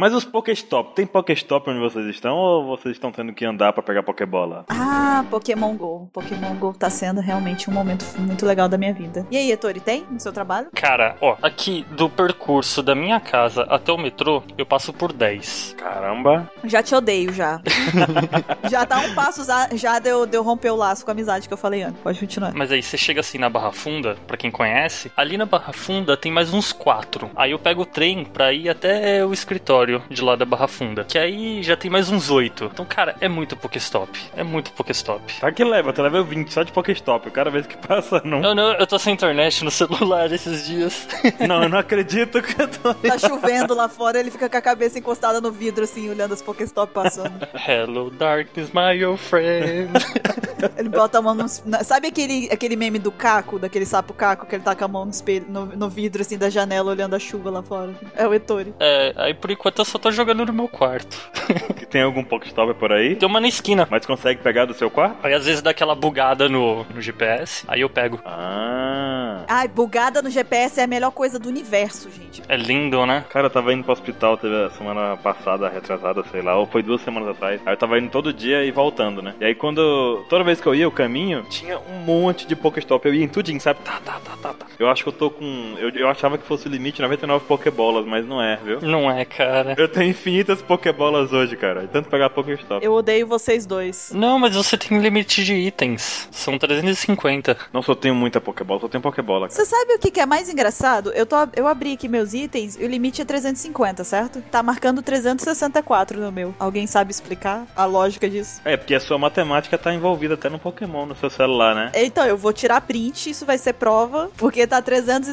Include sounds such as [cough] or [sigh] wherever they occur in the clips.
Mas os Pokéstop, tem Pokéstop onde vocês estão ou vocês estão tendo que andar pra pegar Pokébola? Ah, Pokémon GO. Pokémon GO tá sendo realmente um momento muito legal da minha vida. E aí, Ettore, tem no seu trabalho? Cara, ó, aqui do percurso da minha casa até o metrô, eu passo por 10. Caramba. Já te odeio, já. [laughs] já tá um passo, za- já deu, deu romper o laço com a amizade que eu falei antes. Pode continuar. Mas aí você chega assim na Barra Funda, pra quem conhece, ali na Barra Funda tem mais uns quatro. Aí eu pego o trem pra ir até o escritório de lá da Barra Funda, que aí já tem mais uns oito. Então, cara, é muito Pokéstop. É muito Pokéstop. Tá que leva, tu leva 20 só de Pokéstop. Cada vez que passa, [laughs] não. Eu, não, eu tô sem internet no [laughs] celular esses dias. [laughs] Não, eu não acredito que eu tô. Tá chovendo lá fora, ele fica com a cabeça encostada no vidro, assim, olhando as Pokéstop passando. Hello, darkness, my old friend. [laughs] Ele bota a mão no... na- Sabe aquele, aquele meme do Caco, daquele sapo Caco, que ele tá com a mão no, espelho, no, no vidro, assim, da janela, olhando a chuva lá fora? É o Ettore. É, aí por enquanto eu só tô jogando no meu quarto. Tem algum Pokéstop por aí? Tem uma na esquina. Mas consegue pegar do seu quarto? Aí às vezes dá aquela bugada no, no GPS, aí eu pego. Ah. Ai, bugada no GPS é a melhor coisa do universo, gente. É lindo, né? Cara, eu tava indo pro hospital teve a semana passada, retrasada, sei lá, ou foi duas semanas atrás. Aí eu tava indo todo dia e voltando, né? E aí quando. Toda vez que eu ia o caminho, tinha um monte de Pokéstop. Eu ia em tudinho, sabe? Tá, tá, tá, tá, tá. Eu acho que eu tô com. Eu, eu achava que fosse o limite 99 Pokébolas, mas não é, viu? Não é, cara. Eu tenho infinitas Pokébolas hoje, cara. de Tanto pegar Pokéstop. Eu odeio vocês dois. Não, mas você tem limite de itens. São 350. Nossa, eu tenho muita Pokébola, só tenho Pokébola, cara. Você sabe o que, que é mais engraçado? Eu, tô, eu abri aqui meus itens e o limite é 350, certo? Tá marcando 364 no meu. Alguém sabe explicar a lógica disso? É, porque a sua matemática tá envolvida até no Pokémon, no seu celular, né? Então, eu vou tirar print, isso vai ser prova, porque tá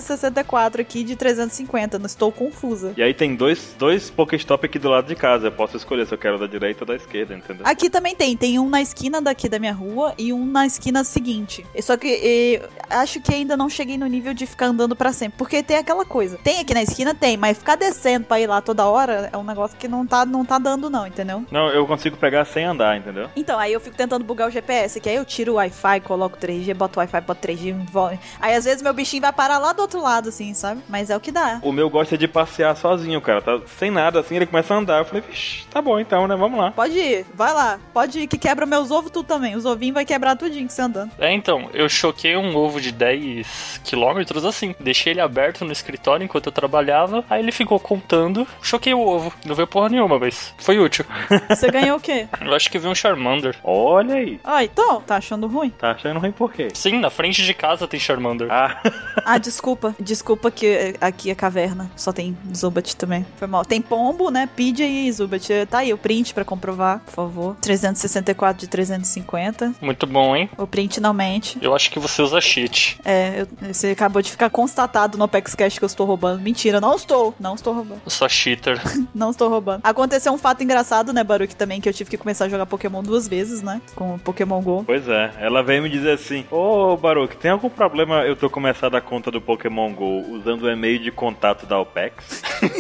364 aqui de 350. Não estou confusa. E aí tem dois, dois Pokéstop aqui do lado de casa. Eu posso escolher se eu quero da direita ou da esquerda, entendeu? Aqui também tem, tem um na esquina daqui da minha rua e um na esquina seguinte. Só que eh, acho que ainda não cheguei no nível de ficar andando pra sempre, porque tem aquela coisa. Tem aqui na esquina tem, mas ficar descendo pra ir lá toda hora é um negócio que não tá não tá dando não, entendeu? Não, eu consigo pegar sem andar, entendeu? Então, aí eu fico tentando bugar o GPS, que aí eu tiro o Wi-Fi, coloco 3G, boto o Wi-Fi, boto 3G, vol- aí às vezes meu bichinho vai parar lá do outro lado, assim, sabe? Mas é o que dá. O meu gosta de passear sozinho, cara. Tá sem nada, assim, ele começa a andar. Eu falei, vixi, tá bom então, né? Vamos lá. Pode ir, vai lá, pode ir, que quebra meus ovos tu também. Os ovinhos vai quebrar tudinho que você andando. É, então, eu choquei um ovo de 10 quilômetros assim. Deixei ele aberto no escritório enquanto eu trabalhava. Aí ele ficou contando. Choquei o ovo. Não veio porra nenhuma, mas foi útil. Você ganhou o quê? Eu acho que veio um Charmander. Olha aí. Ah, então, tá achando ruim? Tá achando ruim por quê? Sim, na frente de casa tem Charmander. Ah, [laughs] Ah, desculpa. Desculpa que eh, aqui é caverna. Só tem Zubat também. Foi mal. Tem pombo, né? Pidgey e Zubat. Tá aí o print pra comprovar, por favor. 364 de 350. Muito bom, hein? O print não mente. Eu acho que você usa cheat. É, eu- você acabou de ficar constatado no Apex Cash que eu estou roubando. Mentira, não estou. Não estou roubando. [laughs] Eu sou cheater. Não estou roubando. Aconteceu um fato engraçado, né, Baruque, também, que eu tive que começar a jogar Pokémon duas vezes, né? Com o Pokémon GO. [laughs] pois é. Ela veio me dizer assim: Ô, Baruque, tem algum problema eu tô começando a conta do Pokémon Go usando o e-mail de contato da OPEX? [laughs]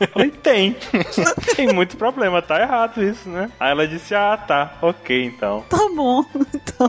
Eu falei, tem. [laughs] tem muito problema, tá errado isso, né? Aí ela disse: ah, tá, ok então. Tá bom.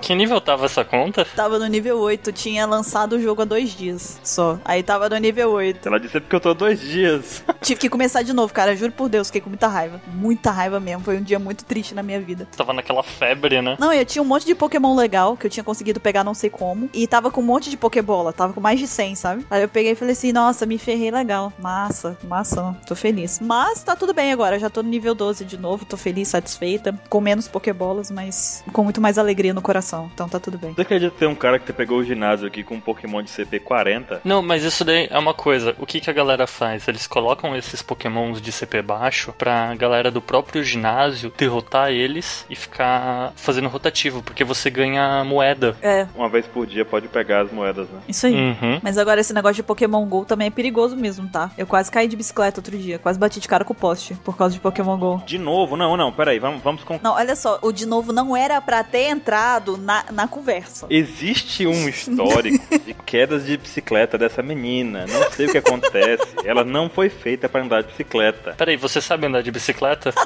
que nível tava essa conta? Tava no nível 8, tinha lançado o jogo há dois dias só. Aí tava no nível 8. Ela disse: é porque eu tô dois dias. Tive que começar de novo, cara. Juro por Deus, fiquei com muita raiva. Muita raiva mesmo. Foi um dia muito triste na minha vida. Tava naquela febre, né? Não, eu tinha um monte de Pokémon legal que eu tinha conseguido pegar não sei como. E tava com um monte de Pokébola. Tava com mais de 100, sabe? Aí eu peguei e falei assim: nossa, me ferrei legal. Massa, maçã. Tô feliz. Mas tá tudo bem agora. Já tô no nível 12 de novo. Tô feliz, satisfeita. Com menos Pokébolas, mas com muito mais alegria no coração. Então tá tudo bem. Você acredita que tem um cara que pegou o ginásio aqui com um Pokémon de CP 40? Não, mas isso daí é uma coisa. O que, que a galera faz? Eles colocam esses pokémons de CP baixo pra galera do próprio ginásio derrotar eles e ficar fazendo rotativo, porque você ganha moeda. É, Uma vez por dia pode pegar as moedas, né? isso aí. Uhum. Mas agora esse negócio de Pokémon GO também é perigoso mesmo, tá? Eu quase caí de bicicleta outro dia, quase bati de cara com o poste por causa de Pokémon GO. De novo? Não, não, peraí, vamos, vamos com. Não, olha só, o de novo não era pra ter entrado na, na conversa. Existe um histórico de quedas de bicicleta dessa menina. Não sei o que acontece. Ela não foi feita pra andar de bicicleta. Peraí, você sabe andar de bicicleta? [laughs]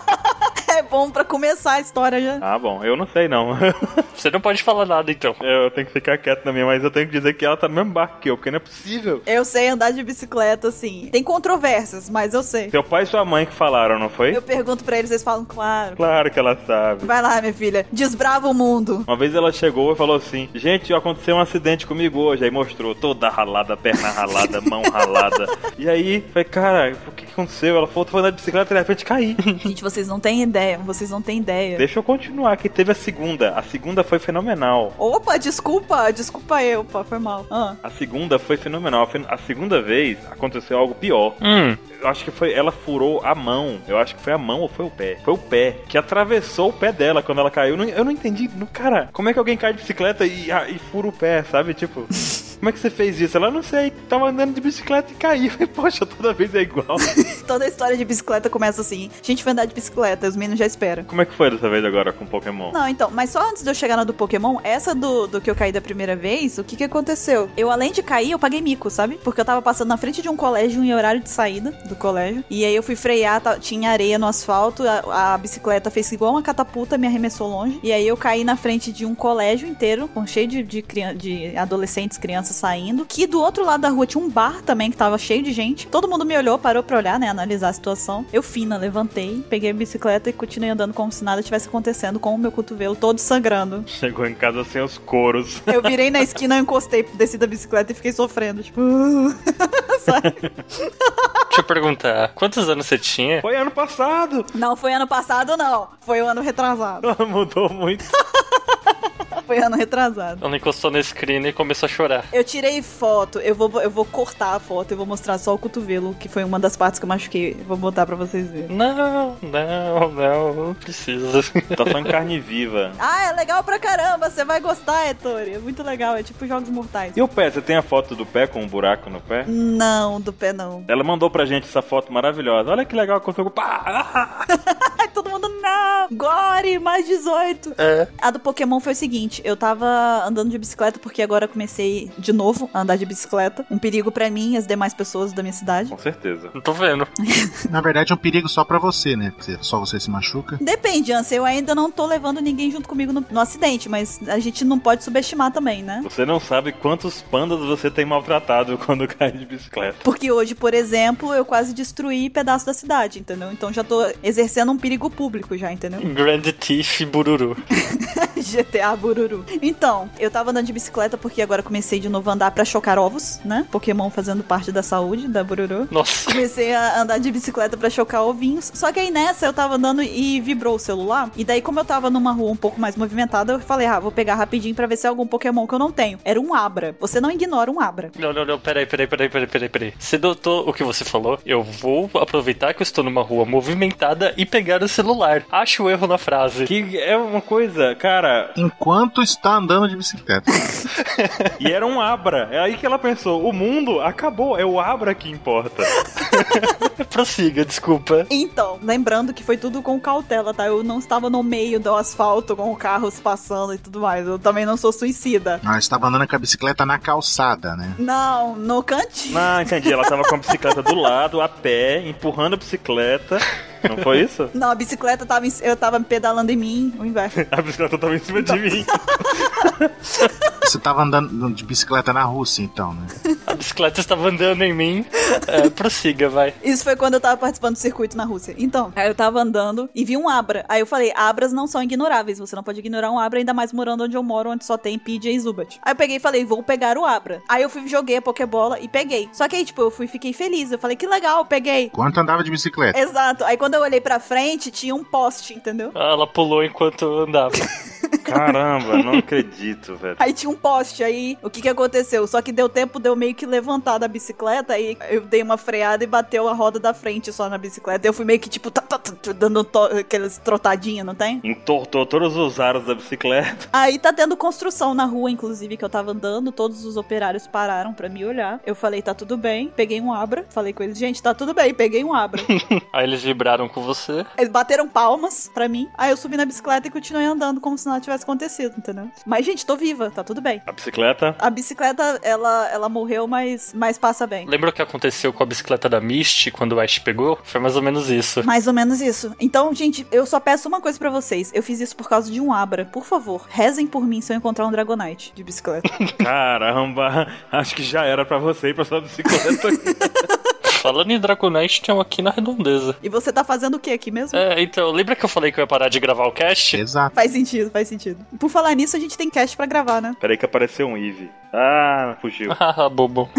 É bom pra começar a história já. Ah, bom, eu não sei não. [laughs] Você não pode falar nada então. eu tenho que ficar quieto na minha, mas eu tenho que dizer que ela tá no mesmo barco que eu, porque não é possível. Eu sei andar de bicicleta, assim. Tem controvérsias, mas eu sei. Seu pai e sua mãe que falaram, não foi? Eu pergunto pra eles, eles falam, claro. Claro que ela sabe. Vai lá, minha filha, desbrava [laughs] o mundo. Uma vez ela chegou e falou assim: Gente, aconteceu um acidente comigo hoje. Aí mostrou toda ralada, perna ralada, mão ralada. E aí, falei, cara, o que que aconteceu? Ela falou: Tô andando de bicicleta e de repente caí. Gente, vocês não têm ideia, vocês não têm ideia. Deixa eu continuar, que teve a segunda. A segunda foi fenomenal. Opa, desculpa, desculpa eu, pá, foi mal. Ah. A segunda foi fenomenal. A fe- A segunda vez aconteceu algo pior. Hum, Eu acho que foi. Ela furou a mão. Eu acho que foi a mão ou foi o pé. Foi o pé. Que atravessou o pé dela quando ela caiu. Eu não, eu não entendi. No, cara, como é que alguém cai de bicicleta e, ah, e fura o pé, sabe? [laughs] Tipo. Como é que você fez isso? Ela não sei. Tava andando de bicicleta e caiu. [laughs] Eu falei, Poxa, toda vez é [laughs] igual. Toda a história de bicicleta começa assim. Gente, vai andar de bicicleta, os meninos já esperam. como é que foi dessa vez agora com Pokémon? Não, então, mas só antes de eu chegar na do Pokémon, essa do, do que eu caí da primeira vez, o que que aconteceu? Eu, além de cair, eu paguei mico, sabe? Porque eu tava passando na frente de um colégio em horário de saída do colégio. E aí eu fui frear, ta- tinha areia no asfalto, a, a bicicleta fez igual uma catapulta, me arremessou longe. E aí eu caí na frente de um colégio inteiro, com cheio de, de, crian- de adolescentes, crianças saindo. Que do outro lado da rua tinha um bar também que tava cheio de gente. Todo mundo me olhou, parou pra olhar, né? Analisar a situação. Eu fina, levantei, peguei a bicicleta e continuei andando como se nada tivesse acontecendo, com o meu cotovelo todo sangrando. Chegou em casa sem os coros. [laughs] Eu virei na esquina, eu encostei, desci da bicicleta e fiquei sofrendo. Tipo. [laughs] sabe? deixa eu perguntar. Quantos anos você tinha? Foi ano passado. [laughs] Não foi ano passado, não. Foi o ano retrasado. Ela mudou muito. Foi ano retrasado. Ela encostou na screen e começou a chorar. Eu tirei foto, eu vou, eu vou cortar a foto, eu vou mostrar só o cotovelo, que foi uma das partes que eu machuquei. Vou botar pra vocês verem. Não, não, não, não precisa. [laughs] Tá só em carne viva. Ah, é legal pra caramba, você vai gostar, Ettore. É muito legal, é tipo Jogos Mortais. E o pé? Você tem a foto do pé com um buraco no pé? Não, do pé não. Ela mandou pra gente essa foto maravilhosa. Olha que legal, aconteceu com. Pá! [laughs] Ai, todo mundo, não! Gore, mais 18! É. A do Pokémon foi o seguinte: eu tava andando de bicicleta porque agora eu comecei de novo a andar de bicicleta. Um perigo pra mim e as demais pessoas da minha cidade. Com certeza. Não tô vendo. Na verdade, é um perigo só pra você, né? Porque só você se machuca. Depende, Anse, eu ainda não tô levando ninguém junto comigo no, no acidente, mas a gente não pode subestimar também, né? Você não sabe quantos pandas você tem maltratado [laughs] quando cai de bicicleta. Porque hoje, por exemplo, eu quase destruí pedaço da cidade, entendeu? Então já tô exercendo um perigo público já, entendeu? [laughs] Grand Thief Bururu. GTA Bururu. Então, eu tava andando de bicicleta porque agora comecei de novo a andar pra chocar ovos, né? Pokémon fazendo parte da saúde da Bururu. Nossa. Comecei a andar de bicicleta pra chocar ovinhos. Só que aí nessa eu tava andando e vibrou o celular. E daí, como eu tava numa rua um pouco mais movimentada, eu falei: ah, vou pegar rapidinho pra ver se é algum Pokémon que eu não tenho. Era um Abra. Você não ignora um Abra. Não, não, não, peraí, peraí, peraí, peraí, peraí, peraí. Você notou o que você falou? Eu vou aproveitar que eu estou numa rua movimentada e pegar o celular. Acho o erro na frase. Que é uma coisa, cara. Enquanto está andando de bicicleta. E era um Abra. É aí que ela pensou: o mundo acabou, é o Abra que importa. Prossiga, desculpa. Então, lembrando que foi tudo com cautela, tá? Eu não estava no meio do asfalto com carros passando e tudo mais. Eu também não sou suicida. Ela Ah, estava andando com a bicicleta na calçada, né? Não, no cantinho. Ah, entendi. Ela tava com a bicicleta do lado, a pé, empurrando a bicicleta. Não foi isso? Não, a bicicleta tava em- eu tava pedalando em mim, [laughs] o inverso. A bicicleta tava em cima de mim. Você estava andando de bicicleta na Rússia, então, né? A bicicleta estava andando em mim. É, prossiga, vai. Isso foi quando eu tava participando do circuito na Rússia. Então, aí eu tava andando e vi um abra. Aí eu falei, abras não são ignoráveis, você não pode ignorar um abra, ainda mais morando onde eu moro, onde só tem Pidgey e Zubat. Aí eu peguei e falei, vou pegar o abra. Aí eu fui, joguei a Pokébola e peguei. Só que aí, tipo, eu fui, fiquei feliz. Eu falei, que legal, peguei. Enquanto andava de bicicleta. Exato. Aí quando eu olhei pra frente, tinha um poste, entendeu? Ah, Ela pulou enquanto eu andava. Caramba, não acredito, velho. Aí tinha um poste, aí o que que aconteceu? Só que deu tempo de eu meio que levantar da bicicleta, aí eu dei uma freada e bateu a roda da frente só na bicicleta. Eu fui meio que tipo, tá, tá, tá, tá, dando to- aquelas trotadinhas, não tem? Entortou todos os aros da bicicleta. Aí tá tendo construção na rua, inclusive, que eu tava andando, todos os operários pararam pra me olhar. Eu falei, tá tudo bem, peguei um abra, falei com eles, gente, tá tudo bem, peguei um abra. Aí eles vibraram com você. eles bateram palmas pra mim, aí eu subi na bicicleta e continuei andando como se nada tivesse tivesse acontecido, entendeu? Mas, gente, tô viva, tá tudo bem. A bicicleta. A bicicleta, ela, ela morreu, mas, mas passa bem. Lembra o que aconteceu com a bicicleta da Misty quando o Ash pegou? Foi mais ou menos isso. Mais ou menos isso. Então, gente, eu só peço uma coisa pra vocês. Eu fiz isso por causa de um Abra. Por favor, rezem por mim se eu encontrar um Dragonite de [laughs] bicicleta. Caramba, acho que já era pra você e pra sua bicicleta. Falando em Dragonite, tem um aqui na redondeza. E você tá fazendo o que aqui mesmo? É, então, lembra que eu falei que eu ia parar de gravar o cast? Exato. Faz sentido, faz sentido. Por falar nisso, a gente tem cast pra gravar, né? Peraí que apareceu um Eve. Ah, [laughs] fugiu. [laughs] Haha, bobo. [laughs]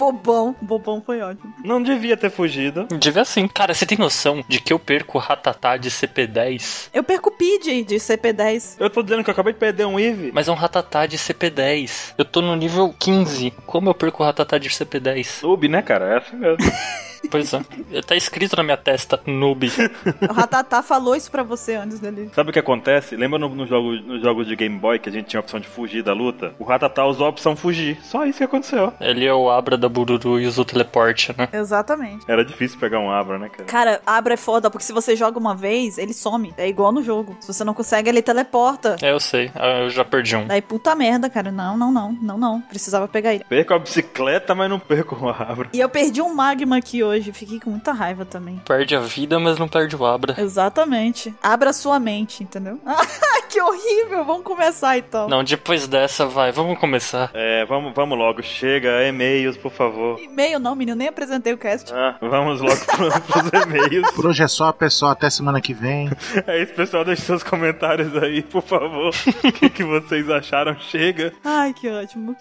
Bobão. Bobão foi ótimo. Não devia ter fugido. Devia sim. Cara, você tem noção de que eu perco o Ratatá de CP10? Eu perco o PID de CP10. Eu tô dizendo que eu acabei de perder um Eve. Mas é um Ratatá de CP10. Eu tô no nível 15. Como eu perco o Ratatá de CP10? Noob, né, cara? É assim mesmo. Pois é. [laughs] Tá escrito na minha testa, noob. O Ratatá [laughs] falou isso pra você antes dele. [laughs] Sabe o que acontece? Lembra nos no jogos no jogo de Game Boy que a gente tinha a opção de fugir da luta? O Ratatá usou a opção fugir. Só isso que aconteceu. Ele é o Abra da Bururu e usa o teleporte, né? Exatamente. Era difícil pegar um Abra, né, cara? Cara, Abra é foda, porque se você joga uma vez, ele some. É igual no jogo. Se você não consegue, ele teleporta. É, eu sei. Ah, Eu já perdi um. Daí, puta merda, cara. Não, não, não. Não, não. Precisava pegar ele. Perco a bicicleta, mas não perco o Abra. E eu perdi um magma aqui hoje. Fiquei com muita raiva também. Perde a vida, mas não perde o Abra. Exatamente. Abra sua mente, entendeu? [laughs] Ah, que horrível. Vamos começar então. Não, depois dessa, vai. Vamos começar. É, vamos, vamos logo. Chega, e-mails, por favor. E-mail não, menino. Nem apresentei o cast. Ah, vamos logo [laughs] pro- pros e-mails. Por hoje é só, pessoal. Até semana que vem. É isso, pessoal. Deixe seus comentários aí, por [laughs] favor. O que, que vocês acharam? Chega. Ai, que ótimo.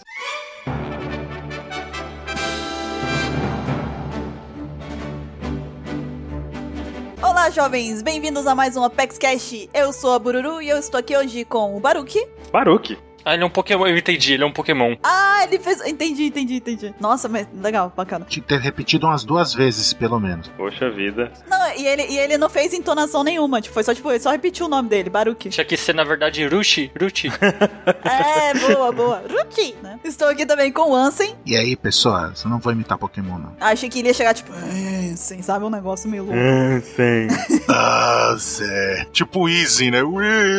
Olá, jovens! Bem-vindos a mais um Apex Cash. Eu sou a Bururu e eu estou aqui hoje com o Baruki. Baruque. Ah, ele é um Pokémon. Eu entendi, ele é um Pokémon. Ah, ele fez. Entendi, entendi, entendi. Nossa, mas legal, bacana. Tinha que ter repetido umas duas vezes, pelo menos. Poxa vida. Não, e ele, e ele não fez entonação nenhuma, tipo, foi só, tipo, ele só repetiu o nome dele, [laughs] Baruki. Tinha que ser, na verdade, Rushi. Rushi. É, boa, boa. Ruki, né? Estou aqui também com o Ansem. E aí, pessoal, eu não vou imitar Pokémon, não. Achei que ele ia chegar, tipo, Ansem, sabe? Um negócio [laughs] meio louco. Ah, sim. Ah, Zé. Tipo Easy, né?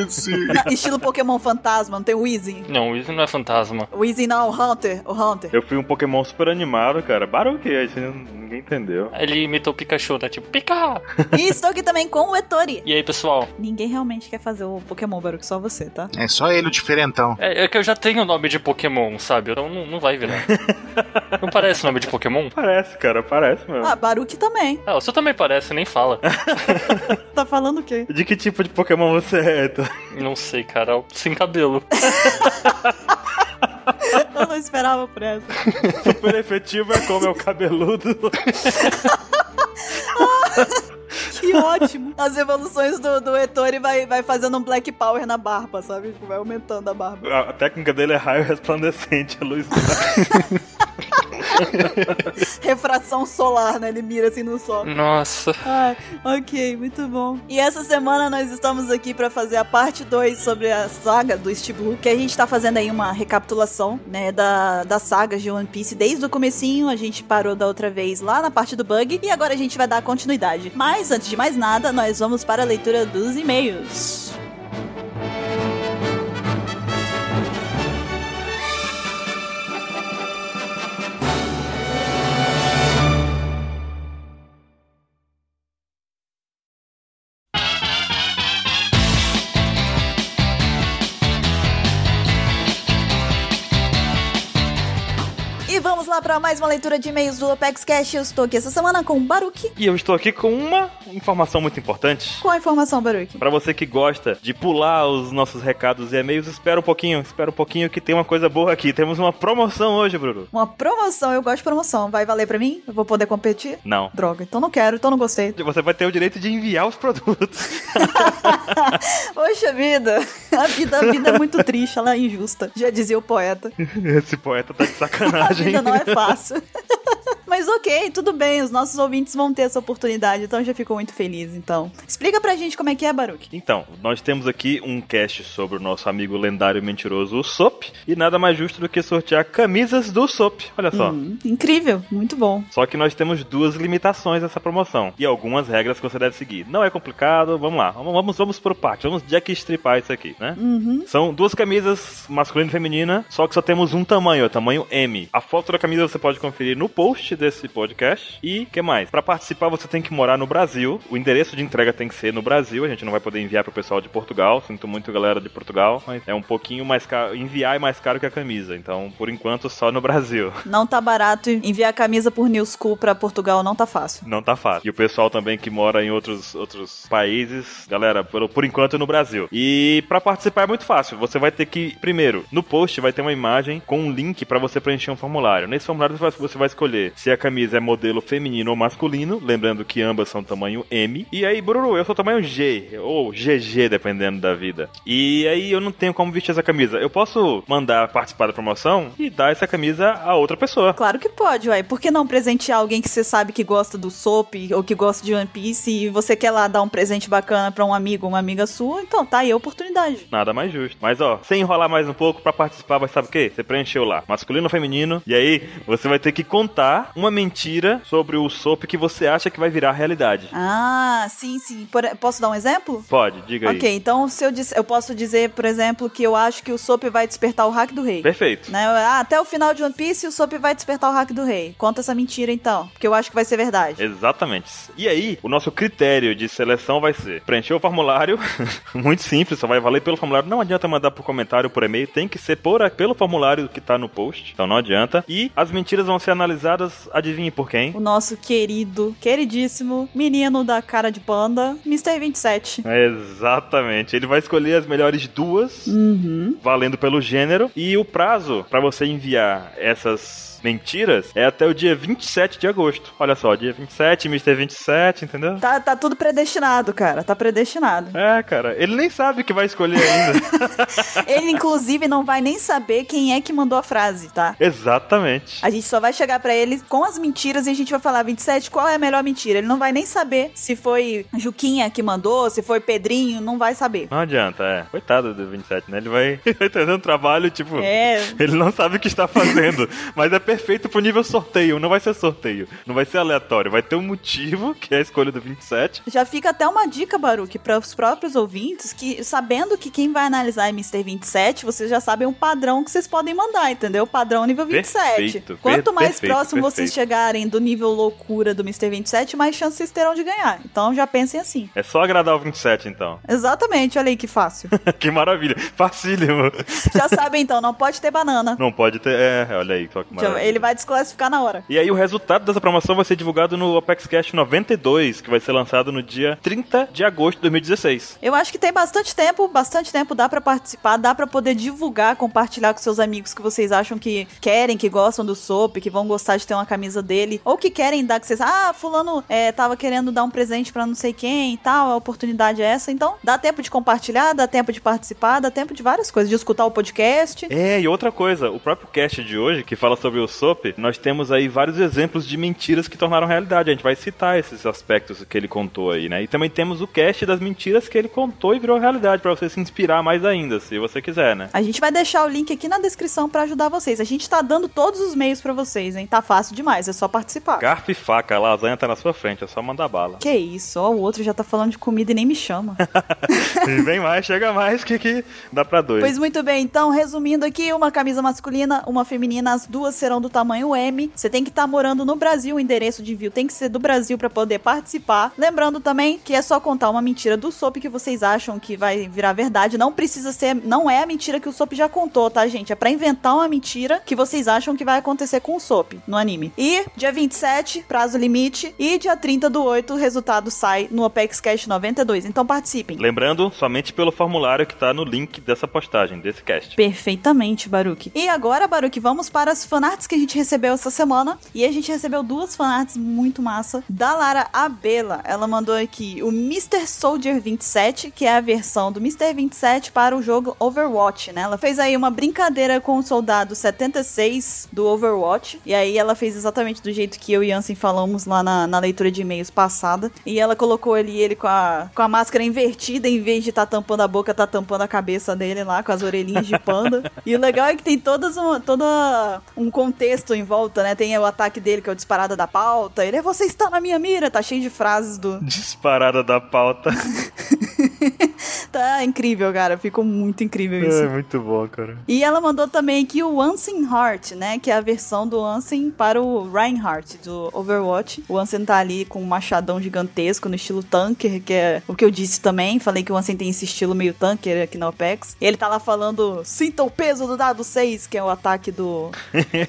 Easy. Na- Estilo Pokémon Fantasma, não tem o Weezing? Não, isso não é fantasma. O Weezing não, o Hunter, o Hunter. Eu fui um Pokémon super animado, cara. Baruque, aí você não- ninguém entendeu. Ele imitou o Pikachu, né? Tipo, Pika! E estou aqui também com o Etori. E aí, pessoal? Ninguém realmente quer fazer o Pokémon Baruch, só você, tá? [laughs] É só ele o diferentão. É, é que eu já tenho o nome de Pokémon, sabe? Então não, não vai virar. não parece nome de Pokémon? Parece, cara, parece mesmo. Ah, Baruch também. Ah, o seu também parece, nem fala. Tá falando o quê? De que tipo de Pokémon você é, Eto? não sei, cara. Sem cabelo. Eu não esperava por essa. [laughs] Super efetivo é como é o cabeludo. Que ótimo. [laughs] As evoluções do, do Etori vai, vai fazendo um Black Power na barba, sabe? Tipo, Vai aumentando a barba. A a técnica dele é raio resplandecente, a luz. Refração solar, né? Ele mira assim no sol. Nossa. Ai, ok, muito bom. E essa semana nós estamos aqui pra fazer a parte 2 sobre a saga do Steve Blue, que a gente tá fazendo aí uma recapitulação, né, da, da saga de One Piece desde o comecinho, a gente parou da outra vez lá na parte do bug, e agora a gente vai dar continuidade. Mas, antes de mais nada, nós vamos para a leitura dos e-mails. E vamos lá pra mais uma leitura de e-mails do Apex Cash. Eu estou aqui essa semana com o Baruki. E eu estou aqui com uma informação muito importante. Qual a informação, Baruki? Pra você que gosta de pular os nossos recados e e-mails, espera um pouquinho, espera um pouquinho que tem uma coisa boa aqui. Temos uma promoção hoje, Bruno. Uma promoção, eu gosto de promoção. Vai valer pra mim? Eu vou poder competir? Não. Droga, então não quero, então não gostei. [laughs] Você vai ter o direito de enviar os produtos. Poxa vida, a vida, a vida é muito triste, ela é injusta, já dizia o poeta. Esse poeta tá de A [laughs] sacanagem. vida não é fácil. Mas ok, tudo bem, os nossos ouvintes vão ter essa oportunidade, então eu já fico muito feliz, então. Explica pra gente como é que é, Baruque. Então, nós temos aqui um cast sobre o nosso amigo lendário mentiroso, o Sop, e nada mais justo do que sortear camisas do Sop. Olha só. Hum, incrível, muito bom. Só que nós temos duas limitações nessa promoção e algumas regras que você deve seguir. Não é complicado, vamos lá. Vamos, vamos, vamos pro parte, vamos jackstripar isso aqui, né? Uhum. São duas camisas masculina e feminina, só que só temos um tamanho, é o tamanho M. A foto da camisa você pode conferir no post desse podcast. E que mais? Pra participar você tem que morar no Brasil. O endereço de entrega tem que ser no Brasil, a gente não vai poder enviar pro pessoal de Portugal. Sinto muito galera de Portugal, mas é um pouquinho mais caro enviar é mais caro que a camisa. Então, por enquanto só no Brasil. Não tá barato enviar a camisa por New School pra Portugal, não tá fácil. Não tá fácil. E o pessoal também que mora em outros, outros países, galera, por, por enquanto no Brasil. E pra participar é muito fácil. Você vai ter que, primeiro, no post vai ter uma imagem com um link pra você preencher um formulário. Nesse formulário você vai, você vai escolher se a camisa é modelo feminino ou masculino, lembrando que ambas são tamanho M. E aí, Bruno, eu sou tamanho G, ou GG, dependendo da vida. E aí eu não tenho como vestir essa camisa. Eu posso mandar participar da promoção e dar essa camisa a outra pessoa. Claro que pode, uai. Por que não presentear alguém que você sabe que gosta do Soap ou que gosta de One Piece e você quer lá dar um presente bacana pra um amigo, uma amiga sua? Então tá aí a oportunidade. Nada mais justo. Mas ó, sem enrolar mais um pouco, pra participar, vai sabe o quê? Você preencheu lá, masculino ou feminino, e aí você vai ter que contar uma mentira sobre o Soap que você acha que vai virar realidade. Ah, sim, sim. Por- posso dar um exemplo? Pode, diga aí. Ok, então se eu, dis- eu posso dizer, por exemplo, que eu acho que o Soap vai despertar o hack do rei. Perfeito. Né? Ah, até o final de One Piece o Soap vai despertar o hack do rei. Conta essa mentira então, porque eu acho que vai ser verdade. Exatamente. E aí, o nosso critério de seleção vai ser preencher o formulário, [laughs] muito simples, só vai valer pelo formulário. Não adianta mandar por comentário, por e-mail, tem que ser por, pelo formulário que tá no post, então não adianta. E as mentiras vão ser analisadas, adivinhe por quem? O nosso querido, queridíssimo menino da cara de panda, Mr. 27. Exatamente. Ele vai escolher as melhores duas, Uhum. valendo pelo gênero, e o prazo pra você enviar essas mentiras é até o dia 27 de agosto. Olha só, dia 27, Mr. 27, entendeu? Tá, tá tudo predestinado, cara. Tá predestinado. É, cara, ele nem sabe que vai escolher ainda. Ele, inclusive, não vai nem saber quem é que mandou a frase, tá? Exatamente. A gente só vai chegar pra ele com as mentiras e a gente vai falar 27, qual é a melhor mentira? Ele não vai nem saber se foi Juquinha que mandou, se foi Pedrinho, não vai saber. Não adianta, é. Coitado do 27, né? Ele vai, [laughs] ele vai trazendo trabalho, tipo. É, Ele não sabe o que está fazendo, mas é perfeito pro nível sorteio. Não vai ser sorteio, não vai ser aleatório, vai ter um motivo, que é a escolha do 27. Já fica até uma dica, Baruque, para os próprios ouvintes, que sabendo que quem vai analisar é Mr. 27, vocês já sabem o padrão que vocês podem mandar, entendeu? O padrão nível 27. Perfeito, Quanto per- mais perfeito, próximo vocês perfeito. chegarem do nível loucura do Mr. 27, mais chances vocês terão de ganhar. Então já pensem assim. É só agradar o 27, então. [laughs] Exatamente, olha aí que fácil. [laughs] que maravilha. Facílimo. já sabem então, não pode ter banana. Não pode ter. É, olha aí, só que Já- maravilha. Ele vai desclassificar na hora. E aí o resultado dessa promoção vai ser divulgado no Apex Cash 92, que vai ser lançado no dia 30 de agosto de 2016. Eu acho que tem bastante tempo, bastante tempo dá pra participar, dá pra poder divulgar, compartilhar com seus amigos que vocês acham que querem, que gostam do Soap, que vão gostar de ter uma camisa dele, ou que querem dar que vocês, ah, fulano é, tava querendo dar um presente pra não sei quem e tal, a oportunidade é essa, então dá tempo de compartilhar, dá tempo de participar, dá tempo de várias coisas, de escutar o podcast. É, e outra coisa, o próprio cast de hoje, que fala sobre o SOP, nós temos aí vários exemplos de mentiras que tornaram realidade. A gente vai citar esses aspectos que ele contou aí, né? E também temos o cast das mentiras que ele contou e virou realidade, pra você se inspirar mais ainda, se você quiser, né? A gente vai deixar o link aqui na descrição pra ajudar vocês. A gente tá dando todos os meios pra vocês, hein? Tá fácil demais, é só participar. Garfo e faca, a lasanha tá na sua frente, é só mandar bala. Que isso, ó, o outro já tá falando de comida e nem me chama. [laughs] E Vem mais, chega mais, que, que dá pra dois. Pois muito bem, então, resumindo aqui, uma camisa masculina, uma feminina, as duas serão do tamanho M. Você tem que estar morando no Brasil, o endereço de envio tem que ser do Brasil para poder participar. Lembrando também que é só contar uma mentira do SOP que vocês acham que vai virar verdade, não precisa ser, não é a mentira que o SOP já contou, tá, gente? É pra inventar uma mentira que vocês acham que vai acontecer com o SOP no anime. E dia 27, prazo limite, e dia 30 do 8, o resultado sai no Apex Cash 92. Então participem. Lembrando, somente pelo formulário que tá no link dessa postagem, desse cast. Perfeitamente, Baruque. E agora, Baruque, vamos para as fanarts que a gente recebeu essa semana. E a gente recebeu duas fanarts muito massa da Lara Abela. Ela mandou aqui o Mr. Soldier 27, que é a versão do Mr. 27 para o jogo Overwatch, né? Ela fez aí uma brincadeira com o soldado 76 do Overwatch. E aí ela fez exatamente do jeito que eu e Jansen falamos lá na, na leitura de e-mails passada. E ela colocou ali ele com a, com a máscara invertida, em vez de tá tampando a boca, tá tampando a cabeça dele lá, com as orelhinhas de panda. e o legal é que tem todas um, toda um contexto em volta, né? Tem o ataque dele, que é o disparada da pauta. Ele é você está na minha mira, tá cheio de frases do. Disparada da pauta. tá incrível, cara. Ficou muito incrível [laughs] isso. É muito bom, cara. E ela mandou também aqui o Ansem Heart, né? Que é a versão do Ansem para o Reinhardt do Overwatch. O Ansem tá ali com um machadão gigantesco no estilo tanker, que é o que eu disse também. Falei que o Ansem tem esse estilo meio tanker aqui na OPEX. E ele tá lá falando: sinta o peso do dado 6, que é o ataque do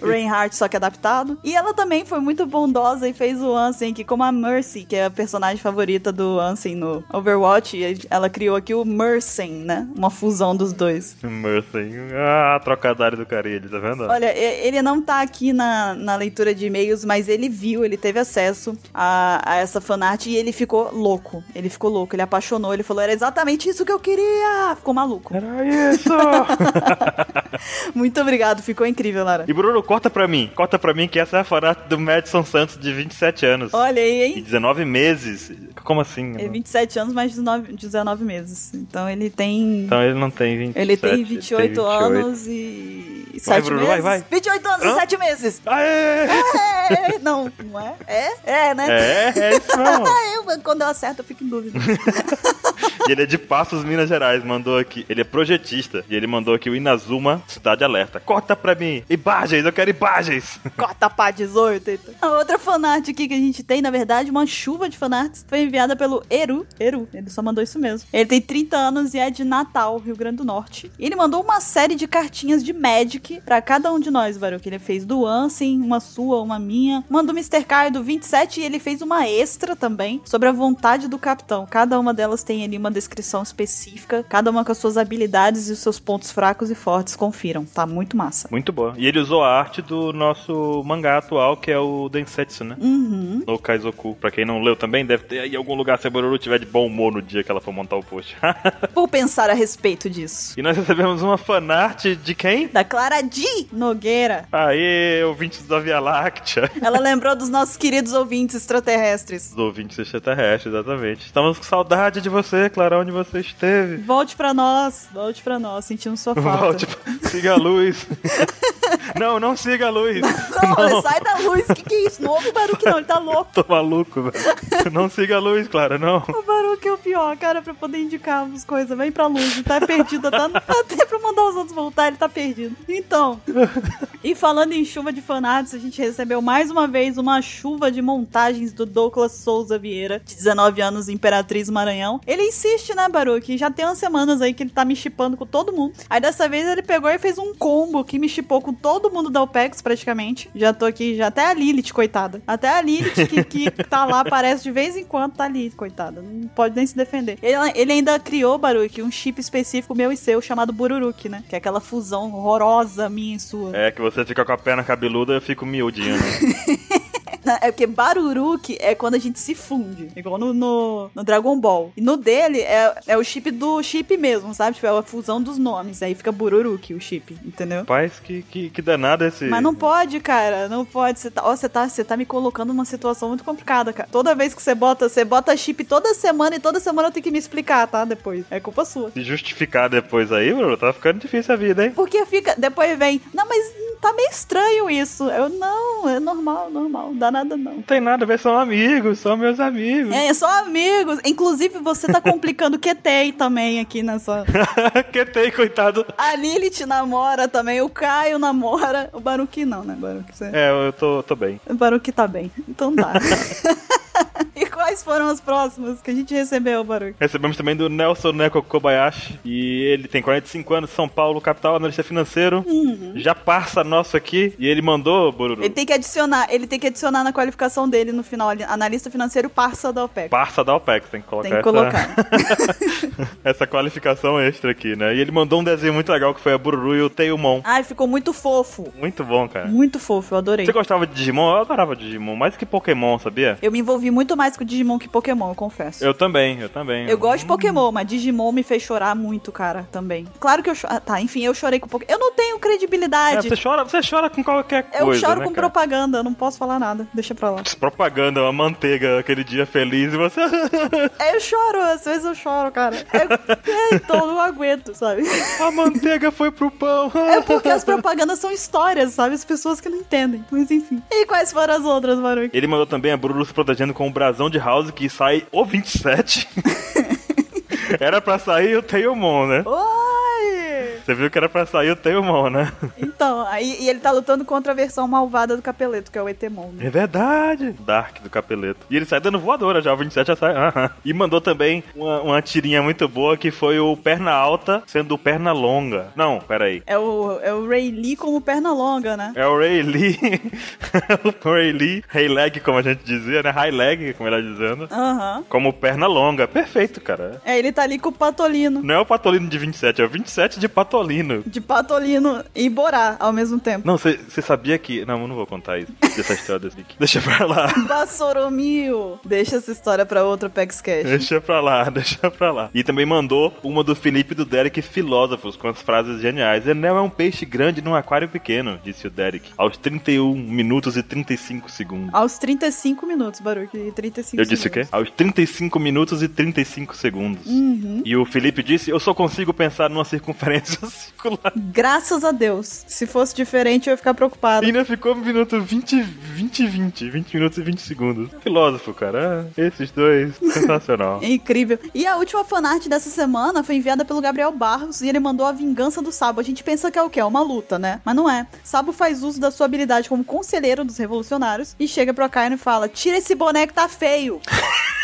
Reinhardt, só que adaptado. E ela também foi muito bondosa e fez o Ansem que como a Mercy, que é a personagem favorita do Ansem no Overwatch, ela criou aqui o Mercen, né? Uma fusão dos dois. Mercy. Ah, trocadário do carilho, tá vendo? Olha, e- ele não tá aqui na, na leitura de e-mails, mas ele viu, ele teve acesso a, a essa fanart e ele ficou louco. Ele ficou louco, ele apaixonou, ele falou, era exatamente isso que eu queria! Ficou maluco. Era isso! Muito obrigado, ficou incrível, Lara. [laughs] e Bruno, corta pra mim. Corta pra mim que essa é a fanart do Madison Santos de 27 anos. Olha aí, E hein? 19 meses. Como assim? É 27 anos, mais 19, 19 meses. Então ele tem... Então ele não tem 27. ele tem ele 28, anos e... e Vai, sete Bruno, vai, meses? vai. 28 anos Hã? e 7 meses! Aê! É, não, não é? É? É, né? É, é isso mesmo. Eu, quando eu acerto, eu fico em dúvida. E ele é de Passos, Minas Gerais. Mandou aqui. Ele é projetista. E ele mandou aqui o Inazuma Cidade Alerta. Corta pra mim. Imagens, eu quero imagens. [laughs] Cota pá 18. Então. A outra fanart aqui que a gente tem, na verdade, uma chuva de fanarts, foi enviada pelo Eru. Eru, ele só mandou isso mesmo. Ele tem 30 anos e é de Natal, Rio Grande do Norte. E ele mandou uma série de cartinhas de Magic pra cada um de nós, Baruch. Ele fez do Ansem, uma sua, uma minha. Mandou Mr. Kai do 27 e ele fez uma extra também sobre a vontade do capitão. Cada uma delas tem ali uma descrição específica, cada uma com as suas habilidades e os seus pontos fracos e fortes. Confiram, tá muito massa. Muito boa. E ele usou a arte do nosso mangá atual, que é o Densetsu, né? Uhum. No Kaizoku. Pra quem não leu também, deve ter aí em algum lugar se a Bororo tiver de bom humor no dia que ela for montar o post. [laughs] Vou pensar a respeito disso. e nós recebemos uma fanart de quem? Da Clara Di Nogueira. Aê, ouvintes da Via Láctea. [laughs] Ela lembrou dos nossos queridos ouvintes extraterrestres. Os ouvintes extraterrestres, exatamente. Estamos com saudade de você, Clara, onde você esteve. Volte pra nós, volte pra nós, sentimos sua falta. Volte, tipo, siga a luz. não, não siga a luz. Não, sai da luz, que que é isso? Não ouve o Baruque não, ele tá louco. Tô maluco, velho. Não siga a luz, Clara, não. O Baruque é o pior, cara, pra poder indicar as coisas. Vem pra luz, ele tá perdido, tá, até pra mandar os outros voltar, ele tá perdido. Então, e falando em chuva de fanarts, a gente recebeu mais uma vez uma chuva de montagens do Douglas Souza Vieira, de 19 anos, Imperatriz Maranhão. Ele insiste, né, Baruque? Já tem umas semanas aí que ele tá me chipando com todo mundo. Aí dessa vez ele pegou e fez um combo que me chipou com todo mundo da OPEX, praticamente. Já tô aqui, já até a Lilith, coitada. Até a Lilith que, que tá lá, aparece de vez em quando, tá ali, coitada. Não pode nem se defender. Ele, ele ainda criou, Baruque, um chip específico meu e seu, chamado Bururuque, né? Que é aquela fusão horrorosa minha e sua. É que você fica com a perna cabeluda, eu fico miudinho, né? Não, É porque baruruque é quando a gente se funde. Igual no, no, no Dragon Ball. E no dele é, é o chip do chip mesmo, sabe? Tipo, é a fusão dos nomes. Aí fica bururuque o chip, entendeu? Rapaz, que, que, que danado esse... Mas não pode, cara. Não pode. Você tá, ó, você tá, você tá me colocando numa situação muito complicada, cara. Toda vez que você bota, você bota chip toda semana e toda semana eu tenho que me explicar, tá? Depois. É culpa sua. Se justificar depois aí, Bruno, tá ficando difícil a vida, hein? Porque fica. Depois vem. Não, mas hum, tá meio estranho isso. Eu, não, é normal, normal. Não dá nada, não. Não tem nada a ver, são amigos, são meus amigos. É, só amigos. Inclusive, você tá complicando o QTEI também aqui nessa. [laughs] É. que tem, coitado. A Lilith namora também, o Caio namora. O Baruque não, né? Baruque, você... É, eu tô, tô bem. O Baruque tá bem. Então tá. E com Quais foram as próximas que a gente recebeu, Baruch? Recebemos também do Nelson Neko Kobayashi. E ele tem 45 anos, São Paulo, capital, analista financeiro. Uhum. Já passa nosso aqui. E ele mandou, Bururu. Ele tem que adicionar, ele tem que adicionar na qualificação dele no final, ali, analista financeiro parça da OPEC. Parça da OPEX, tem que colocar, Tem que essa- colocar. [laughs] essa qualificação extra aqui, né? E ele mandou um desenho muito legal que foi a Bururu e o Teilmon. Ai, ficou muito fofo. Muito bom, cara. Muito fofo, eu adorei. Você gostava de Digimon? Eu adorava Digimon, mais que Pokémon, sabia? Eu me envolvi muito mais com Digimon que Pokémon, eu confesso. Eu também, eu também. Eu gosto de Pokémon, mas Digimon me fez chorar muito, cara, também. Claro que eu chorei. tá, enfim, eu chorei com Pokémon. Eu não tenho É, credibilidade. você chora, você chora com qualquer eu coisa, choro né, com cara? propaganda, eu não posso falar nada. Deixa pra lá. [laughs] propaganda, uma manteiga, aquele dia feliz e você [laughs] É, eu choro, às vezes eu choro, cara. Eu, é, então eu não aguento, sabe? a manteiga foi pro pão. [laughs] É porque as propagandas são histórias, sabe? As pessoas que não entendem. Mas enfim. E quais foram as outras, Baruch? Ele mandou também a Brulu se protegendo com o brasão de House que sai o 27. [laughs] Era pra sair o Tailmon, né? Oi! Você viu que era pra sair o Tailmon, né? Então, aí e ele tá lutando contra a versão malvada do Capeleto, que é o Etemon. né? É verdade. Dark do Capeleto. E ele sai dando voadora já, o 27 já sai. aham. E mandou também uma, uma tirinha muito boa que foi o Perna Alta sendo o Perna Longa. Não, peraí. É o, é o Ray Lee como perna longa, né? É o Ray Lee. [laughs] o Ray Lee. Ray Leg, como a gente dizia, né? High Leg, como ele tá dizendo. Aham. Como perna longa. Perfeito, cara. É, ele tá ali com o Patolino. Não é o Patolino de 27, é o 27 de Patolino. De Patolino e Borá ao mesmo tempo. Não, você sabia que. Não, eu não vou contar isso. Dessa história desse Nick. Deixa pra lá. Bassoromio! Deixa essa história pra outro Pex Cash. Deixa pra lá, [laughs] deixa pra lá. E também mandou uma do Felipe e do Derek, filósofos, com as frases geniais. Enel é um peixe grande num aquário pequeno, disse o Derek, aos 31 minutos e 35 segundos. Aos 35 minutos, Baruque. 35 Eu disse o quê? segundos. Aos 35 minutos e 35 segundos. Uhum. E o Felipe disse: Eu só consigo pensar numa circunferência [laughs] circular. Graças a Deus. Se fosse diferente, eu ia ficar E preocupado. ainda ficou um minuto 20, 20, 20, 20 minutos e 20 segundos. Filósofo, cara. Ah, Esses dois, [laughs] sensacional. É incrível. E a última fanart dessa semana foi enviada pelo Gabriel Barros e ele mandou a vingança do Sabo. A gente pensa que é o quê? É uma luta, né? Mas não é. Sabo faz uso da sua habilidade como conselheiro dos revolucionários e chega pro Akainu e fala: Tira esse boné que tá feio.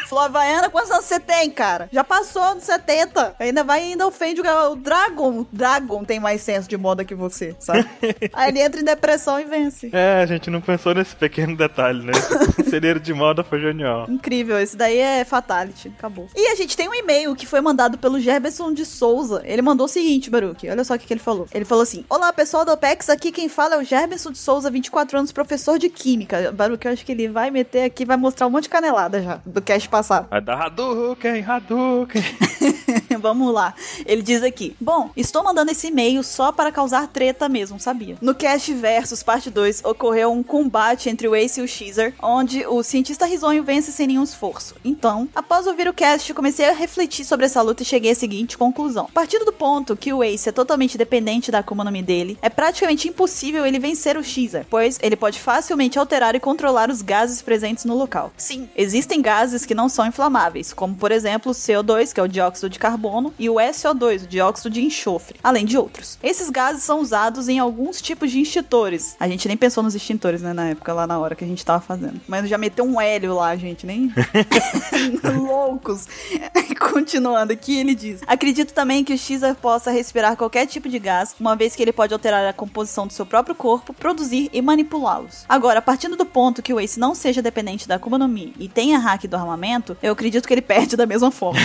Falou, "Ah, Havaiana, quantos anos você tem, cara? Já passou dos 70. Ainda vai e ainda ofende o, ga- o Dragon. O Dragon tem mais senso de moda que você, sabe? Aí ele entra em depressão e vence. É, a gente não pensou nesse pequeno detalhe, né? [laughs] Esse Conselheiro de moda foi genial. Incrível, esse daí é Fatality. Acabou. E a gente tem um e-mail que foi mandado pelo Gerberson de Souza. Ele mandou o seguinte, Baruque. Olha só o que, que ele falou. Ele falou assim: Olá, pessoal do OPEX, aqui quem fala é o Gerberson de Souza, 24 anos, professor de Química. Baruque, eu acho que ele vai meter aqui, vai mostrar um monte de canelada já do cast passado. Vai dar Hadouken, Hadouken. [laughs] [laughs] Vamos lá. Ele diz aqui: Bom, estou mandando esse e-mail só para causar treta mesmo, sabia? No Cast Versus Parte 2 ocorreu um combate entre o Ace e o Caesar, onde o cientista risonho vence sem nenhum esforço. Então, após ouvir o cast, comecei a refletir sobre essa luta e cheguei à seguinte conclusão: Partindo do ponto que o Ace é totalmente dependente da Akuma no Mi dele, é praticamente impossível ele vencer o Caesar, pois ele pode facilmente alterar e controlar os gases presentes no local. Sim, existem gases que não são inflamáveis, como por exemplo o CO2, que é o dióxido de carbono, e o SO2, o dióxido de enxofre, além de outros. Esses gases são usados em alguns tipos de extintores. A gente nem pensou nos extintores, né, na época, lá na hora que a gente tava fazendo. Mas já meteu um hélio lá, gente, nem. [laughs] Loucos. Continuando aqui, ele diz: Acredito também que o Caesar possa respirar qualquer tipo de gás, uma vez que ele pode alterar a composição do seu próprio corpo, produzir e manipulá-los. Agora, partindo do ponto que o Ace não seja dependente da Akuma no Mi e tenha hack do armamento, eu acredito que ele [laughs] perde da mesma forma.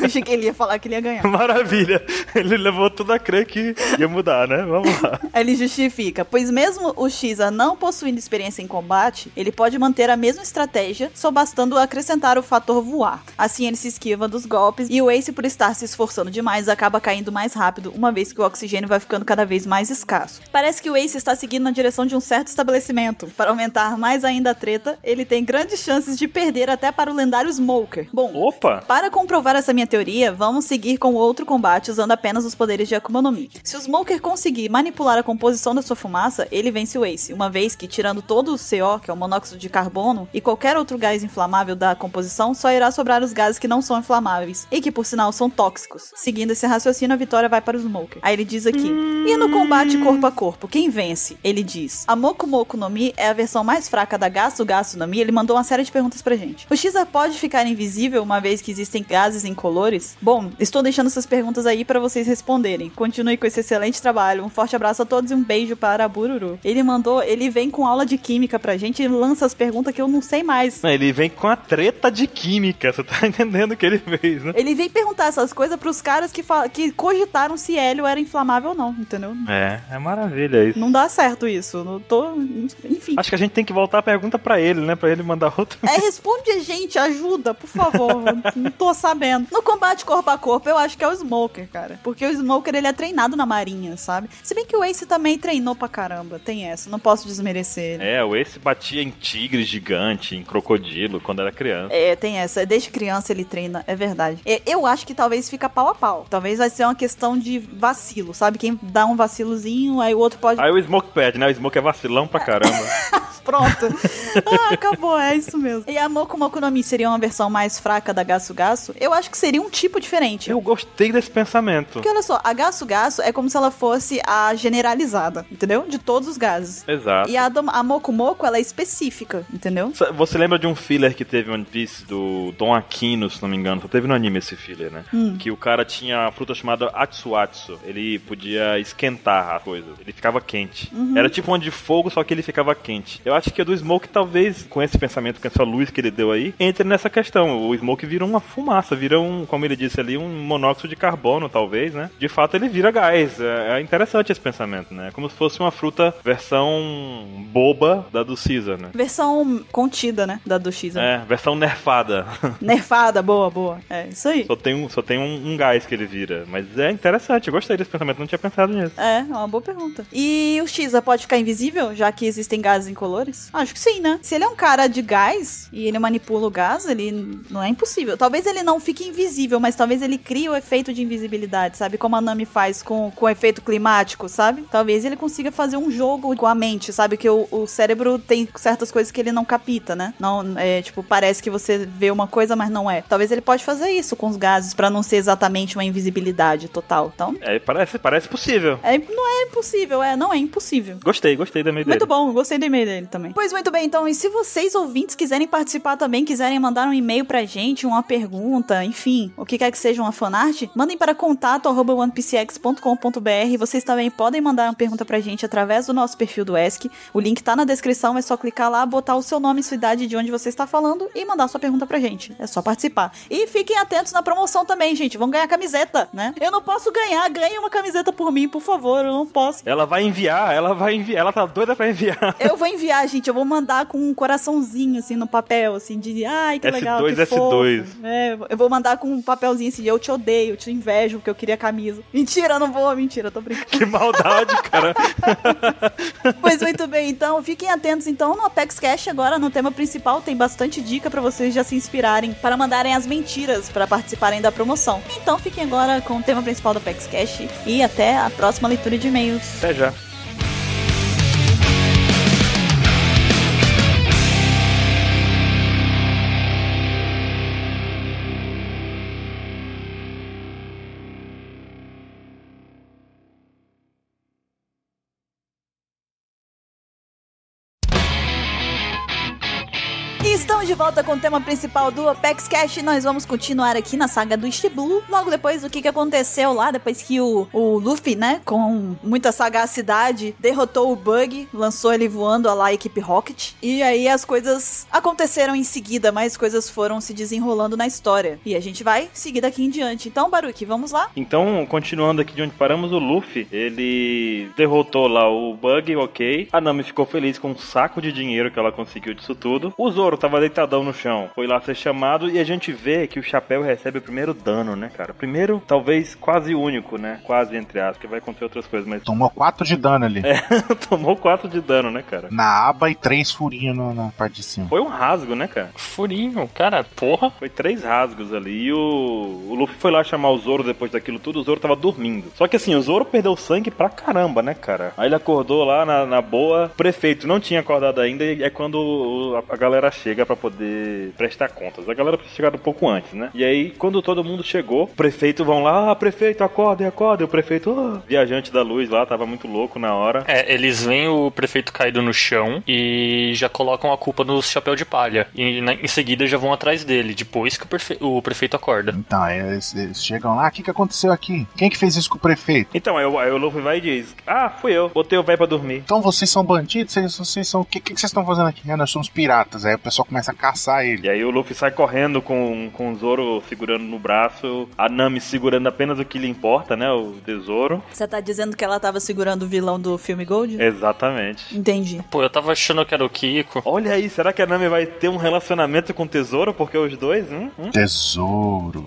eu achei que ele ia falar que ele ia ganhar. Maravilha. Ele levou tudo a crer que ia mudar, né? Vamos lá. Aí Ele justifica, pois mesmo o Xisa não possuindo experiência em combate, ele pode manter a mesma estratégia, só bastando acrescentar o fator voar. Assim ele se esquiva dos golpes e o Ace, por estar se esforçando demais, acaba caindo mais rápido, uma vez que o oxigênio vai ficando cada vez mais escasso. Parece que o Ace está seguindo na direção de um certo estabelecimento. Para aumentar mais ainda a treta, ele tem grandes chances de perder até para o lendário Smoker. Bom, Opa! para comprovar essa minha teoria, vamos seguir com outro combate usando apenas os poderes de Akuma no Mi. Se o Smoker conseguir manipular a composição da sua fumaça, ele vence o Ace, uma vez que, tirando todo o CO, que é o monóxido de carbono, e qualquer outro gás inflamável da composição, só irá sobrar os gases que não são inflamáveis, e que, por sinal, são tóxicos. Seguindo esse raciocínio, a vitória vai para o Smoker. Aí ele diz aqui: E no combate corpo a corpo, quem vence? Ele diz: A Moku Moku no Mi é a versão mais fraca da Gasu Gasu no Mi. Ele mandou uma série de perguntas pra gente. O Xer pode ficar invisível uma vez que existem gases incolores? Bom, estou deixando essas perguntas aí para vocês responderem. Continue com esse excelente trabalho. Um forte abraço a todos e um beijo para a Bururu. Ele mandou, ele vem com aula de química pra gente e lança as perguntas que eu não sei mais. Não, ele vem com a treta de química, você tá [laughs] entendendo o que ele fez, né? Ele vem perguntar essas coisas pros caras que, fal- que cogitaram se hélio era inflamável ou não, entendeu? É, é maravilha isso. Não dá certo isso. Não tô. Enfim. Acho que a gente tem que voltar a pergunta pra ele, né? Pra ele mandar outro. É, responde a gente, ajuda, por favor. não tô sabendo. No combate corpo a corpo, eu acho que é o Smoker, cara. Porque o Smoker, ele é treinado na marinha, sabe? Se bem que o Ace também treinou pra caramba. Tem essa, não posso desmerecer ele. É, o Ace batia em tigre gigante, em crocodilo, quando era criança. É, tem essa. Desde criança ele treina, é verdade. É, eu acho que talvez fica pau a pau. Talvez vai ser uma questão de vacilo, sabe? Quem dá um vacilozinho, aí o outro pode. Aí o Smoke pede, né? O Smoke é vacilão pra caramba. Pronto. ah, acabou, é isso mesmo. E a Moku Moku no Mi seria uma versão mais fraca da Gasu Gasu? Eu acho que seria um tipo diferente. Eu gostei desse pensamento. Porque olha só, a Gasu Gasu é como se ela fosse a generalizada, entendeu? De todos os gases. Exato. E a, dom- a Moku Moku, ela é específica, entendeu? Sa- Você lembra de um filler que teve em One Piece do Don Aquino, se não me engano? Só teve no anime esse filler, né? Que o cara tinha a fruta chamada Atsuatsu. Ele podia esquentar a coisa. Ele ficava quente. Era tipo um de fogo, só que ele ficava quente. Eu acho que o do Smoke, talvez, com esse pensamento, com essa luz que ele deu aí, entre nessa questão. O Smoke vira uma fumaça, vira um, como ele disse ali, um monóxido de carbono, talvez, né? De fato, ele vira gás. É, é interessante esse pensamento, né? É Como se fosse uma fruta versão boba da do Caesar, né? Versão contida, né? Da do X. né? É, versão nerfada. Nerfada, boa, boa. É, isso aí. [laughs] só tem, um, só tem um, um gás que ele vira. Mas é interessante, eu gostei desse pensamento, não tinha pensado nisso. É, é uma boa pergunta. E o Xa pode ficar invisível, já que existem gases incolores? Acho que sim, né? Se ele é um cara de gás e ele manipula o gás, ele não é impossível. Talvez ele não fique invisível, mas talvez ele crie o efeito de invisibilidade, sabe? Como a Nami faz com, com o efeito climático, sabe? Talvez ele consiga fazer um jogo com a mente, sabe? Que o, o cérebro tem certas coisas que ele não capta, né? Não, é, tipo, parece que você vê uma coisa, mas não é. Talvez ele pode fazer isso com os gases pra não ser exatamente uma invisibilidade total. Então, É, parece, parece possível. é, não é impossível, é, não é impossível. Gostei, gostei da minha ideia. Muito bom, gostei do e-mail dele também. Pois muito bem, então, e se vocês ouvintes quiserem participar também, quiserem mandar um e-mail pra gente, uma pergunta, enfim, o que quer que seja uma fanart, mandem para contato arroba onepcx.com.br. Vocês também podem mandar uma pergunta pra gente através do nosso perfil do ESC. O link tá na descrição, é só clicar lá, botar o seu nome, sua idade de onde você está falando e mandar sua pergunta pra gente. É só participar. E fiquem atentos na promoção também, gente. Vão ganhar camiseta, né? Eu não posso ganhar, ganhe uma camiseta por mim, por favor, eu não posso. Ela vai enviar, ela vai enviar, ela tá doida pra enviar. Eu vou enviar, gente. Eu vou mandar com um coraçãozinho, assim, no papel, assim, de ai, que legal. S2, que S2. fofo. É, eu vou mandar com um papelzinho assim, de eu te odeio, eu te invejo, porque eu queria a camisa. Mentira, eu não vou, mentira, eu tô brincando. Que maldade, [laughs] cara. pois muito bem, então, fiquem atentos, então, no Apex Cash agora, no tema principal, tem bastante dica pra vocês já se inspirarem, para mandarem as mentiras, pra participarem da promoção. Então, fiquem agora com o tema principal do Apex Cash e até a próxima leitura de e-mails. Até já. E estamos de volta com o tema principal do Apex Cash. Nós vamos continuar aqui na saga do East Blue. Logo depois do que, que aconteceu lá, depois que o, o Luffy, né, com muita sagacidade, derrotou o Bug, lançou ele voando lá a equipe Rocket. E aí as coisas aconteceram em seguida, mas coisas foram se desenrolando na história. E a gente vai seguir daqui em diante. Então, Baruki, vamos lá? Então, continuando aqui de onde paramos, o Luffy, ele derrotou lá o Bug, ok. A Nami ficou feliz com um saco de dinheiro que ela conseguiu disso tudo. O Zoro tava deitado deitadão no chão. Foi lá ser chamado e a gente vê que o chapéu recebe o primeiro dano, né, cara? Primeiro, talvez quase único, né? Quase entre aspas, que vai acontecer outras coisas, mas. [laughs] Tomou 4 de dano ali. É, tomou 4 de dano, né, cara? Na aba e 3 furinhos na, na parte de cima. Foi um rasgo, né, cara? Furinho, cara, porra. Foi três rasgos ali. E o, o Luffy foi lá chamar o Zoro depois daquilo tudo. O Zoro tava dormindo. Só que assim, o Zoro perdeu sangue pra caramba, né, cara? Aí ele acordou lá na, na boa. O prefeito não tinha acordado ainda. E é quando o- a, a galera chega pra poder prestar contas. A galera precisa chegar um pouco antes, né? E aí, quando todo mundo chegou, o prefeito vão lá: ah, prefeito, acordem, acordem. O prefeito, ah, viajante da luz lá, tava muito louco na hora. É, eles veem o prefeito caído no chão e já colocam a culpa no chapéu de palha. E na- em seguida já vão atrás dele, depois que o, perfe- o prefeito acorda. Então, aí eles, eles chegam lá, "Ah, o que, que aconteceu aqui? Quem que fez isso com o prefeito? Então, aí, o- aí o Luffy vai e diz: ah, fui eu. Botei o velho pra dormir. Então vocês são bandidos? Vocês, vocês são. O que, que, que vocês estão fazendo aqui? Ah, nós somos piratas. Aí o pessoal começa a caçar ele. E aí o Luffy sai correndo com, com o Zoro segurando no braço, a Nami segurando apenas o que lhe importa, né? O tesouro. Você tá dizendo que ela tava segurando o vilão do filme Gold? Exatamente. Entendi. Pô, eu tava achando que era o Kiko. Olha aí, será que a Nami vai ter um relacionamento com o tesouro? Porque os dois, hum, hum. Tesouro.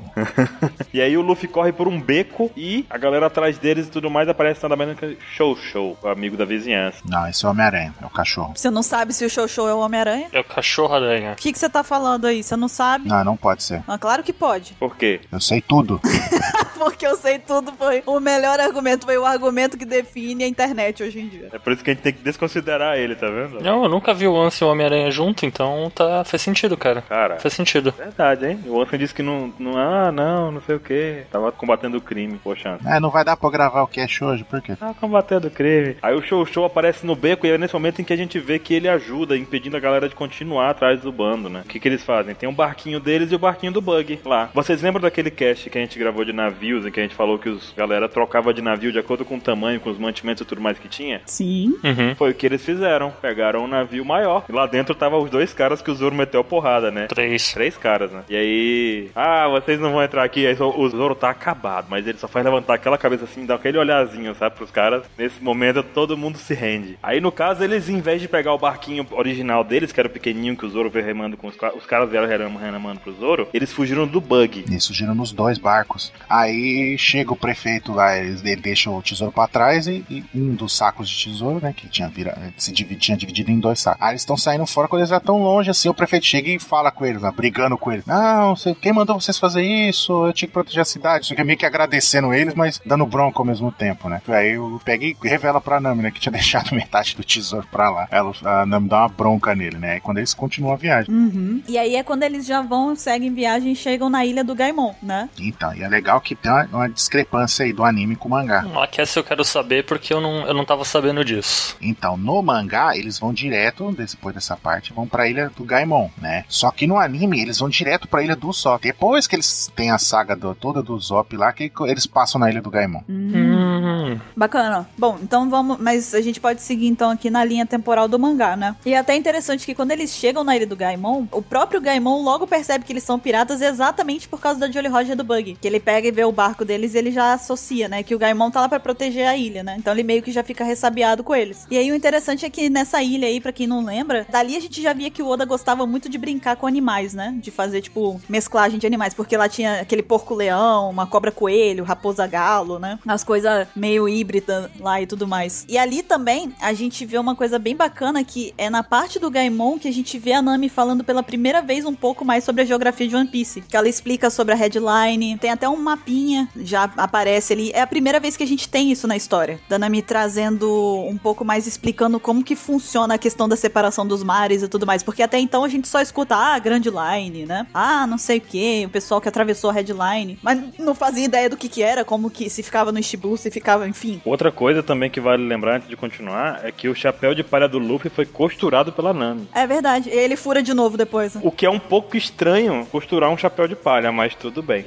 E aí o Luffy corre por um beco e a galera atrás deles e tudo mais aparece nada menos que Show Show, o amigo da vizinhança. Não, esse é o Homem-Aranha, é o cachorro. Você não sabe se o Show Show é o Homem-Aranha? É o cachorro-aranha. O que, que você tá falando aí? Você não sabe? Não, não pode ser. Ah, claro que pode. Por quê? Eu sei tudo. [laughs] Porque eu sei tudo, foi o melhor argumento, foi o argumento que define a internet hoje em dia. É por isso que a gente tem que desconsiderar ele, tá vendo? Não, eu nunca vi o Ansem e o Homem-Aranha junto, então tá, faz sentido, cara. Cara, é Faz sentido. verdade, hein? O Anson disse que não, não. Ah, não, não sei o quê. Tava combatendo o crime, poxa. É, não vai dar pra eu gravar o cast hoje, por quê? Ah, combatendo o crime. Aí o Show Show aparece no beco e é nesse momento em que a gente vê que ele ajuda, impedindo a galera de continuar atrás do bando, né? O que, que eles fazem? Tem um barquinho deles e o barquinho do Bug lá. Vocês lembram daquele cast que a gente gravou de navios, em que a gente falou que os galera trocava de navio de acordo com o tamanho, com os mantimentos e tudo mais que tinha? Sim. Uhum. Foi o que eles fizeram. Pegaram um navio maior. E lá dentro estavam os dois caras que o Zoro meteu a porrada, né? Três. Três caras, né? E aí. Ah, vocês não vão entrar aqui. Aí só- o Zoro tá acabado, mas ele só faz levantar aquela cabeça assim, dá aquele olhazinho, sabe, pros caras. Nesse momento todo mundo se rende. Aí no caso, eles, em vez de pegar o barquinho original deles, que era o pequenininho que o Zoro veio remando com os caras, os caras vieram remando remando pro Zoro, eles fugiram do bug. Isso gira nos dois barcos. Aí chega o prefeito lá, eles- ele deixa o tesouro pra trás e, e um dos sacos de tesouro, né? Que tinha, vira, se dividi- tinha dividido em dois sacos. Aí eles estão saindo fora quando eles já estão longe, assim. O prefeito chega e fala com eles, lá, brigando com eles. Não, você- quem mandou vocês fazer isso? Eu tinha que proteger a cidade. Isso aqui é meio que agradecendo eles, mas dando bronca ao mesmo tempo, né? Aí eu pego e revela pra Nami, né? Que tinha [laughs] deixado metade do tesouro pra lá. Ela, a Nami dá uma bronca nele, né? E quando eles continuam a viagem. Uhum. E aí é quando eles já vão, seguem viagem e chegam na ilha do Gaimon, né? Então, e é legal que tem uma, uma discrepância aí do anime com o mangá. Não Um aquece eu quero saber porque eu não, eu não tava sabendo disso. Então, no mangá, eles vão direto, depois dessa parte, vão pra ilha do Gaimon, né? Só que no anime, eles vão direto pra ilha do Sop. Depois que eles têm a saga do- toda do Zop lá, que co- eles passam na ilha do Gaimon. Hum. Bacana. Bom, então vamos. Mas a gente pode seguir então aqui na linha temporal do mangá, né? E é até interessante que quando eles chegam na ilha do Gaimon, o próprio Gaimon logo percebe que eles são piratas exatamente por causa da Jolly Roger do Bug. Que ele pega e vê o barco deles e ele já associa, né? Que o Gaimon tá lá pra proteger a ilha, né? Então ele meio que já fica ressabiado com eles. E aí o interessante é que nessa ilha aí, pra quem não lembra, dali a gente já via que o Oda gostava muito de brincar com animais, né? De fazer, tipo, mesclagem de animais. Porque lá tinha aquele porco-leão, uma cobra-coelho, raposa-galo, né? As coisas meio híbridas lá e tudo mais. E ali também a gente vê uma coisa bem bacana que é na parte do Gaimon que a gente vê a Nami falando pela primeira vez um pouco mais sobre a geografia de One Piece. Que ela explica sobre a headline, tem até um mapinha, já aparece ali. É a primeira vez que a gente tem isso na história. Da Nami trazendo um pouco mais, explicando como que funciona a questão da separação dos mares e tudo mais. Porque até então a gente só escuta, ah, Grand Line, né? Ah, não sei o que, o pessoal que atravessou a headline. Mas não fazia ideia do que que era, como que se ficava no Ishibu, se ficava, enfim. Outra coisa também que vale lembrar antes de continuar é que o chapéu de palha do Luffy foi costurado pela Nami. É verdade. E ele fura de novo depois, né? O que é um pouco estranho costurar um chapéu de palha, mas tudo bem.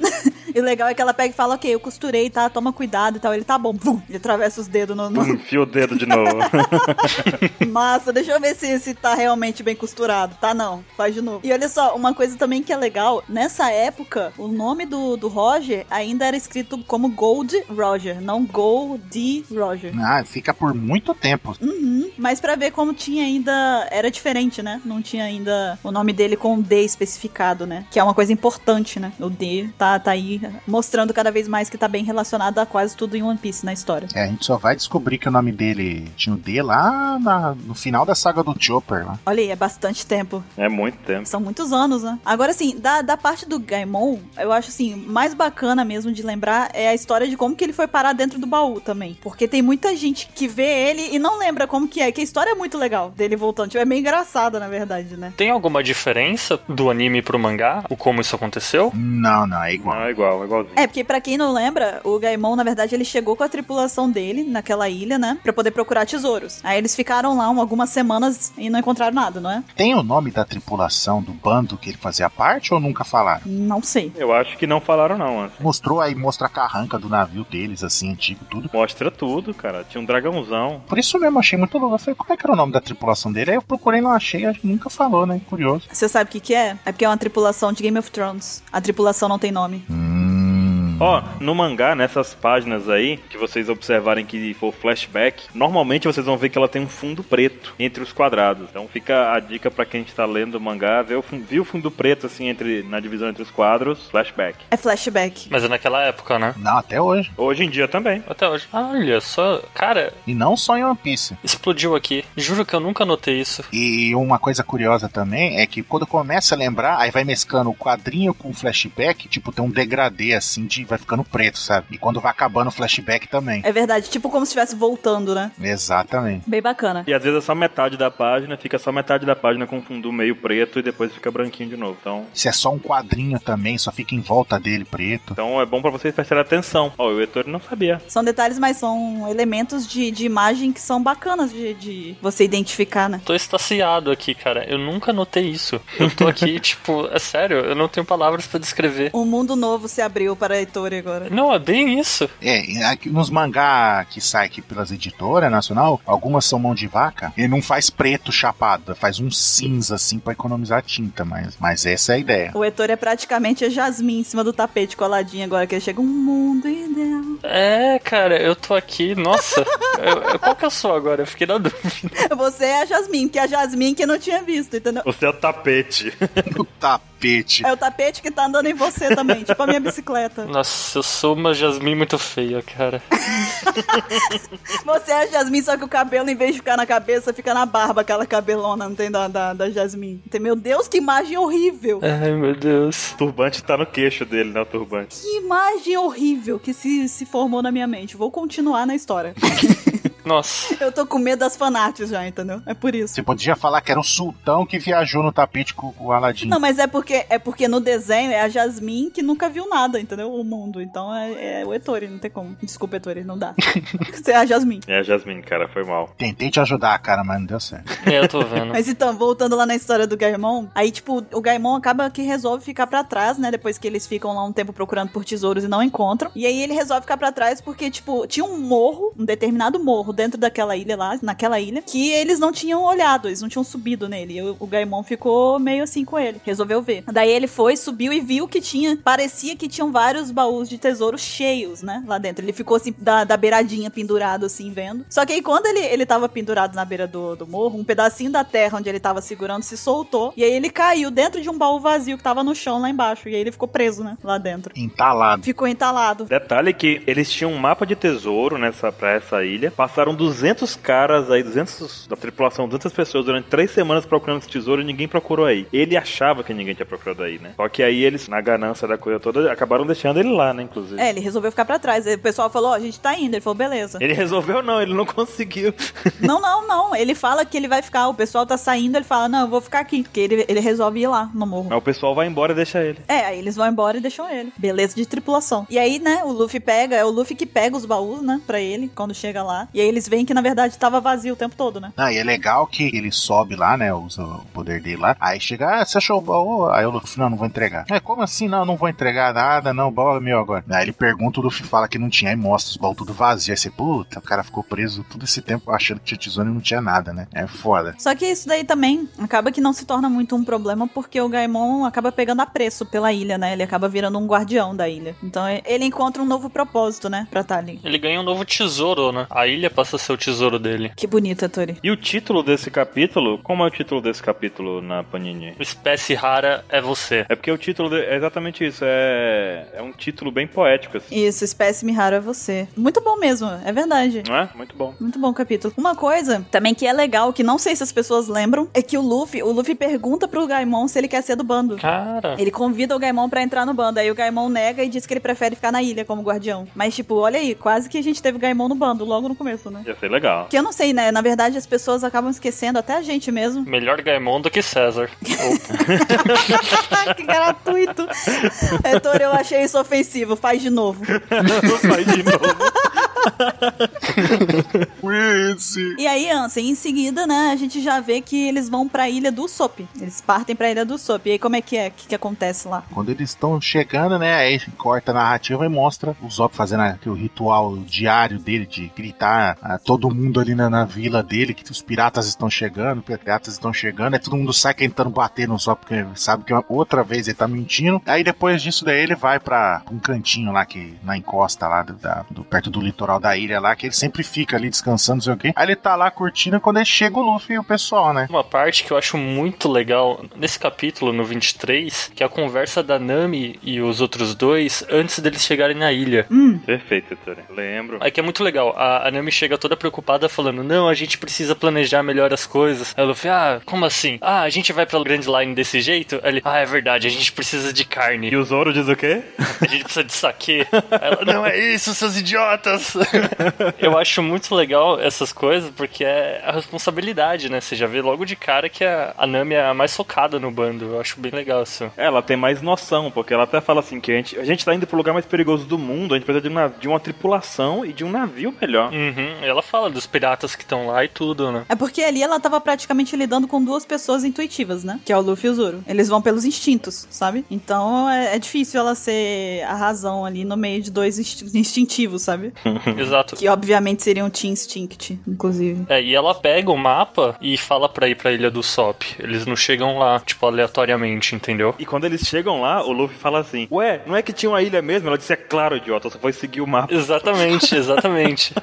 E o legal é que ela pega e fala, ok, eu costurei, tá? Toma cuidado e tal. Ele tá bom, [laughs] pum, ele atravessa os dedos no. no... Enfia o dedo de novo. [laughs] Massa, deixa eu ver se, se tá realmente bem costurado. Tá não, faz de novo. E olha só, uma coisa também que é legal, nessa época, o nome do, do Roger ainda era escrito como Gold Roger, não Gold Paul D. Roger. Ah, fica por muito tempo. Uhum. Mas pra ver como tinha ainda. Era diferente, né? Não tinha ainda o nome dele com um D especificado, né? Que é uma coisa importante, né? O D tá, tá aí mostrando cada vez mais que tá bem relacionado a quase tudo em One Piece na história. É, a gente só vai descobrir que o nome dele tinha o D lá na- no final da saga do Chopper. Lá. Olha aí, é bastante tempo. É muito tempo. São muitos anos, né? Agora, assim, da, da parte do Gaimon, eu acho, assim, mais bacana mesmo de lembrar é a história de como que ele foi parar dentro do baú também. Porque tem muita gente que vê ele e não lembra como que é, que a história é muito legal dele voltando. Tipo, é meio engraçada, na verdade, né? Tem alguma diferença do anime pro mangá? O como isso aconteceu? Não, não, é igual. Não, é igual, é igualzinho. É, porque pra quem não lembra, o Gaimon, na verdade, ele chegou com a tripulação dele naquela ilha, né? Pra poder procurar tesouros. Aí eles ficaram lá um- algumas semanas e não encontraram nada, não é? Tem o nome da tripulação, do bando que ele fazia parte ou nunca falaram? Não sei. Eu acho que não falaram não, assim. Mostrou aí, mostra a carranca do navio deles, assim, antigo, tudo. Mostra tudo, cara. Tinha um dragãozão. Por isso mesmo, achei muito louco. Eu falei, como é que era o nome da tripulação dele? Aí eu procurei, não achei, acho que nunca falou, né? Curioso. Você sabe o que que é? É porque é uma tripulação de Game of Thrones. A tripulação não tem nome. Hum. Ó, no mangá, nessas páginas aí, que vocês observarem que for flashback, normalmente vocês vão ver que ela tem um fundo preto entre os quadrados. Então fica a dica pra quem está lendo o mangá, ver o fun- viu o fundo preto assim entre na divisão entre os quadros, flashback. É flashback. Mas é naquela época, né? Não, até hoje. Hoje em dia também. Até hoje. Olha só, cara, E não só em One Piece. explodiu aqui. Juro que eu nunca notei isso. E uma coisa curiosa também é que quando começa a lembrar, aí vai mesclando o quadrinho com o flashback, tipo, tem um degradê assim de vai ficando preto, sabe? E quando vai acabando o flashback também. É verdade, tipo como se estivesse voltando, né? Exatamente. Bem bacana. E às vezes é só metade da página, fica só metade da página com um fundo meio preto e depois fica branquinho de novo. Então, Se é só um quadrinho também, só fica em volta dele preto. então é bom pra vocês prestarem atenção. Ó, o Ettore não sabia. São detalhes, mas são elementos de, de imagem que são bacanas de, de você identificar, né? Tô estaciado aqui, cara. Eu nunca notei isso. Eu tô aqui, tipo, é sério, eu não tenho palavras pra descrever. Um mundo novo se abriu para a Ettore agora. Não, é bem isso. É, e aqui nos mangá que sai aqui pelas editoras nacional, algumas são mão de vaca. Ele não faz preto chapado, faz um cinza assim pra economizar tinta, mas, mas essa é a ideia. O Ettore é praticamente a Jasmine em cima do tapete coladinho agora que ele chega um mundo ideal. É, cara, eu tô aqui, nossa. Eu- eu- qual que eu sou agora? Eu fiquei na dúvida. Você é a Jasmine, que é a Jasmine que não tinha visto, entendeu? Você é o tapete. O tapete. É o tapete que tá andando em você também, tipo a minha bicicleta. Nossa, eu sou uma Jasmine muito feia, cara. Você é a Jasmine, só que o cabelo, em vez de ficar na cabeça, fica na barba, aquela cabelona, não tem da, da, da Jasmine. Tem- Meu Deus, que imagem horrível! Ai, meu Deus. O turbante tá no queixo dele, né? O turbante. Que imagem horrível que se, se formou na minha mente. Vou continuar na história. [laughs] Nossa. Eu tô com medo das fanarts já, entendeu? É por isso. Você podia falar que era o sultão que viajou no tapete com o Aladim. Não, mas é porque é porque no desenho é a Jasmine que nunca viu nada, entendeu? O mundo. Então é, é o Ettore, não tem como. Desculpa, Ettore, não dá. Você é a Jasmine. É, Jasmine, cara, foi mal. Tentei te ajudar, cara, mas não deu certo. É, eu tô [laughs] vendo. Mas então, voltando lá na história do Gaimon, aí, tipo, o Gaimon acaba que resolve ficar pra trás, né? Depois que eles ficam lá um tempo procurando por tesouros e não encontram. E aí ele resolve ficar pra trás porque, tipo, tinha um morro, um determinado morro dentro daquela ilha lá, naquela ilha, que eles não tinham olhado, eles não tinham subido nele. E o, o Gaimon ficou meio assim com ele, resolveu ver. Daí ele foi, subiu e viu que tinha, parecia que tinham vários baús de tesouros cheios, né? Lá dentro. Ele ficou assim, da, da beiradinha pendurado, assim, vendo. Só que aí quando ele, ele tava pendurado na beira do, do morro, um pedacinho da terra onde ele tava segurando se soltou. E aí ele caiu dentro de um baú vazio que tava no chão lá embaixo. E aí ele ficou preso, né? Lá dentro. Entalado. Ficou entalado. Detalhe que eles tinham um mapa de tesouro nessa pra essa ilha. Passaram 200 caras aí, 200 da tripulação, 200 pessoas durante três semanas procurando esse tesouro e ninguém procurou aí. Ele achava que ninguém tinha procurado aí, né? Só que aí eles, na ganância da coisa toda, acabaram deixando ele lá, né, inclusive. É, ele resolveu ficar pra trás. Aí o pessoal falou: Ó, a gente tá indo. Ele falou: [laughs] beleza. Ele resolveu não, ele não conseguiu. Não, não, não. Ele fala que ele vai ficar. O pessoal tá saindo. Ele fala: não, eu vou ficar aqui. Porque ele, ele resolve ir lá no morro. Mas o pessoal vai embora e deixa ele. É, aí eles vão embora e deixam ele. Beleza de tripulação. E aí, né, o Luffy pega, é o Luffy que pega os baús, né, pra ele, quando chega lá. E aí eles veem que na verdade tava vazio o tempo todo, né? Ah, e é legal que ele sobe lá, né? Usa o poder dele lá. Aí chega, ah, você achou o baú? Aí o Luffy, não, não vou entregar. É, como assim? Não, não vou entregar nada, não, o baú é meu agora. Aí ele pergunta, o Luffy fala que não tinha, aí mostra os baús tudo vazio. Aí você, puta, o cara ficou preso todo esse tempo achando que tinha tesouro e não tinha nada, né? É foda. Só que isso daí também acaba que não se torna muito um problema porque o Gaimon acaba pegando apreço pela ilha, né? Ele acaba virando um guardião da ilha. Então é- ele encontra um novo propósito, né? Pra estar ali. Ele ganha um novo tesouro, né? A ilha passa a ser o tesouro dele. Que bonita, Tori. E o título desse capítulo, como é o título desse capítulo na Panini? Espécie rara é você. É porque o título de- é exatamente isso, é, é um título bem poético, assim, Isso, espécime raro é você. Muito bom mesmo, é verdade. não é? Muito bom. Muito bom o capítulo. Uma coisa também que é legal, que não sei se as pessoas lembram, é que o Luffy, o Luffy pergunta pro Gaimon se ele quer ser do bando. Cara, Ele convida o Gaimon pra entrar no bando, aí o Gaimon nega e diz que ele prefere ficar na ilha como guardião. Mas tipo, olha aí, quase que a gente teve o Gaimon no bando logo no começo, né? Ia ser [laughs] legal. Que eu não sei, né? Na verdade as pessoas acabam esquecendo, até a gente mesmo. [laughs] melhor Gaimon do que César. que gratuito. [laughs] É, Toro, eu achei isso ofensivo. Faz de novo. Vou sair de novo. Quincy! E aí, Ansem, em seguida, né, a gente já vê que eles vão pra Ilha do Sop. Eles partem pra Ilha do Sop. E aí, como é que é? O que, que acontece lá? Quando eles estão chegando, né? Aí corta a narrativa e mostra o Zop fazendo aquele ritual diário dele de gritar a todo mundo ali na, na vila dele que os piratas estão chegando, os piratas estão chegando. Aí todo mundo sai tentando bater no Zop porque sabe que outra vez ele tá mentindo. Aí depois disso daí ele vai pra um cantinho lá que na encosta lá do, da- do- perto do litoral da ilha lá que ele sempre fica ali descansando, não sei o quê. Aí ele tá lá curtindo quando aí chega o Luffy e o pessoal, né? Uma parte que eu acho muito legal nesse capítulo, no 23, que é a conversa da Nami e os outros dois antes deles chegarem na ilha. Hum, Perfeito, Ettore. Lembro. É que é muito legal. A, a Nami chega toda preocupada falando: Não, a gente precisa planejar melhor as coisas. Aí o Luffy, ah, como assim? Ah, a gente vai pra Grand Line desse jeito? Aí ele, ah, é verdade, a gente precisa de carne. E o Zoro diz o quê? A gente precisa de saque. Ela, não é isso, seus [laughs] idiotas! Eu acho muito legal essas coisas, porque é a responsabilidade, né? Você já vê logo de cara que a, a Nami é a mais focada no bando. Eu acho bem legal isso. Ela tem mais noção, porque ela até fala assim que a gente, a gente tá indo pro lugar mais perigoso do mundo, a gente precisa de uma, de uma tripulação e de um navio melhor. Uhum, ela fala dos piratas que estão lá e tudo, né? É porque ali ela tava praticamente lidando com duas pessoas intuitivas, né? Que é o Luffy e o Zoro. Eles vão pelos instintos, sabe? Então é, é difícil ela ser a razão ali no meio de dois insti- instintivos, sabe? Exato. Que obviamente seriam um Team Instinct, inclusive. É, e ela pega o mapa e fala pra ir pra Ilha do Sop. Eles não chegam lá, tipo, aleatoriamente, entendeu? E quando eles chegam lá, o Luffy fala assim: Ué, não é que tinha uma ilha mesmo? Ela disse: É claro, idiota, você foi seguir o mapa. Exatamente, exatamente.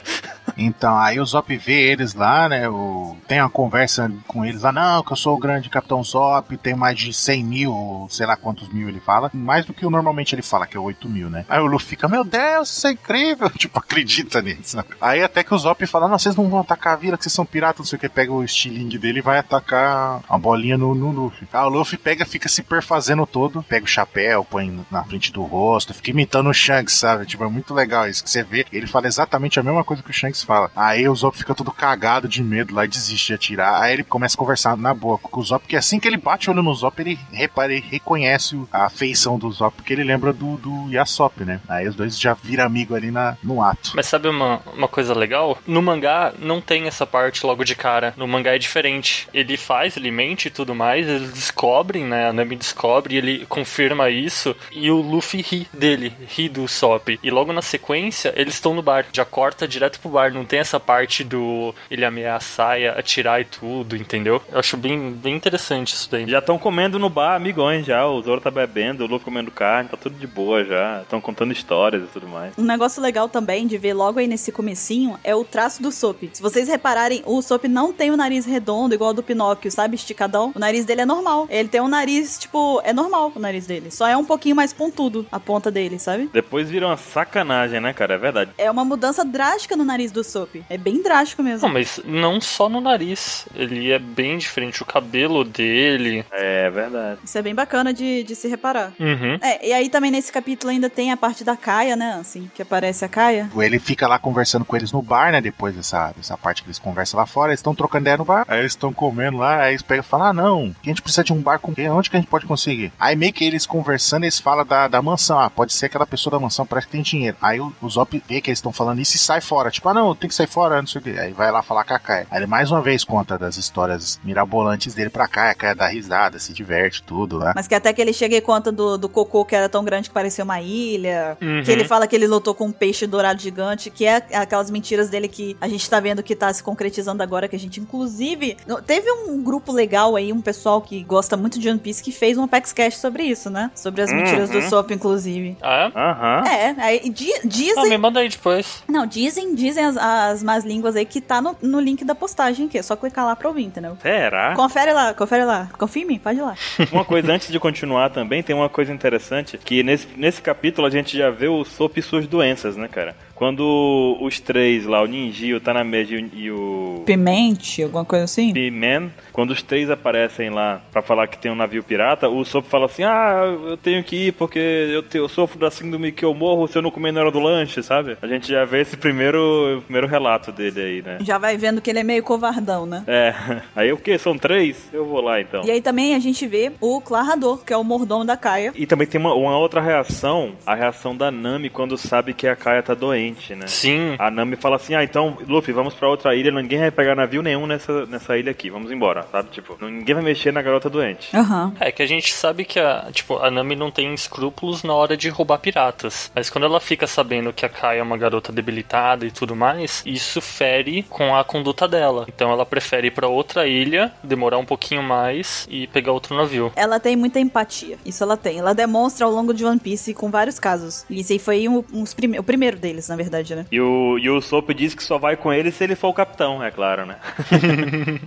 Então, aí o Zop vê eles lá, né? O... Tem uma conversa com eles lá, não, que eu sou o grande Capitão Zop, tem mais de 100 mil, ou sei lá quantos mil ele fala. Mais do que o normalmente ele fala, que é 8 mil, né? Aí o Luffy fica, meu Deus, isso é incrível. [laughs] Tipo, acredita neles. né? Aí até que o Zop fala, não, vocês não vão atacar a vila, que vocês são piratas, não sei o que. Pega o estilingue dele e vai atacar a bolinha no, no Luffy. Aí o Luffy pega, fica se perfazendo todo, pega o chapéu, põe na frente do rosto, fica imitando o Shanks, sabe? Tipo, é muito legal isso que você vê. Ele fala exatamente a mesma coisa que o Shanks fala. Aí o Zop fica todo cagado de medo lá e desiste de atirar. Aí ele começa a conversar na boa com o Zop, porque assim que ele bate o olho no Zop, ele repara, ele reconhece o- a feição do Zop, porque ele lembra do, do Yasop, né? Aí os dois já viram amigo ali na, no ato. Mas sabe uma, uma coisa legal? No mangá não tem essa parte logo de cara. No mangá é diferente. Ele faz, ele mente e tudo mais, eles descobrem, né? A Nami descobre, ele confirma isso e o Luffy ri dele, ri do Sop. E logo na sequência, eles estão no bar. Já corta direto pro bar, não tem essa parte do ele ameaçar e atirar e tudo, entendeu? Eu acho bem, bem interessante isso daí. Já estão comendo no bar, amigões já. O Zoro tá bebendo, o Luffy comendo carne, tá tudo de boa já. Estão contando histórias e tudo mais. Um negócio legal também de ver logo aí nesse comecinho é o traço do Sop. Se vocês repararem, o Sop não tem o nariz redondo igual ao do Pinóquio, sabe? Esticadão. O nariz dele é normal. Ele tem um nariz, tipo, é normal o nariz dele. Só é um pouquinho mais pontudo a ponta dele, sabe? Depois viram uma sacanagem, né, cara? É verdade. É uma mudança drástica no nariz do Sop. É bem drástico mesmo. Não, mas não só no nariz. Ele é bem diferente. O cabelo dele. É verdade. Isso é bem bacana de, de se reparar. Uhum. É, e aí também nesse capítulo ainda tem a parte da Kaia, né, assim, que aparece a Kaia. Ele fica lá conversando com eles no bar, né? Depois dessa, dessa parte que eles conversam lá fora, eles estão trocando ideia no bar. Aí eles estão comendo lá, aí eles pegam e falam: ah, não, que a gente precisa de um bar com quem? Onde que a gente pode conseguir? Aí meio que eles conversando, eles falam da, da mansão. Ah, pode ser aquela pessoa da mansão, parece que tem dinheiro. Aí o, o Zop vê que eles estão falando isso e sai fora. Tipo, ah, não, não, tem que sair fora, não sei o quê. Aí vai lá falar com a Caia. Aí ele mais uma vez conta das histórias mirabolantes dele pra Caia, a Caia dá risada, se diverte, tudo né? lá. Mas que até que ele chega e conta do, do cocô que era tão grande que parecia uma ilha. Uhum. Que ele fala que ele lutou com um peixe dourado gigante, que é aquelas mentiras dele que a gente tá vendo que tá se concretizando agora, que a gente, inclusive, no- teve um grupo legal aí, um pessoal que gosta muito de One Piece, que fez um Apex Cash sobre isso, né? Sobre as mentiras do Uhum. Sop, inclusive. Ah, é? Aham. É, aí di- Ah, dizem. me manda aí depois. Não, dizem, dizem as, as más línguas aí que tá no, no link da postagem, que é só clicar lá pra ouvir, entendeu? Será? Confere lá, confere lá. Confia em mim, pode ir lá. Uma coisa antes de continuar também, tem uma coisa interessante, que nesse, nesse capítulo a gente já vê o Sop e suas doenças, né, cara? Quando os três lá, o Ninji, o Tanameji e o Pimente, alguma coisa assim? P-Man, quando os três aparecem lá pra falar que tem um navio pirata, o Sop fala assim, ah, eu tenho que ir porque eu, te- eu sofro da síndrome que eu morro se eu não comer na hora do lanche, sabe? A gente já vê esse primeiro, primeiro relato dele aí, né? Já vai vendo que ele é meio covardão, né? É, [laughs] aí o que? São três? Eu vou lá então. E aí também a gente vê o Clarrador, que é o mordomo da Caia. E também tem uma, uma outra reação, a reação da Nami quando sabe que a Kaia tá doente, né? Sim. A Nami fala assim: ah, então, Luffy, vamos pra outra ilha, ninguém vai pegar navio nenhum nessa, nessa ilha aqui, vamos embora, sabe? Tipo, ninguém vai mexer na garota doente. Aham. É que a gente sabe que a, tipo, a Nami não tem escrúpulos na hora de roubar piratas. Mas quando ela fica sabendo que a Kai é uma garota debilitada e tudo mais, isso fere com a conduta dela. Então ela prefere ir pra outra ilha, demorar um pouquinho mais e pegar outro navio. Ela tem muita empatia. Isso ela tem. Ela demonstra ao longo de One Piece com vários casos. E esse aí foi um, uns prime- o primeiro deles, na verdade, né? E o, e o Soap diz que só vai com ele se ele for o capitão, é claro, né?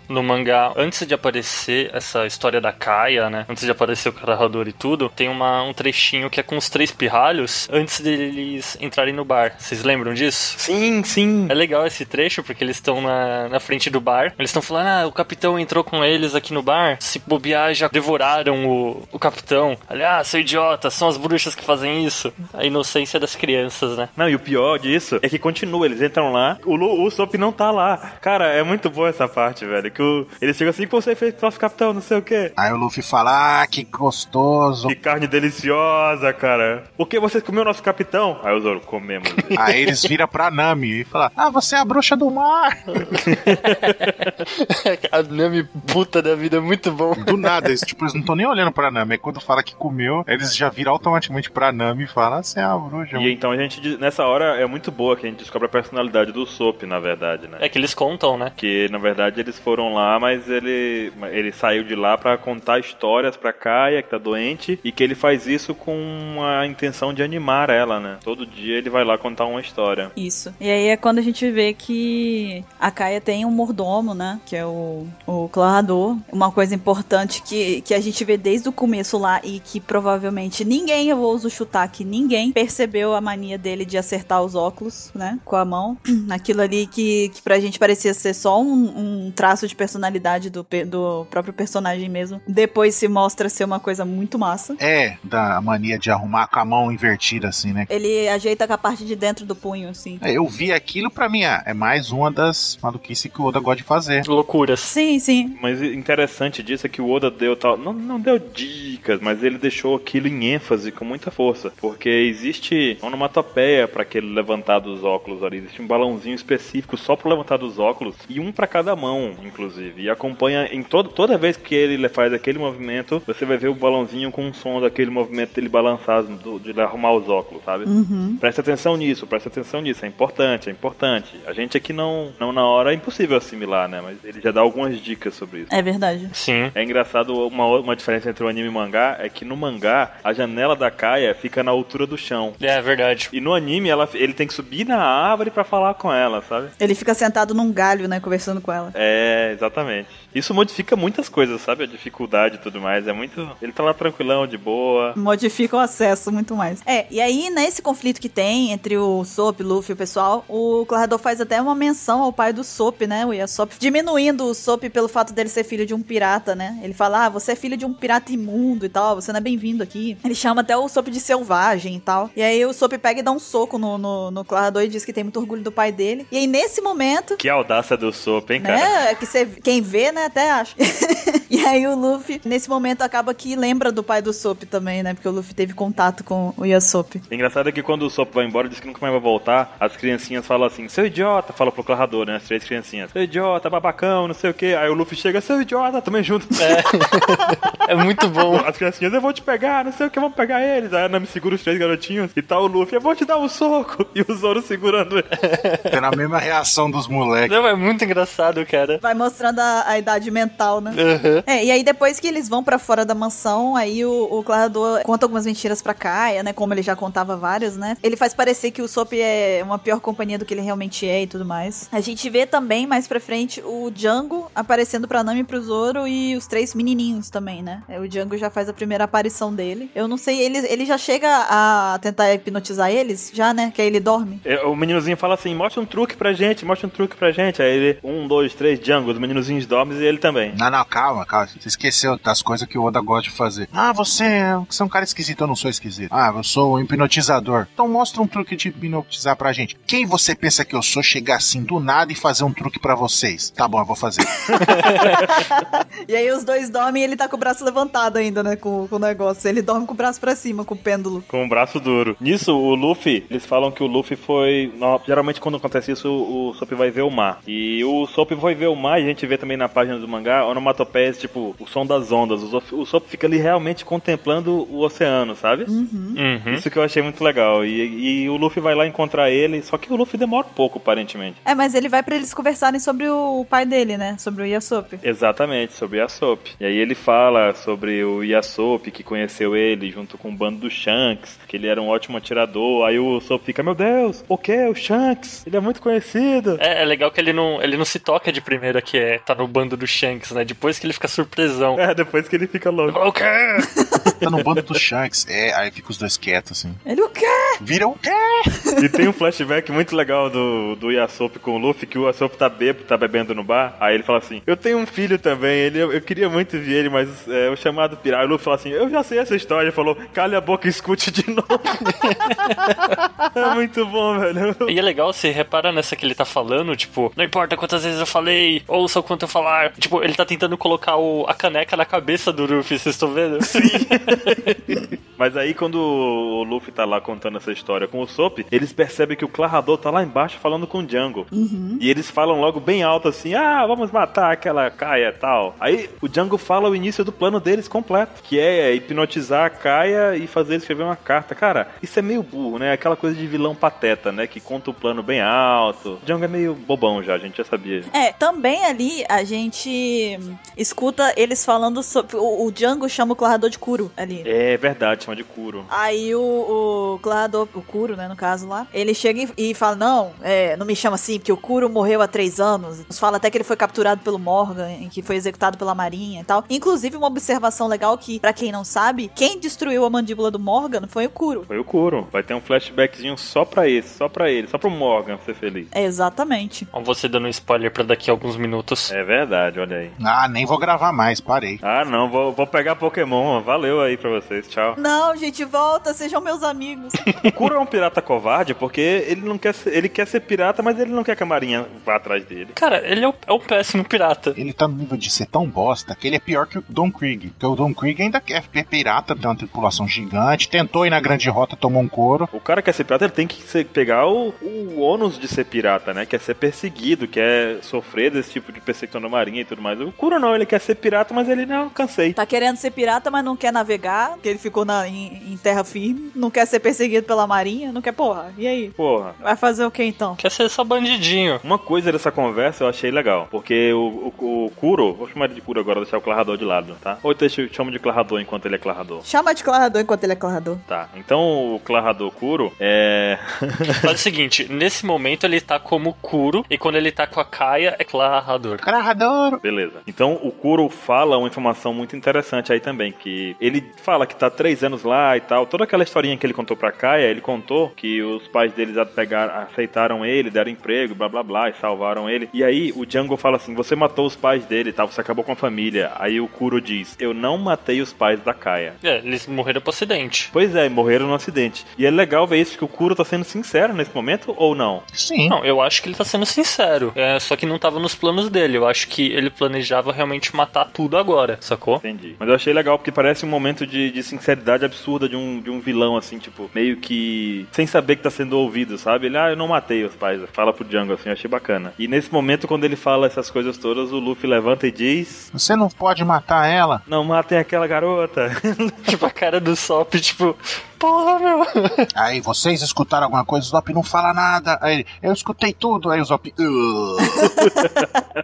No mangá, antes de aparecer essa história da Kaia, né? Antes de aparecer o Carrador e tudo, tem uma, um trechinho que é com os três pirralhos antes deles entrarem no bar. Vocês lembram disso? Sim, sim. É legal esse trecho, porque eles estão na, na frente do bar. Eles estão falando, ah, o capitão entrou com eles aqui no bar. Se bobear, já devoraram o, o capitão. Aliás, ah, seu idiota, são as bruxas que fazem isso. A inocência das crianças, né? Não, e o pior disso é que continua, eles entram lá, o, Lu- o Sop não tá lá. Cara, é muito boa essa parte, velho. Que o, ele chega assim, "Pô, você fez pro nosso capitão, não sei o quê. Aí o Luffy fala, ah, que gostoso. Que carne deliciosa, cara. O que você comeu nosso capitão? Aí o Zoro, comemos. Aí eles viram pra Nami e falam, ah, você é a bruxa do mar. [laughs] a Nami puta da vida é muito bom. Do nada, eles, tipo, eles não estão nem olhando pra Nami. Aí quando fala que comeu, eles já viram automaticamente pra Nami e falam, ah, você é a bruxa. e então a gente, nessa hora, é muito boa que a gente descobre a personalidade do Sop, na verdade, né? É que eles contam, né? Que na verdade eles foram lá, mas ele, ele saiu de lá pra contar histórias pra Kaia, que tá doente, e que ele faz isso com a intenção de animar ela, né? Todo dia ele vai lá contar uma história. Isso. E aí é quando a gente vê que a Kaia tem um mordomo, né? Que é o, o Clarador. Uma coisa importante que, que a gente vê desde o começo lá e que provavelmente ninguém, eu ouso chutar que ninguém, percebeu a mania dele de acertar os óculos, né? Com a mão. [clears throat] Aquilo ali que, que pra gente parecia ser só um, um traço de personalidade do, pe- do próprio personagem mesmo. Depois se mostra ser uma coisa muito massa. É, da mania de arrumar com a mão invertida, assim, né? Ele ajeita com a parte de dentro do punho, assim. É, Eu vi aquilo pra mim, ah, é mais uma das maluquices que o Oda gosta de fazer. Loucuras. Sim, sim. Mas o interessante disso é que o Oda deu tal. Não, não deu dicas, mas ele deixou aquilo em ênfase com muita força. Porque existe uma onomatopeia para aquele levantar dos óculos ali. Existe um balãozinho específico só para levantar dos óculos. E um para cada mão, inclusive. E acompanha em todo, toda vez que ele faz aquele movimento, você vai ver o balãozinho com o som daquele movimento dele balançar, do- de ele arrumar os óculos, sabe? Uhum. Presta atenção nisso, presta atenção nisso, é importante, é importante. A gente aqui não, não na hora é impossível assimilar, né? Mas ele já dá algumas dicas sobre isso. É verdade. Sim. É engraçado, uma, o- uma diferença entre o anime e o mangá é que no mangá a janela da Kaia fica na altura do chão. É verdade. E no anime ela, ele tem que subir na árvore pra falar com ela, sabe? Ele fica sentado num galho, né, conversando com ela. É, exatamente. Isso modifica muitas coisas, sabe? A dificuldade e tudo mais. É muito. Ele tá lá tranquilão, de boa. Modifica o acesso muito mais. É, e aí, nesse conflito que tem entre o Sop, Luffy e o pessoal, o Clarador faz até uma menção ao pai do Sop, né? O Yasop, diminuindo o Sop pelo fato dele ser filho de um pirata, né? Ele fala: Ah, você é filho de um pirata imundo e tal, você não é bem-vindo aqui. Ele chama até o Sop de selvagem e tal. E aí o Sop pega e dá um soco no, no, no, no Clarador e diz que tem muito orgulho do pai dele. E aí, nesse momento, Que audácia do Sop, hein, cara? né? Que cê, quem vê, né, até acha. [laughs] e aí o Luffy, nesse momento, acaba que lembra do pai do Sop também, né? Porque o Luffy teve contato com o Yasop. Engraçado é que quando o Sop vai embora, diz que nunca mais vai voltar, as criancinhas falam assim, seu idiota, fala pro Clarador, né, as três criancinhas, seu idiota, babacão, não sei o quê. Aí o Luffy chega, seu idiota, também junto. É muito bom. [laughs] As criancinhas, eu vou te pegar, não sei o que, vamos pegar eles. Aí a Nami segura os três garotinhos e tá o Luffy, eu vou te dar um soco. [laughs] E o Zoro segurando ele. Tendo a mesma reação dos moleques. Não, é muito engraçado, cara. Vai mostrando a, a idade mental, né? né? Aham. É, e aí depois que eles vão pra fora da mansão, aí o, o Clarador conta algumas mentiras pra Kaia, né? Como ele já contava várias, né? Ele faz parecer que o Sop é uma pior companhia do que ele realmente é e tudo mais. A gente vê também, mais pra frente, o Django aparecendo pra Nami e pro Zoro e os três menininhos também, né? É, O Django já faz a primeira aparição dele. Eu não sei, ele, ele já chega a tentar hipnotizar eles, já, né? Que aí ele dorme. É, O meninozinho fala assim, mostra um truque pra gente, mostra um truque pra gente. Aí ele, um, dois, três, Django, os meninozinhos dormem e ele também. Não, não, calma, calma. Você esqueceu das coisas que o Oda gosta de fazer. Ah, você é você é um cara esquisito, eu não sou esquisito. Ah, eu sou um hipnotizador. Então mostra um truque de hipnotizar pra gente. Quem você pensa que eu sou chegar assim do nada e fazer um truque pra vocês? Tá bom, eu vou fazer. [laughs] E aí os dois dormem e ele tá com o braço levantado ainda, né? Com, com o negócio. Ele dorme com o braço pra cima, com o pêndulo. Com o braço duro. Nisso, o Luffy, eles falam que o Luffy foi. no- Geralmente, quando acontece isso, o Sop vai ver o mar. E o Sop vai ver o mar, e a gente vê também na página do mangá, onomatopeias, tipo, o som das ondas. O Sop- O Sop fica ali realmente contemplando o oceano, sabe? Uhum. Isso que eu achei muito legal. E, e o Luffy vai lá encontrar ele, só que o Luffy demora um pouco, aparentemente. É, mas ele vai pra eles conversarem sobre o pai dele, né? Sobre o Yasop. Exatamente, sobre Yasop. E aí ele fala sobre o Yasop que conheceu ele junto com o bando do Shanks, que ele era um ótimo atirador. Aí o Sop fica, meu Deus, o que? O Shanks? Ele é muito conhecido. É, é legal que ele não, ele não se toca de primeira que é, tá no bando do Shanks, né? Depois que ele fica surpresão. É, [laughs] depois que ele fica louco. O quê? tá no bando do Shanks. É, aí fica os dois quietos, assim. Ele o quê? Vira o quê? E tem um flashback muito legal do, do Yasop com o Luffy, que o Yasop tá bêbado, tá bebendo no bar. Aí ele fala assim: Eu tenho um filho também, ele, eu, eu queria muito ver ele, mas é, o chamado pirar. Aí o Luffy fala assim: Eu já sei essa história. Ele falou: Cale a boca e escute de novo. [laughs] é muito bom, velho. E é legal, você repara nessa que ele tá falando, tipo, não importa quantas vezes eu falei, ouça o quanto eu falar. Tipo, ele tá tentando colocar o- a caneca na cabeça do Luffy, vocês estão vendo? Sim. Mas aí quando o Luffy tá lá contando essa história com o Sop, eles percebem que o Clarador tá lá embaixo falando com o Django. E eles falam logo bem alto assim: "Ah, vamos matar aquela Kaia e tal". Aí o Django fala o início do plano deles completo, que é hipnotizar a Kaia e fazer ele escrever uma carta. Cara, isso é meio burro, né? Aquela coisa de vilão pateta, né, que conta o plano bem alto. O Django é meio bobão já, a gente já sabia. É, também ali a gente escuta eles falando sobre. O, o Django chama o Clarador de Kuro ali. né? É verdade, chama de Kuro. Aí o, o Clarador, o Kuro, né, no caso lá, ele chega e, e fala: Não, é, não me chama assim, porque o Kuro morreu há três anos. Nos Fala até que ele foi capturado pelo Morgan, e que foi executado pela Marinha e tal. Inclusive, uma observação legal que, pra quem não sabe, quem destruiu a mandíbula do Morgan foi o Kuro. Foi o Kuro. Vai ter um flashbackzinho só pra esse, só pra ele, só pro Morgan ser feliz. É, exatamente. Ó, Você dando um spoiler pra daqui a alguns minutos. É verdade, olha aí. Ah, nem vou gravar mais, parei. Ah, não, vou, vou pegar Pokémon. Valeu aí pra vocês, [laughs] tchau. Não, gente, volta, sejam meus amigos. [laughs] O Kuro é um pirata covarde porque ele não quer ser, ele quer ser pirata, mas ele não quer que a marinha vá atrás dele. Cara, ele é o, é o péssimo pirata. Ele tá no nível de ser tão bosta que ele é pior que o Don Krieg. Porque o Don Krieg ainda quer é pirata, tem uma tripulação gigante, tentou ir na grande rota, tomou um couro. O cara que quer ser pirata, ele tem que ser- pegar o, o ônus de ser pirata, né? Quer ser perseguido, quer sofrer desse tipo de perseguição da marinha e tudo mais. O Kuro não, ele quer ser pirata, mas ele não, cansei. Tá querendo ser pirata, mas não quer navegar, porque ele ficou na- em, em terra firme. Não quer ser perseguido pela marinha, não quer porra. E aí? Porra. Vai fazer o que então? Quer ser só bandidinho. Uma coisa dessa conversa eu achei legal, porque o, o, o Kuro, vou chamar ele de Kuro agora, deixar o Clarador de lado, tá? Ou eu deixo- eu chamo de Clarador enquanto ele é Clarador. Chama de clarador enquanto ele é clarador. Tá, então o Clarador Kuro é. [laughs] Faz o seguinte, nesse momento ele tá como Kuro, e quando ele tá com a Kaia, é Clarador. Carrador! Beleza. Então o Kuro fala uma informação muito interessante aí também, que ele fala que tá três anos anos lá e tal. Toda aquela historinha que ele contou pra Caia, ele contou que os pais deles a- pegaram, aceitaram ele, deram emprego, blá blá blá, e salvaram ele. E aí o Django fala assim: você matou os pais dele e tal, você acabou com a família. Aí o Kuro diz: eu não matei os pais da Caia. É, eles morreram por acidente. Pois é, morreram no acidente. E é legal ver isso que o Kuro tá sendo sincero nesse momento ou não? Sim. Não, eu acho que ele tá sendo sincero. É, só que não tava nos planos dele. Eu acho que ele planejava realmente matar tudo agora, sacou? Entendi. Mas eu achei legal, porque parece um momento de, de sinceridade absurda de um, de um vilão, assim, tipo, meio que sem saber que tá sendo ouvido, sabe? Ele, ah, eu não matei os pais. Fala pro Django, assim, eu achei bacana. E nesse momento, quando ele fala essas coisas todas, o Luffy levanta e diz... Você não pode matar ela. Não matem aquela garota. [laughs] [laughs] Tipo, a cara do Sop, tipo, porra, meu. Aí vocês escutaram alguma coisa, o Zop não fala nada. Aí ele, eu escutei tudo. Aí o Zop. "Ugh."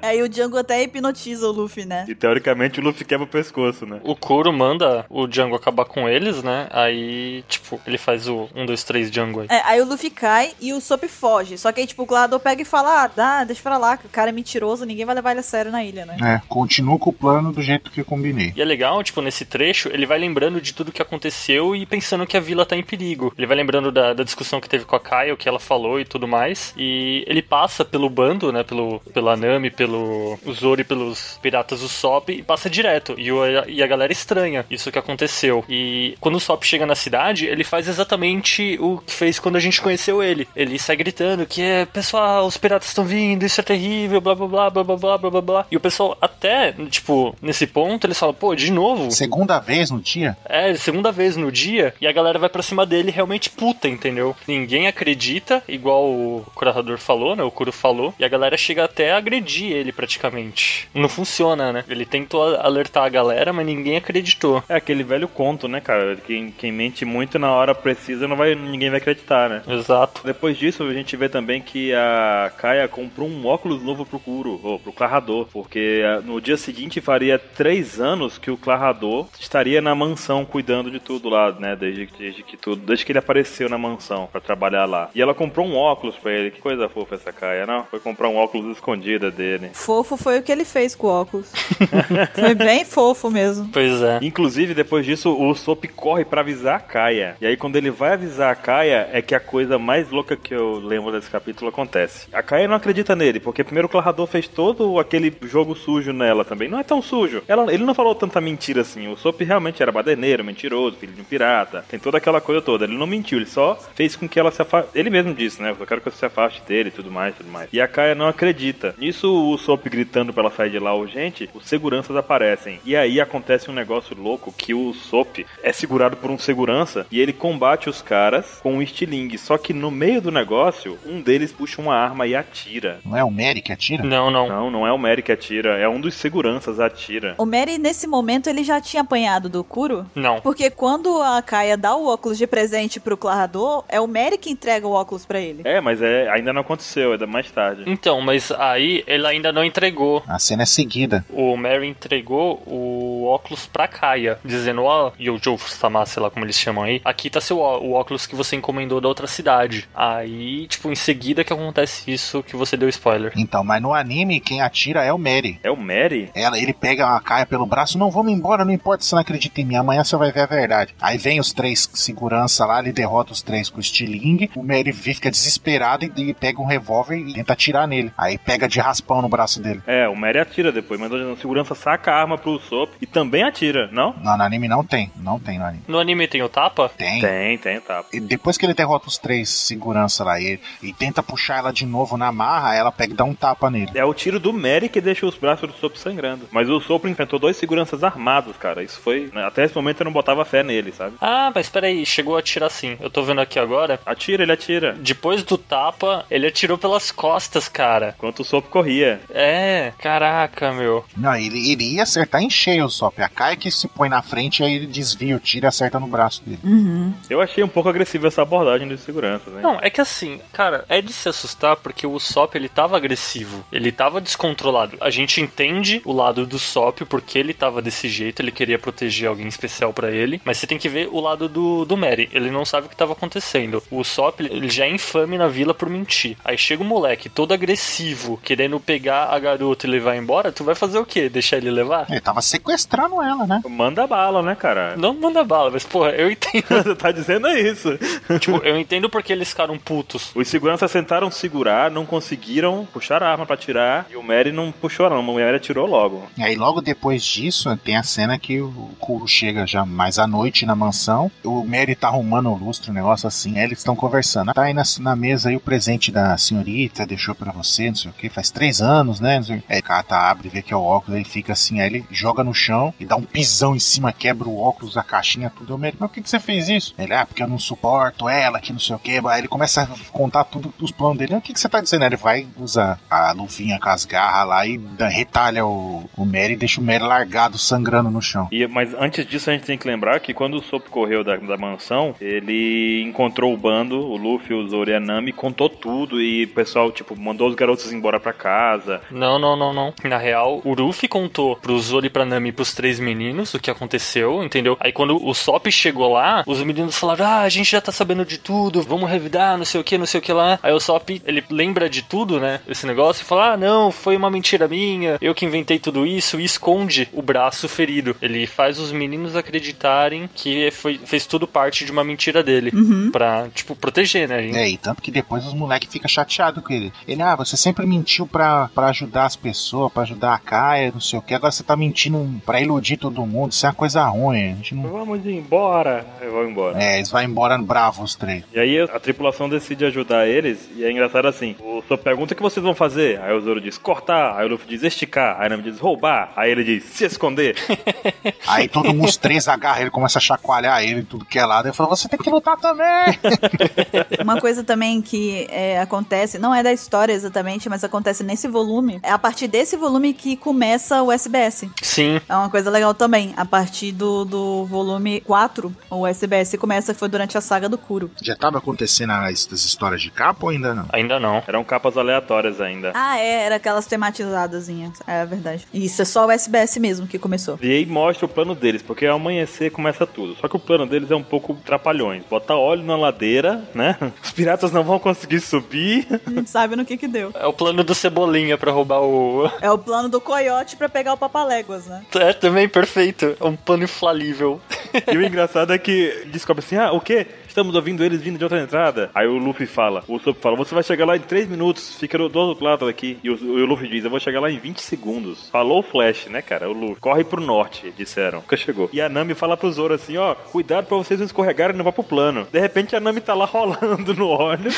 Aí o Django até hipnotiza o Luffy, né? e teoricamente o Luffy quebra o pescoço, né? O Kuro manda o Django acabar com eles, né? Aí, tipo, ele faz o 1, 2, 3 Django aí. É, aí o Luffy cai e o Sop foge. Só que aí, tipo, o Glador pega e fala: Ah, dá, deixa pra lá, que o cara é mentiroso, ninguém vai levar ele a sério na ilha, né? é, continuo com o plano do jeito que eu combinei. E é legal, tipo, nesse trecho, ele vai lembrando de tudo que aconteceu e pensando que a vila tá em perigo. Ele vai lembrando da, da discussão que teve com a Kai, o que ela falou e tudo mais. E ele passa pelo bando, né? Pelo, pela Nami, pelo Zoro e pelos piratas do Sop e passa direto. E, o, e a galera estranha isso que aconteceu. E quando o Sop chega na cidade, ele faz exatamente o que fez quando a gente conheceu ele. Ele sai gritando que é, pessoal, os piratas estão vindo, isso é terrível, blá blá blá blá blá blá blá blá blá. E o pessoal até, tipo, nesse ponto, eles falam, pô, de novo? Segunda vez no dia? É, segunda vez no dia, e a galera vai pra cima dele realmente puta, entendeu? Ninguém acredita, igual o curador falou, né? O Kuro falou, e a galera chega até a agredir ele praticamente. Não funciona, né? Ele tentou a- alertar a galera, mas ninguém acreditou. É aquele velho conto, né, cara? Quem, quem mente muito na hora precisa, não vai, ninguém vai acreditar, né? Exato. Depois disso, a gente vê também que a Kaia comprou um óculos novo pro Kuro, ou pro Clarrador, porque ah, no dia seguinte faria três anos que o Clarrador estaria na mansão cuidando de tudo lá, né? Desde, desde que tudo, desde que ele apareceu na mansão pra trabalhar lá. E ela comprou um óculos pra ele. Que coisa fofa essa Kaia, não? Foi comprar um óculos escondida dele. Fofo foi o que ele fez com o óculos. foi bem fofo mesmo. Pois é. Inclusive, depois disso, o Sop corre pra avisar a Kaia. E aí, quando ele vai avisar a Kaia, é que a coisa mais louca que eu lembro desse capítulo acontece. A Kaia não acredita nele, porque primeiro o Clarrador fez todo aquele jogo sujo nela também. Não é tão sujo. Ela- ele não falou tanta mentira assim. O Sop realmente era badeneiro, mentiroso, filho de um pirata. Tem toda aquela coisa toda. Ele não mentiu, ele só fez com que ela se afaste. Ele mesmo disse, né? Eu quero que você se afaste dele e tudo mais, tudo mais. E a Kaia não acredita. Nisso, o Sop gritando pra ela sair de lá urgente, os seguranças aparecem. E aí acontece um negócio louco que o Sop é segurado por um segurança e ele combate os caras com um estilingue. Só que no meio do negócio, um deles puxa uma arma e atira. Não é o Mary que atira? Não, não. Não, não é o Mary que atira, é um dos seguranças atira. O Mary, nesse momento, ele já tinha apanhado do Kuro. Não. Porque quando a Kaia dá o óculos de presente pro Clarrador, é o Mary que entrega o óculos pra ele. É, mas é, ainda não aconteceu, é da- mais tarde. Então, mas aí ele ainda não entregou. A cena é seguida. O Mary entregou o óculos pra Kaia, dizendo, ó, Yojo Fustama, sei lá como eles chamam aí, aqui tá seu ó- o óculos que você encomendou da outra cidade. Aí, tipo, em seguida que acontece isso que você deu spoiler. Então, mas no anime, quem atira é o Mary. É o Mary? Ela, ele pega a Caia pelo braço, não vamos embora, não importa se você não acredita em mim, amanhã você vai ver a verdade. Aí vem os três segurança lá, ele derrota os três com o estilingue, o Mary fica desesperado e, e pega um revólver e tenta atirar nele. Aí pega de raspão no braço dele. É, o Mary atira depois, mas o segurança saca a arma pro Sop e também atira, não? Não, no anime não tem, não tem no anime. No anime tem o tapa? Tem. Tem, tem, tá. E depois que ele derrota os três segurança lá e, e tenta puxar ela de novo na marra, ela pega e dá um tapa nele. É o tiro do Mary que deixa os braços do Sop sangrando. Mas o Sop enfrentou dois seguranças armados, cara. Isso foi. né, Até esse momento eu não botava fé nele, sabe? Ah, mas peraí, chegou a atirar sim. Eu tô vendo aqui agora. Atira, ele atira. Depois do tapa, ele atirou pelas costas, cara. Enquanto o Sop corria. É, caraca, meu. Não, ele, ele ia acertar em cheio só. A Caia que se põe na frente, aí ele desvia o tiro e acerta no braço dele. Eu achei um pouco agressiva essa abordagem dos seguranças, né? Não, é que assim, cara, é de se assustar porque o Sop ele tava agressivo, ele tava descontrolado. A gente entende o lado do Sop porque ele tava desse jeito, ele queria proteger alguém especial pra ele, mas você tem que ver o lado do, do Mary, ele não sabe o que tava acontecendo. O Sop ele ele já é infame na vila por mentir. Aí chega o moleque todo É. agressivo, querendo pegar a garota e levar embora, tu vai fazer o quê? Deixar ele levar? Ele tava sequestraram ela, né? Manda bala, né, cara? [laughs] Não manda bala, mas porra, eu entendo. [laughs] Você tá dizendo é isso. tipo, eu entendo porque eles ficaram putos. Os seguranças tentaram segurar, não conseguiram, puxaram a arma pra tirar. E o Mary não puxou, não. O Mary atirou logo. E aí, logo depois disso, tem a cena que o Kuro chega já mais à noite na mansão. O Mary tá arrumando o lustre, um negócio assim. Aí eles estão conversando. Tá aí na, na mesa aí o presente da senhorita, deixou pra você, não sei o que, faz três anos, né? Não sei o quê. Aí o Kata abre, vê que é o óculos, aí fica assim, aí ele joga no chão e dá um pisão em cima, quebra o óculos, a caixinha, tudo. Eu, Mary, mas por que, que você fez isso? Ele, ah, porque eu não suporto ela, que não sei o que. Aí ele começa a contar tudo os planos dele. "Ah, O que, que você tá dizendo? Aí ele vai, usa a luvinha com as garras lá e dá- retalha o, o Mary e deixa o Mary largado, sangrando no chão. E, mas antes disso, a gente tem que lembrar que quando o Sop correu da, da mansão, ele encontrou o bando, o Luffy, o Zoro e a Nami, contou tudo e o pessoal, tipo, mandou os garotos embora pra casa. Não, não, não, não. Na real, o Ruffy contou pro Zoro e pra Nami e pros três meninos o que aconteceu, entendeu? Aí quando o Sop chegou lá, os meninos falaram: Ah, a gente já tá sabendo de tudo, vamos revidar, não sei o que, não sei o que lá. Aí o Sop, ele lembra de tudo, né? Esse negócio e fala: Ah, não, foi uma mentira minha, eu que inventei tudo isso, e esconde o braço ferido. Ele faz os meninos acreditarem que foi, fez tudo parte de uma mentira dele. Pra, tipo, proteger, né? gente? É, e tanto que depois os moleques ficam chateados com ele. Ele, ah, você sempre mentiu pra, pra ajudar as pessoas, pra ajudar a Kaia, não sei o que. Agora você tá mentindo pra iludir todo mundo. Isso é uma coisa ruim. A gente não... Vamos embora. Eu vou embora. É, eles vão embora bravos os três. E aí a tripulação decide ajudar eles, e é engraçado assim, o Sop pergunta o que vocês vão fazer, aí o Zoro diz cortar, aí o Luffy diz esticar, aí o Nami diz roubar, aí ele diz se esconder. [laughs] Aí todo mundo, os três agarram ele, começa a chacoalhar ele, tudo que é lado. Ele falou, você tem que lutar também. Uma coisa também que é, acontece, não é da história exatamente, mas acontece nesse volume, é a partir desse volume que começa o SBS. Sim. É uma coisa legal também, a partir do, do volume 4, o SBS começa, foi durante a saga do Kuro. Já tava acontecendo as, as histórias de capa ou ainda não? Ainda não. Eram capas aleatórias ainda. Ah, é, era aquelas tematizadazinhas, é verdade. Isso, é só o SBS mesmo que começou. E aí mostra o plano deles, porque ao amanhecer começa tudo. Só que o plano deles é um pouco trapalhões. Botar óleo na ladeira, né? [laughs] Os piratas não vão conseguir subir. A gente sabe no que que deu. É o plano do Cebolinha pra roubar o. É o plano do coiote pra pegar o papaléguas, né? [laughs] É também perfeito. É um plano infalível. [laughs] E o engraçado é que descobre assim: ah, o quê? Estamos ouvindo eles vindo de outra entrada. Aí o Luffy fala, o Sop fala, você vai chegar lá em 3 minutos, fica do do outro lado aqui. E o, e o Luffy diz, eu vou chegar lá em 20 segundos. Falou o Flash, né, cara? O Luffy, corre pro norte, disseram. Nunca chegou. E a Nami fala pro Zoro assim, ó, cuidado pra vocês não escorregarem e não vá pro plano. De repente a Nami tá lá [laughs] rolando no óleo.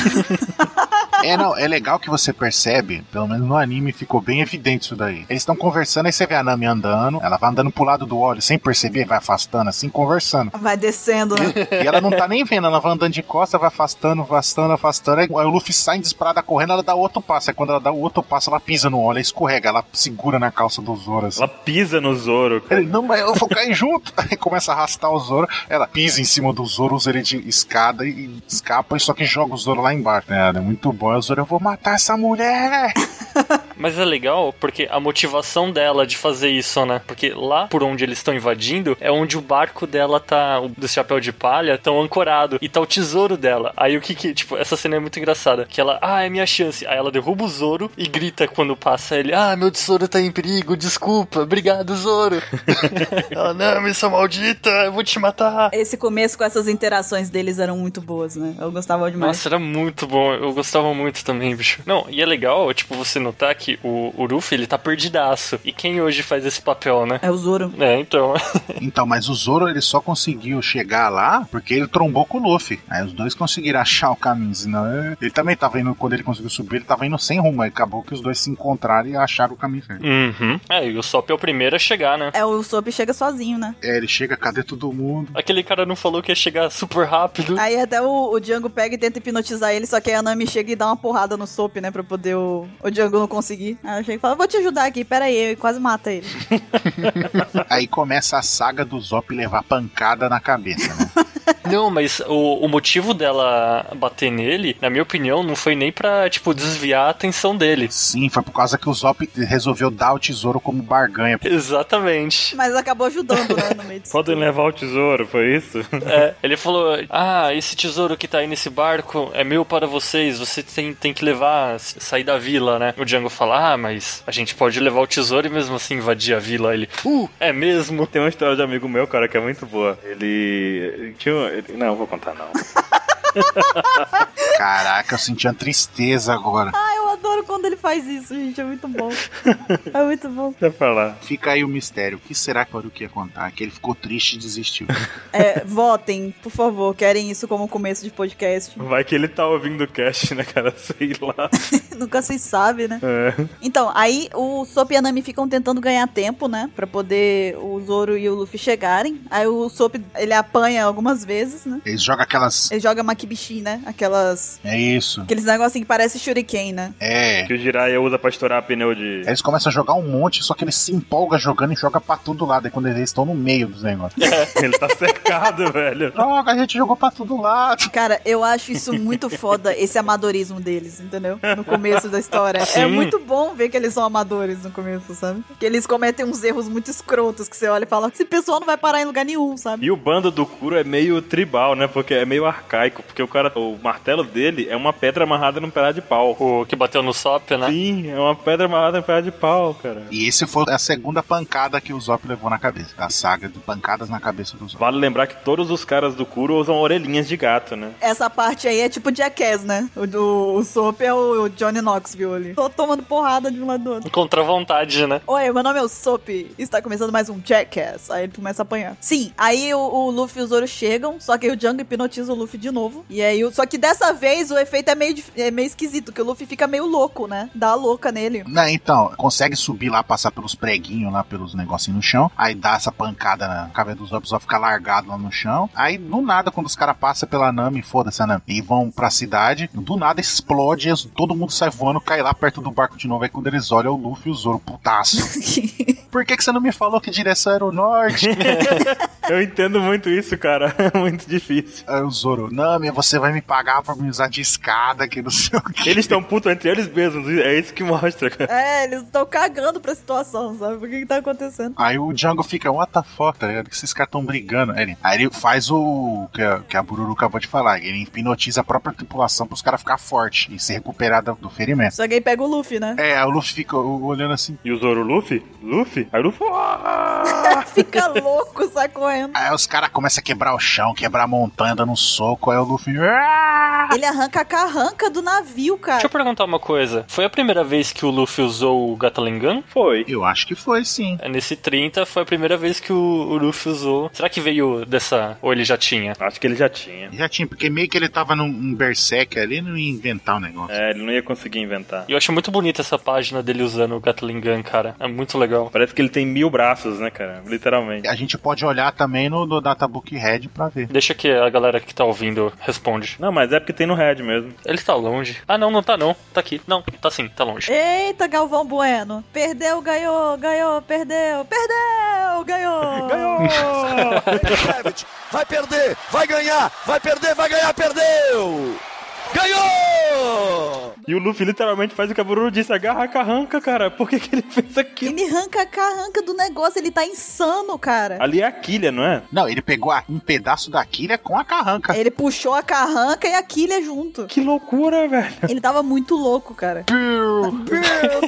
É, não, é legal que você percebe, pelo menos no anime ficou bem evidente isso daí. Eles estão conversando, aí você vê a Nami andando, ela vai andando pro lado do óleo sem perceber, vai afastando assim, conversando. Vai descendo, [laughs] né? E ela não tá nem vendo, ela vai andando de costas, vai afastando, afastando, afastando. Aí o Luffy sai disparada correndo, ela dá outro passo. Aí quando ela dá o outro passo, ela pisa no óleo, escorrega, ela segura na calça do Zoro. Assim. Ela pisa no Zoro, cara. Ele, não, mas eu vou cair junto. [laughs] Aí começa a arrastar o Zoro. Ela pisa em cima do Zoro, usa ele de escada e escapa, e só que joga o Zoro lá embaixo. É, é muito bom. Aí O Zoro, eu vou matar essa mulher. Mas é legal porque a motivação dela de fazer isso, né? Porque lá por onde eles estão invadindo é onde o barco dela tá, o do chapéu de palha, tão ancorado e tá o tesouro dela. Aí o que que, tipo, essa cena é muito engraçada. Que ela, ah, é minha chance. Aí ela derruba o Zoro e grita quando passa ele, ah, meu tesouro tá em perigo, desculpa, obrigado, [laughs] Zoro. ela, não, missão maldita, eu vou te matar. Esse começo com essas interações deles eram muito boas, né? Eu gostava demais. Nossa, era muito bom. Eu gostava muito também, bicho. Não, e é legal, tipo, você notar que o, o Ruffy, ele tá perdidaço. E quem hoje faz esse papel, né? É o Zoro. É, então. [laughs] Então, mas o Zoro ele só conseguiu chegar lá porque ele trombou com o Luffy. Aí os dois conseguiram achar o caminho. Senão é- ele também tava indo, quando ele conseguiu subir, ele tava indo sem rumo. Aí acabou que os dois se encontraram e acharam o caminho certo. uhum. É, e o Sop é o primeiro a chegar, né? É o Sop chega sozinho, né? É, ele chega, cadê todo mundo? Aquele cara não falou que ia chegar super [laughs] rápido. Aí até o, o Django pega e tenta hipnotizar ele, só que aí a Nami chega e dá uma porrada no Sop, né? Pra poder o, o Django não conseguir. Aí ela chega e fala, vou te ajudar aqui, pera aí, e quase mata ele. Aí começa a saga do Zop levar pancada na cabeça, né? Não, mas o, o motivo dela bater nele, na minha opinião, não foi nem pra, tipo, desviar a atenção dele. Sim, foi por causa que o Zop resolveu dar o tesouro como barganha. Exatamente. Mas acabou ajudando, né, no meio disso. Podem levar o tesouro, foi isso? É, [laughs] ele falou: Ah, esse tesouro que tá aí nesse barco é meu para vocês, você tem, tem que levar, s- sair da vila, né? O Django fala: Ah, mas a gente pode levar o tesouro e mesmo assim invadir a vila. Ele: Uh, é [laughs] mesmo? [laughs] Tem uma história de amigo meu, cara, que é muito boa. Ele. ele tinha. um- ele- Não, vou contar [laughs] não. Caraca, eu senti uma tristeza agora. Ah, eu adoro quando ele faz isso, gente. É muito bom. É muito bom. Deixa eu falar. Fica aí o mistério. O que será que o Haruki ia contar? Que ele ficou triste e desistiu. É, votem, por favor. Querem isso como começo de podcast? [laughs] Vai que ele tá ouvindo o cast, né, cara? [laughs] Sei lá. Nunca se sabe, né? É. Então, aí o Sop e a Nami ficam tentando ganhar tempo, né? Pra poder o Zoro e o Luffy chegarem. Aí o Sop, ele apanha algumas vezes, né? Ele joga aquelas. Ele joga Makibishi, né? Aquelas... É isso. Aqueles negocinhos que parece shuriken, né? É. Que o Jiraiya usa pra estourar pneu de. Eles começam a jogar um monte, só que ele se empolga jogando e joga pra todo lado. É quando eles estão no meio dos negócios. [laughs] Ele tá [laughs] cercado, velho. Droga, a gente jogou pra todo lado. Cara, eu acho isso muito foda, esse amadorismo deles, entendeu? No começo da história. É Sim. muito bom ver que eles são amadores no começo, sabe? Que eles cometem uns erros muito escrotos que você olha e fala: esse pessoal não vai parar em lugar nenhum, sabe? E o bando do Kuro é meio tribal, né? Porque é meio arcaico. Porque o cara, o martelo dele é uma pedra amarrada num pedaço de pau. O que bateu no Sop, né? Sim, é uma pedra amarrada num pedaço de pau, cara. E esse foi a segunda pancada que o Zop levou na cabeça. A saga de pancadas na cabeça do Zop. Vale lembrar que todos os caras do Kuro usam orelhinhas de gato, né? Essa parte aí é tipo Jackass, né? O, do, o Soap é o Johnny Knoxville ali. Tô tomando porrada de um lado do outro. Contra a vontade, né? Oi, meu nome é o Soap. Está começando mais um Jackass. Aí ele começa a apanhar. Sim, aí o, o Luffy e o Zoro chegam, só que aí o Django hipnotiza o Luffy de novo. E aí, o- só que dessa vez o efeito é meio, dif- é meio esquisito, que o Luffy fica meio louco, né? Dá a louca nele. Não, então, consegue subir lá, passar pelos preguinhos lá, pelos negocinhos no chão. Aí dá essa pancada na cabeça dos Zop, só fica largado lá no chão. Aí, do nada, quando os caras passam pela Nami, foda-se a Nami, e vão pra cidade, do nada explode, e todo mundo sai voando, cai lá perto do barco de novo. Aí quando eles olham, é o Luffy e o [laughs] Zoro, putaço. Por que, que você não me falou que direção era o norte? Eu entendo muito isso, cara. [laughs] É muito difícil. Aí o Zoro, Nami, você vai me pagar pra me usar de escada, que não sei o que. Eles estão putos entre eles mesmos. É isso que mostra, cara. É, eles estão cagando pra situação, sabe? O que, que tá acontecendo? Aí o Django fica, what the fuck, tá ligado? Que esses caras tão brigando. Aí ele, aí ele faz o que a, que a Bururu acabou de falar. Ele hipnotiza a própria tripulação pros caras ficar forte e se recuperar do, do ferimento. Só que aí pega o Luffy, né? É, aí o Luffy fica o- olhando assim. E o Zoro Luffy? Luffy? Aí o Luffy. "Ah!" Fica louco, sai correndo. Aí os caras começam a quebrar o chão, quebrar a montanha, dando um soco. Aí o Luffy. "Ah!" Ele arranca a carranca do navio, Deixa cara. eu perguntar uma coisa. Foi a primeira vez que o Luffy usou o Gatling Gun? Foi. Eu acho que foi sim. É, Nesse 30 foi a primeira vez que o o Luffy usou. Será que veio dessa. Ou ele já tinha? Acho que ele já tinha. Já tinha, porque meio que ele tava num um berserk ali, não ia inventar o negócio. É, ele não ia conseguir inventar. E eu acho muito bonita essa página dele usando o Gatling Gun, cara. É muito legal. Parece que ele tem mil braços, né, cara? Literalmente. A gente pode olhar também no, no Databook Red pra ver. Deixa que a galera que tá ouvindo responde. Não, mas é porque tem no Red mesmo. Ele tá longe. Ah, não, não tá não. Tá aqui. Não, tá sim, tá longe. Eita, Galvão Bueno. Perdeu, ganhou, ganhou, perdeu. Perdeu, ganhou. Kevich, vai perder, vai ganhar, vai perder, vai ganhar, perdeu! Ganhou! E o Luffy literalmente faz o que a Bururu disse: agarra a carranca, cara. Por que, que ele [laughs] fez aquilo? Ele arranca a carranca do negócio, ele tá insano, cara. Ali é a quilha, não é? Não, ele pegou a- um pedaço da quilha com a carranca. Ele puxou a carranca e a quilha junto. Que loucura, velho. Ele tava muito louco, cara.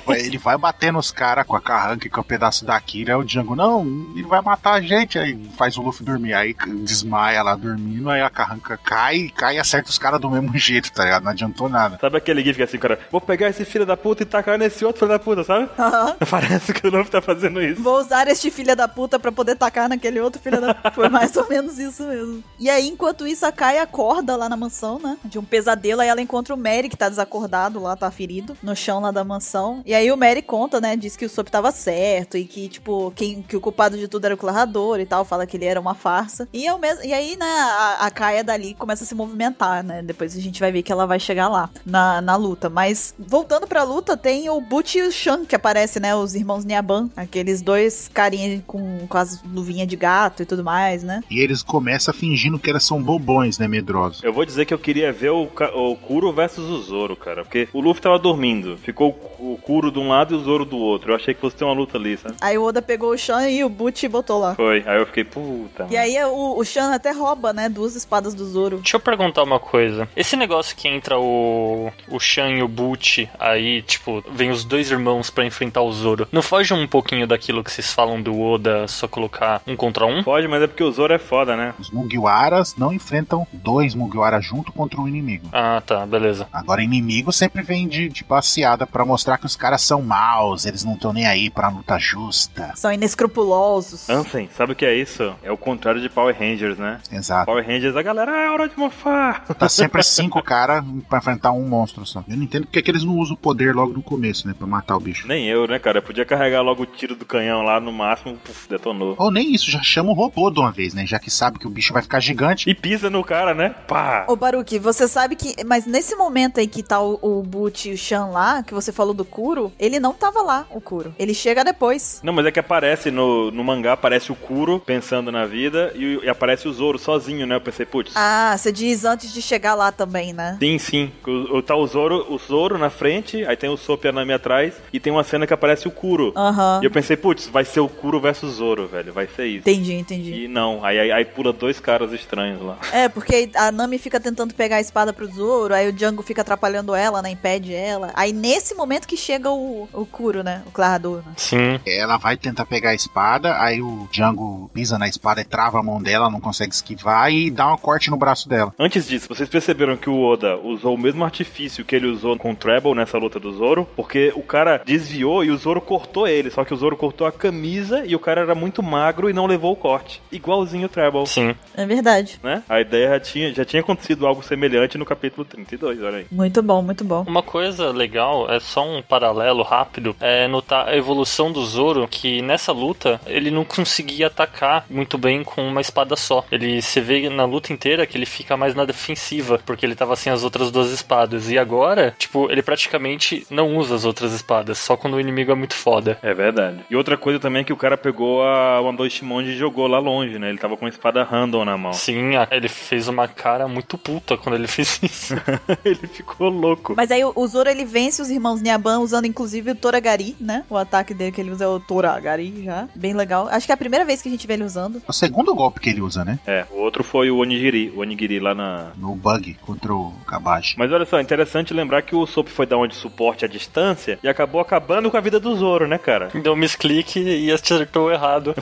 Pô, Ele vai bater nos caras com a carranca, com o pedaço da Kira. O Django, não, ele vai matar a gente. Aí faz o Luffy dormir. Aí desmaia lá dormindo. Aí a carranca cai, cai e acerta os caras do mesmo [laughs] jeito, tá ligado? Não adiantou nada. Sabe aquele gif que é assim, cara? Vou pegar esse filho da puta e tacar nesse outro filho da puta, sabe? [laughs] Aham. Parece que o Luffy tá fazendo isso. Vou usar este filho da puta pra poder tacar naquele outro filho da puta. Foi mais ou menos isso mesmo. E aí, enquanto isso, a Kai acorda lá na mansão, né? De um pesadelo, aí ela encontra o Mary, que tá desacordado lá, tá ferido, no chão lá da mansão. E aí o Mary conta, né? Diz que o Sop tava certo e que, tipo, quem, que o culpado de tudo era o Clarador e tal. Fala que ele era uma farsa. E, eu mesmo, e aí, né, a, a Kaia dali começa a se movimentar, né? Depois a gente vai ver que ela vai chegar lá, na, na luta. luta. Mas voltando pra luta, tem o Butch e o Shan que aparece, né? Os irmãos Niaban. Aqueles dois carinhas com, com as luvinhas de gato e tudo mais, né? E eles começam fingindo que eles são bobões, né? Medrosos. Eu vou dizer que eu queria ver o, Ka- o Kuro versus o Zoro, cara. Porque o Luffy tava dormindo. Ficou o Kuro de um lado e o Zoro do outro. Eu achei que fosse ter uma luta ali, sabe? Aí o Oda pegou o Shan e o Butch botou lá. Foi. Aí eu fiquei, puta. E aí o, o Shan até rouba, né? Duas espadas do Zoro. Deixa eu perguntar uma coisa. Esse negócio que entra o, o Shan e o Butch aí, tipo, vem os dois irmãos pra enfrentar o Zoro. Não foge um pouquinho daquilo que vocês falam do Oda só colocar um contra um? Pode, mas é porque o Zoro é foda, né? Os Mugiwaras não enfrentam dois Mugiwaras junto contra o inimigo. Ah, tá, beleza. Agora, inimigo sempre vem de, de passeada pra mostrar que os caras são maus, eles não estão nem aí pra luta justa. São inescrupulosos. Ansem, sabe o que é isso? É o contrário de Power Rangers, né? Exato. Power Rangers, a galera, ah, é hora de mofar. Tá sempre cinco caras pra enfrentar um monstro só. Eu não entendo porque é que eles não usam o poder logo no começo, né? Pra matar o [laughs] bicho. Nem eu, né, cara? Eu podia carregar logo o tiro do canhão lá no máximo, puf, detonou. Ou nem isso, já chama o robô de uma vez, né? Já que sabe que o bicho vai ficar gigante. E pisa no cara, né? Pá! Ô, Baruki, você sabe que. Mas nesse momento aí que tá o, o Boot e o Shan lá, que você falou do Kuro, ele não tava lá, o Kuro. Ele chega depois. Não, mas é que aparece no, no mangá, aparece o Kuro pensando na vida e, e aparece o Zoro sozinho, né? Eu pensei, putz. Ah, você diz antes de chegar lá também, né? Sim, sim. O, o- tá o Zoro, o Zoro na frente, aí tem o Sop na minha atrás e tem uma cena que aparece o Kuro. Aham. E eu pensei, putz, vai ser o Kuro versus Zoro, velho. Vai ser isso. Entendi, entendi. E não, aí, aí, aí pula dois caras estranhos lá. É, porque a Nami fica tentando pegar a espada pro Zoro, aí o Django fica atrapalhando ela, né? Impede ela. Aí nesse momento que chega o, o Kuro, né? O Clarador. Né? Sim. Ela vai tentar pegar a espada, aí o Django pisa na espada e trava a mão dela, não consegue esquivar e dá um corte no braço dela. Antes disso, vocês perceberam que o Oda usou o mesmo artifício que ele usou com o Treble nessa luta do Zoro? Porque o cara desviou e o Zoro cortou ele, só que o Zoro cortou a camisa e o cara era muito magro e não levou o corte. Igualzinho o Treble. Sim. É verdade. Né? A ideia já tinha, já tinha acontecido algo semelhante no capítulo 32, olha aí. Muito bom, muito bom. Uma coisa legal, é só um paralelo rápido, é notar a evolução do Zoro, que nessa luta ele não conseguia atacar muito bem com uma espada só. Ele se vê na luta inteira que ele fica mais na defensiva, porque ele tava sem as outras duas espadas. E agora, tipo, ele praticamente não usa as outras espadas, só quando o inimigo é muito foda. É verdade. E outra coisa também é que o cara pegou a Wandoi Shimonji e jogou lá longe, né? Ele tava com a espada random na mão. Sim, a- ele fez uma cara muito puta quando ele [laughs] fez isso. [laughs] ele ficou louco. Mas aí o o Zoro ele vence os irmãos Niaban usando inclusive o Toragari, né? O ataque dele que ele usa é o Toragari já. Bem legal. Acho que é a primeira vez que a gente vê ele usando. É o segundo golpe que ele usa, né? É, o outro foi o Onigiri, o Onigiri lá na, No bug contra o Kabaji. Mas olha só, é interessante lembrar que o Sop foi dar onde suporte à distância e acabou acabando com a vida do Zoro, né, cara? Deu um misclick e acertou errado.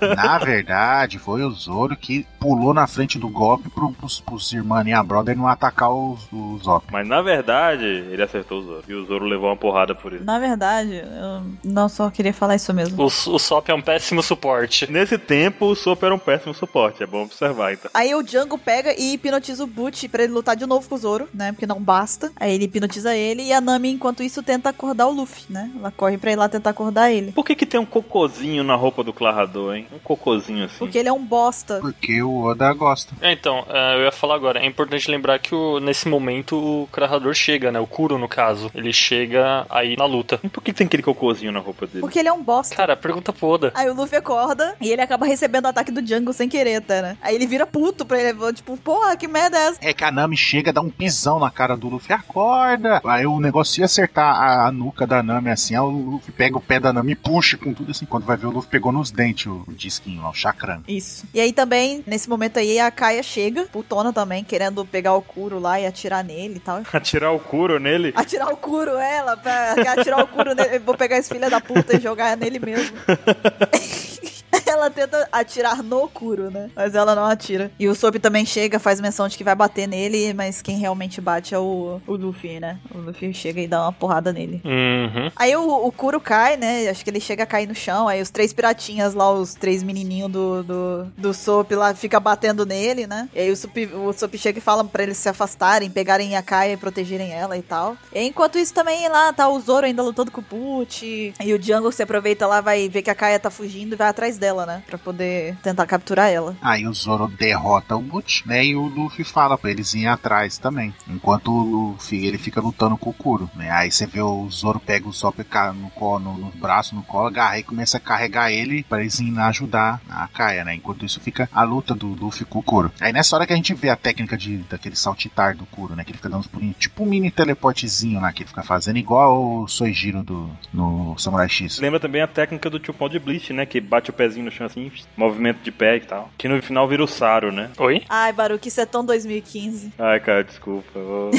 [laughs] Na verdade, foi o Zoro que pulou na frente do golpe pro, pros, pros irmãos e a brother não atacar os, os Zop. Mas na verdade, ele acertou o Zoro. E o Zoro levou uma porrada por isso. Na verdade, eu não só queria falar isso mesmo. O, o Sop é um péssimo suporte. Nesse tempo, o Sop era um péssimo suporte, é bom observar, então. Aí o Django pega e hipnotiza o Butch pra ele lutar de novo com o Zoro, né? Porque não basta. Aí ele hipnotiza ele e a Nami, enquanto isso, tenta acordar o Luffy, né? Ela corre pra ir lá tentar acordar ele. Por que que tem um cocôzinho na roupa do Clarador, hein? Um cocôzinho assim. Porque ele é um bosta. Porque o Oda gosta. É, Então, é, eu ia falar agora. É importante lembrar que o- nesse momento o Krahador chega, né? O Kuro, no caso. Ele chega aí na luta. E por que tem aquele cocôzinho na roupa dele? Porque ele é um bosta. Cara, pergunta pro Oda. Aí o Luffy acorda e ele acaba recebendo o ataque do Django sem querer, até, né? Aí ele vira puto pra ele, tipo, porra, que merda é essa? É que a Nami chega, dá um pisão na cara do Luffy, acorda! Aí o negócio ia acertar a, a nuca da Nami assim, aí o Luffy pega o pé da Nami e puxa com tudo assim. Quando vai ver, o Luffy pegou nos dentes o, o disquinho lá, o chakram. Isso. E aí também, nesse momento aí, a Kaia chega, putona também, querendo pegar o Kuro lá e atirar nele e tal. [laughs] Atirar o Kuro nele? Atirar o Kuro, ela, pra atirar o Kuro nele. Vou pegar esse filho da puta e jogar [laughs] nele mesmo. Ela tenta atirar no Kuro, né? Mas ela não atira. E o Sop também chega, faz menção de que vai bater nele, mas quem realmente bate é o, o Luffy, né? O Luffy chega e dá uma porrada nele. Uhum. Aí o, o Kuro cai, né? Acho que ele chega a cair no chão. Aí os três piratinhas lá, os três menininhos do, do, do Sop lá, fica batendo nele, né? E aí o Sop, o Sop chega e fala pra eles se afastarem, pegarem a Kaia e protegerem ela e tal. E enquanto isso também lá tá o Zoro ainda lutando com o Put. E o Jungle se aproveita lá, vai ver que a Kaia tá fugindo e vai atrás dela, né? né? Pra poder tentar capturar ela. Aí o Zoro derrota o Boot, né? E o Luffy fala pra eles irem atrás também. Enquanto o Luffy ele fica lutando com o Kuro, né? Aí você vê o Zoro pega o Sop ca- no, colo, no, no braço, no colo, agarra e começa a carregar ele pra eles irem lá ajudar a Kaia, né? Enquanto isso fica a luta do Luffy com o Kuro. Aí nessa hora que a gente vê a técnica de, daquele saltitar do Kuro, né? Que ele fica dando uns pulinhos, tipo um mini teleportezinho lá que ele fica fazendo, igual o Soijiro do, no Samurai X. Lembra também a técnica do Tio Paul de Bleach, né? Que bate o pezinho no chão assim, movimento de pé e tal. Que no final vira o Saro, né? Oi? Ai, Baruque, isso é tão 2015. Ai, cara, desculpa. eu-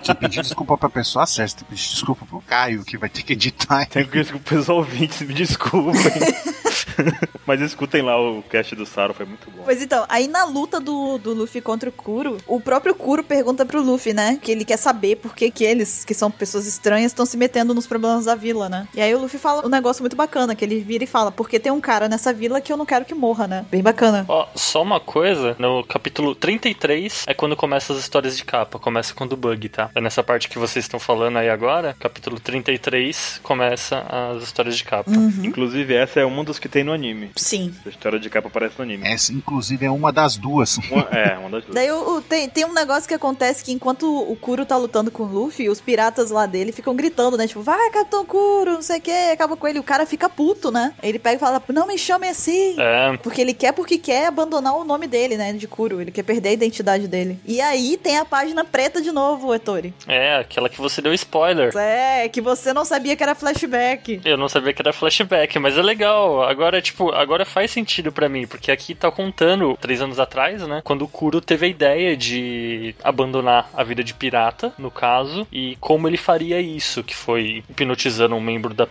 Você pediu desculpa pra pessoa certa, você pediu desculpa pro Caio, que vai ter que editar. Tenho que desculpar os ouvintes, me desculpem. [laughs] Mas escutem lá o cast do Saro, foi muito bom. Pois então, aí na luta do, do Luffy contra o Kuro, o próprio Kuro pergunta pro Luffy, né? Que ele quer saber por que, que eles, que são pessoas estranhas, estão se metendo nos problemas da vila, né? E aí o Luffy fala um negócio muito bacana, que ele vira e fala, porque tem um cara nessa vila que eu não quero que morra, né? Bem bacana. Ó, só uma coisa, no capítulo 33 é quando começa as histórias de capa, começa com o do bug, tá? É nessa parte que vocês estão falando aí agora, capítulo 33 começa as histórias de capa. Hum. Inclusive, essa é uma dos que tem no anime. Sim. A história de capa aparece no anime. Essa, inclusive, é uma das duas. Uma- é, uma [laughs] das duas. Daí o- o- tem, tem um negócio que acontece que enquanto o Kuro tá lutando com o Luffy, os piratas lá dele ficam gritando, né? Tipo, vai, Capitão Kuro, não sei o que, acaba com ele. O cara fica puto, né? Ele pega e fala, não me chame assim. É, Porque ele quer porque quer abandonar o nome dele, né? De Kuro. Ele quer perder a identidade dele. E aí tem a página preta de novo, Ettore. é, aquela que você deu spoiler. É, que você não sabia que era flashback. Eu não sabia que era flashback, mas é legal. Agora, tipo, agora faz sentido pra mim, porque aqui tá contando três anos atrás, né? Quando o Kuro teve a ideia de abandonar a vida de pirata, no caso, e como ele faria isso, que foi hipnotizando um membro da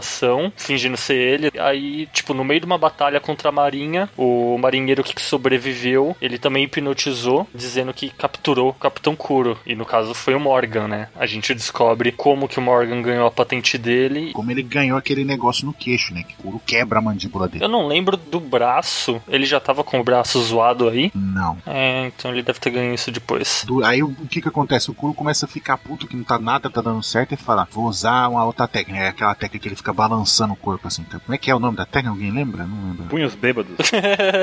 tripulação, fingindo ser ele. Aí, tipo, no meio de uma batalha contra a marinha, o marinheiro que sobreviveu, ele também hipnotizou, dizendo que capturou o Capitão Kuro. E no caso foi o Morgan, né? A gente descobre como que o Morgan ganhou a patente dele [laughs] Como ele ganhou aquele negócio no queixo, né? Que o Kuro quebra a mandíbula dele. eu não lembro do braço. Ele já tava com o braço zoado aí. Não. É, então ele deve ter ganho isso depois. Do- aí o o que que acontece? O Kuro começa a ficar puto que não tá nada, tá dando certo e fala: Vou usar uma outra técnica. É aquela técnica que ele fica balançando o corpo assim. Então, como é que é o nome da técnica? Alguém lembra? Não lembro. Punhos bêbados.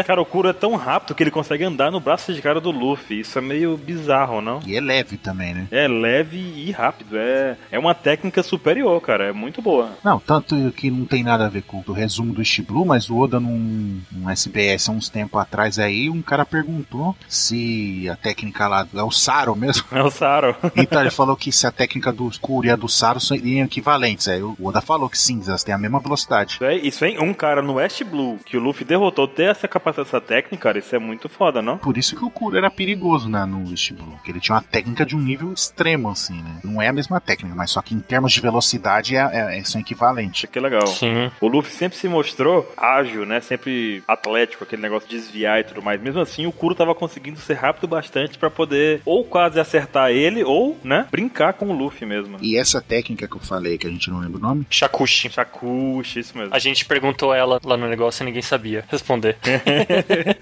cara, o Kuro é tão rápido que ele consegue andar no braço de cara do Luffy. Isso é meio bizarro, não? E é leve também, né? É leve e rápido. É, é uma técnica superior, cara. É muito boa. Não, tanto que não tem nada a ver com o resumo do Shiblu, mas o Oda num, num SBS há uns tempos atrás aí, um cara perguntou se a técnica lá é o Saro mesmo. É o Saro. Então ele falou que se a técnica do Kuro e a do Saro seriam equivalentes. Aí o Oda falou que sim, elas têm a mesma velocidade. Isso é, isso é um cara no West Blue que o Luffy derrotou ter essa capacidade, essa técnica, cara. Isso é muito foda, não? Por isso que o Kuro era perigoso né, no Shiblu, que ele tinha uma técnica de um nível extremo, assim, né? Não é a mesma técnica, mas só que em termos de velocidade é, é- é- são equivalentes. Isso aqui é legal. Sim. O Luffy sempre se mostrou ágil, né? Sempre atlético, aquele negócio de desviar e tudo mais. Mesmo assim, o Kuro tava conseguindo ser rápido bastante pra poder ou quase acertar ele ou, né, brincar com o Luffy mesmo. E essa técnica que eu falei, que a gente não lembra o nome, Shakushi. Shakushi, isso mesmo. A gente perguntou ela lá no negócio e ninguém sabia responder. [laughs]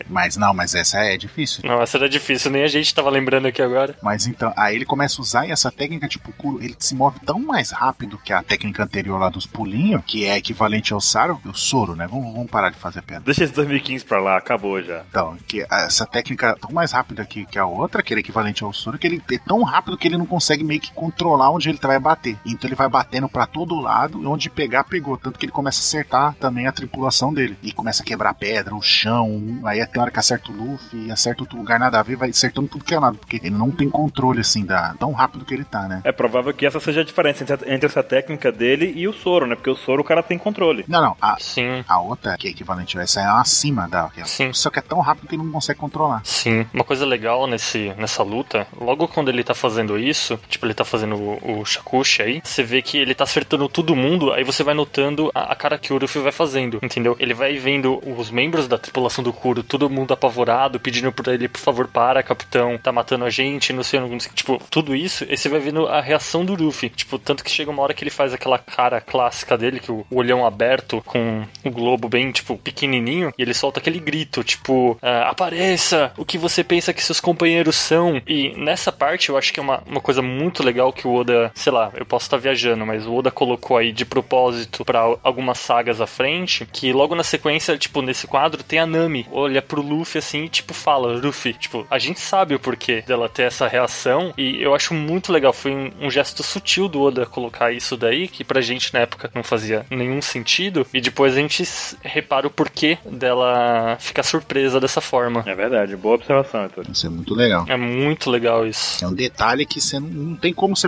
mas não, mas essa é difícil. Não, essa era difícil, nem a gente tava lembrando aqui agora. Mas então, aí ele começa a usar e essa técnica, tipo, o Kuro, ele se move tão mais rápido que a técnica anterior lá dos pulinhos, que é equivalente ao Saro, o Soro, né? Vamos, vamos parar de fazer piada. Deixa esse 2015 pra lá, acabou já. Então, que essa técnica é tão mais rápida que, que a outra, que ele é equivalente ao Soro, que ele é tão rápido que ele não consegue meio que controlar onde ele vai bater. Então ele vai batendo pra todo lado, e onde pegar, pegou. Tanto que ele começa a acertar também a tripulação dele. E começa a quebrar pedra, o chão. Aí até a hora que acerta o Luffy, acerta outro lugar, nada a ver, vai acertando tudo que é lado. Porque ele não tem controle, assim, da tão rápido que ele tá, né? É provável que essa seja a diferença entre, entre essa técnica dele e o Soro, né? Porque o Soro o cara tem controle. Não, não. A, Sim. a outra, que é equivalente a essa, é acima da. Sim. Só que é tão rápido que ele não consegue controlar. Sim, uma coisa legal nesse, nessa luta, logo quando ele tá fazendo isso, tipo, ele tá fazendo o, o Shakushi aí, você vê que ele tá acertando todo mundo, aí você vai notando a, a cara que o Luffy vai fazendo, entendeu? Ele vai vendo os membros da tripulação do Kuro, todo mundo apavorado, pedindo pra ele, por favor, para, capitão, tá matando a gente, não sei, não sei, tipo, tudo isso, aí você vai vendo a reação do Luffy, tipo, tanto que chega uma hora que ele faz aquela cara clássica dele, que o, o olhão aberto, com o globo bem, tipo, pequenininho, e ele solta aquele grito, tipo, ah, apareça, o que você pensa que seus companheiros são. E nessa parte eu acho que é uma, uma coisa muito legal que o Oda, sei lá, eu posso estar viajando, mas o Oda colocou aí de propósito pra algumas sagas à frente, seguinte, que logo na sequência, tipo, nesse quadro, tem a Nami. Olha pro Luffy assim e, tipo, fala, Luffy, tipo, a gente sabe o porquê dela ter essa reação. E eu acho muito legal. Foi um, um gesto sutil do Oda colocar isso daí, que pra gente na época não fazia nenhum sentido. E depois a gente s- repara o porquê dela ficar surpresa dessa forma. É verdade, boa observação, Arthur. Isso é muito legal. É muito legal isso. É um detalhe que você não, não tem como você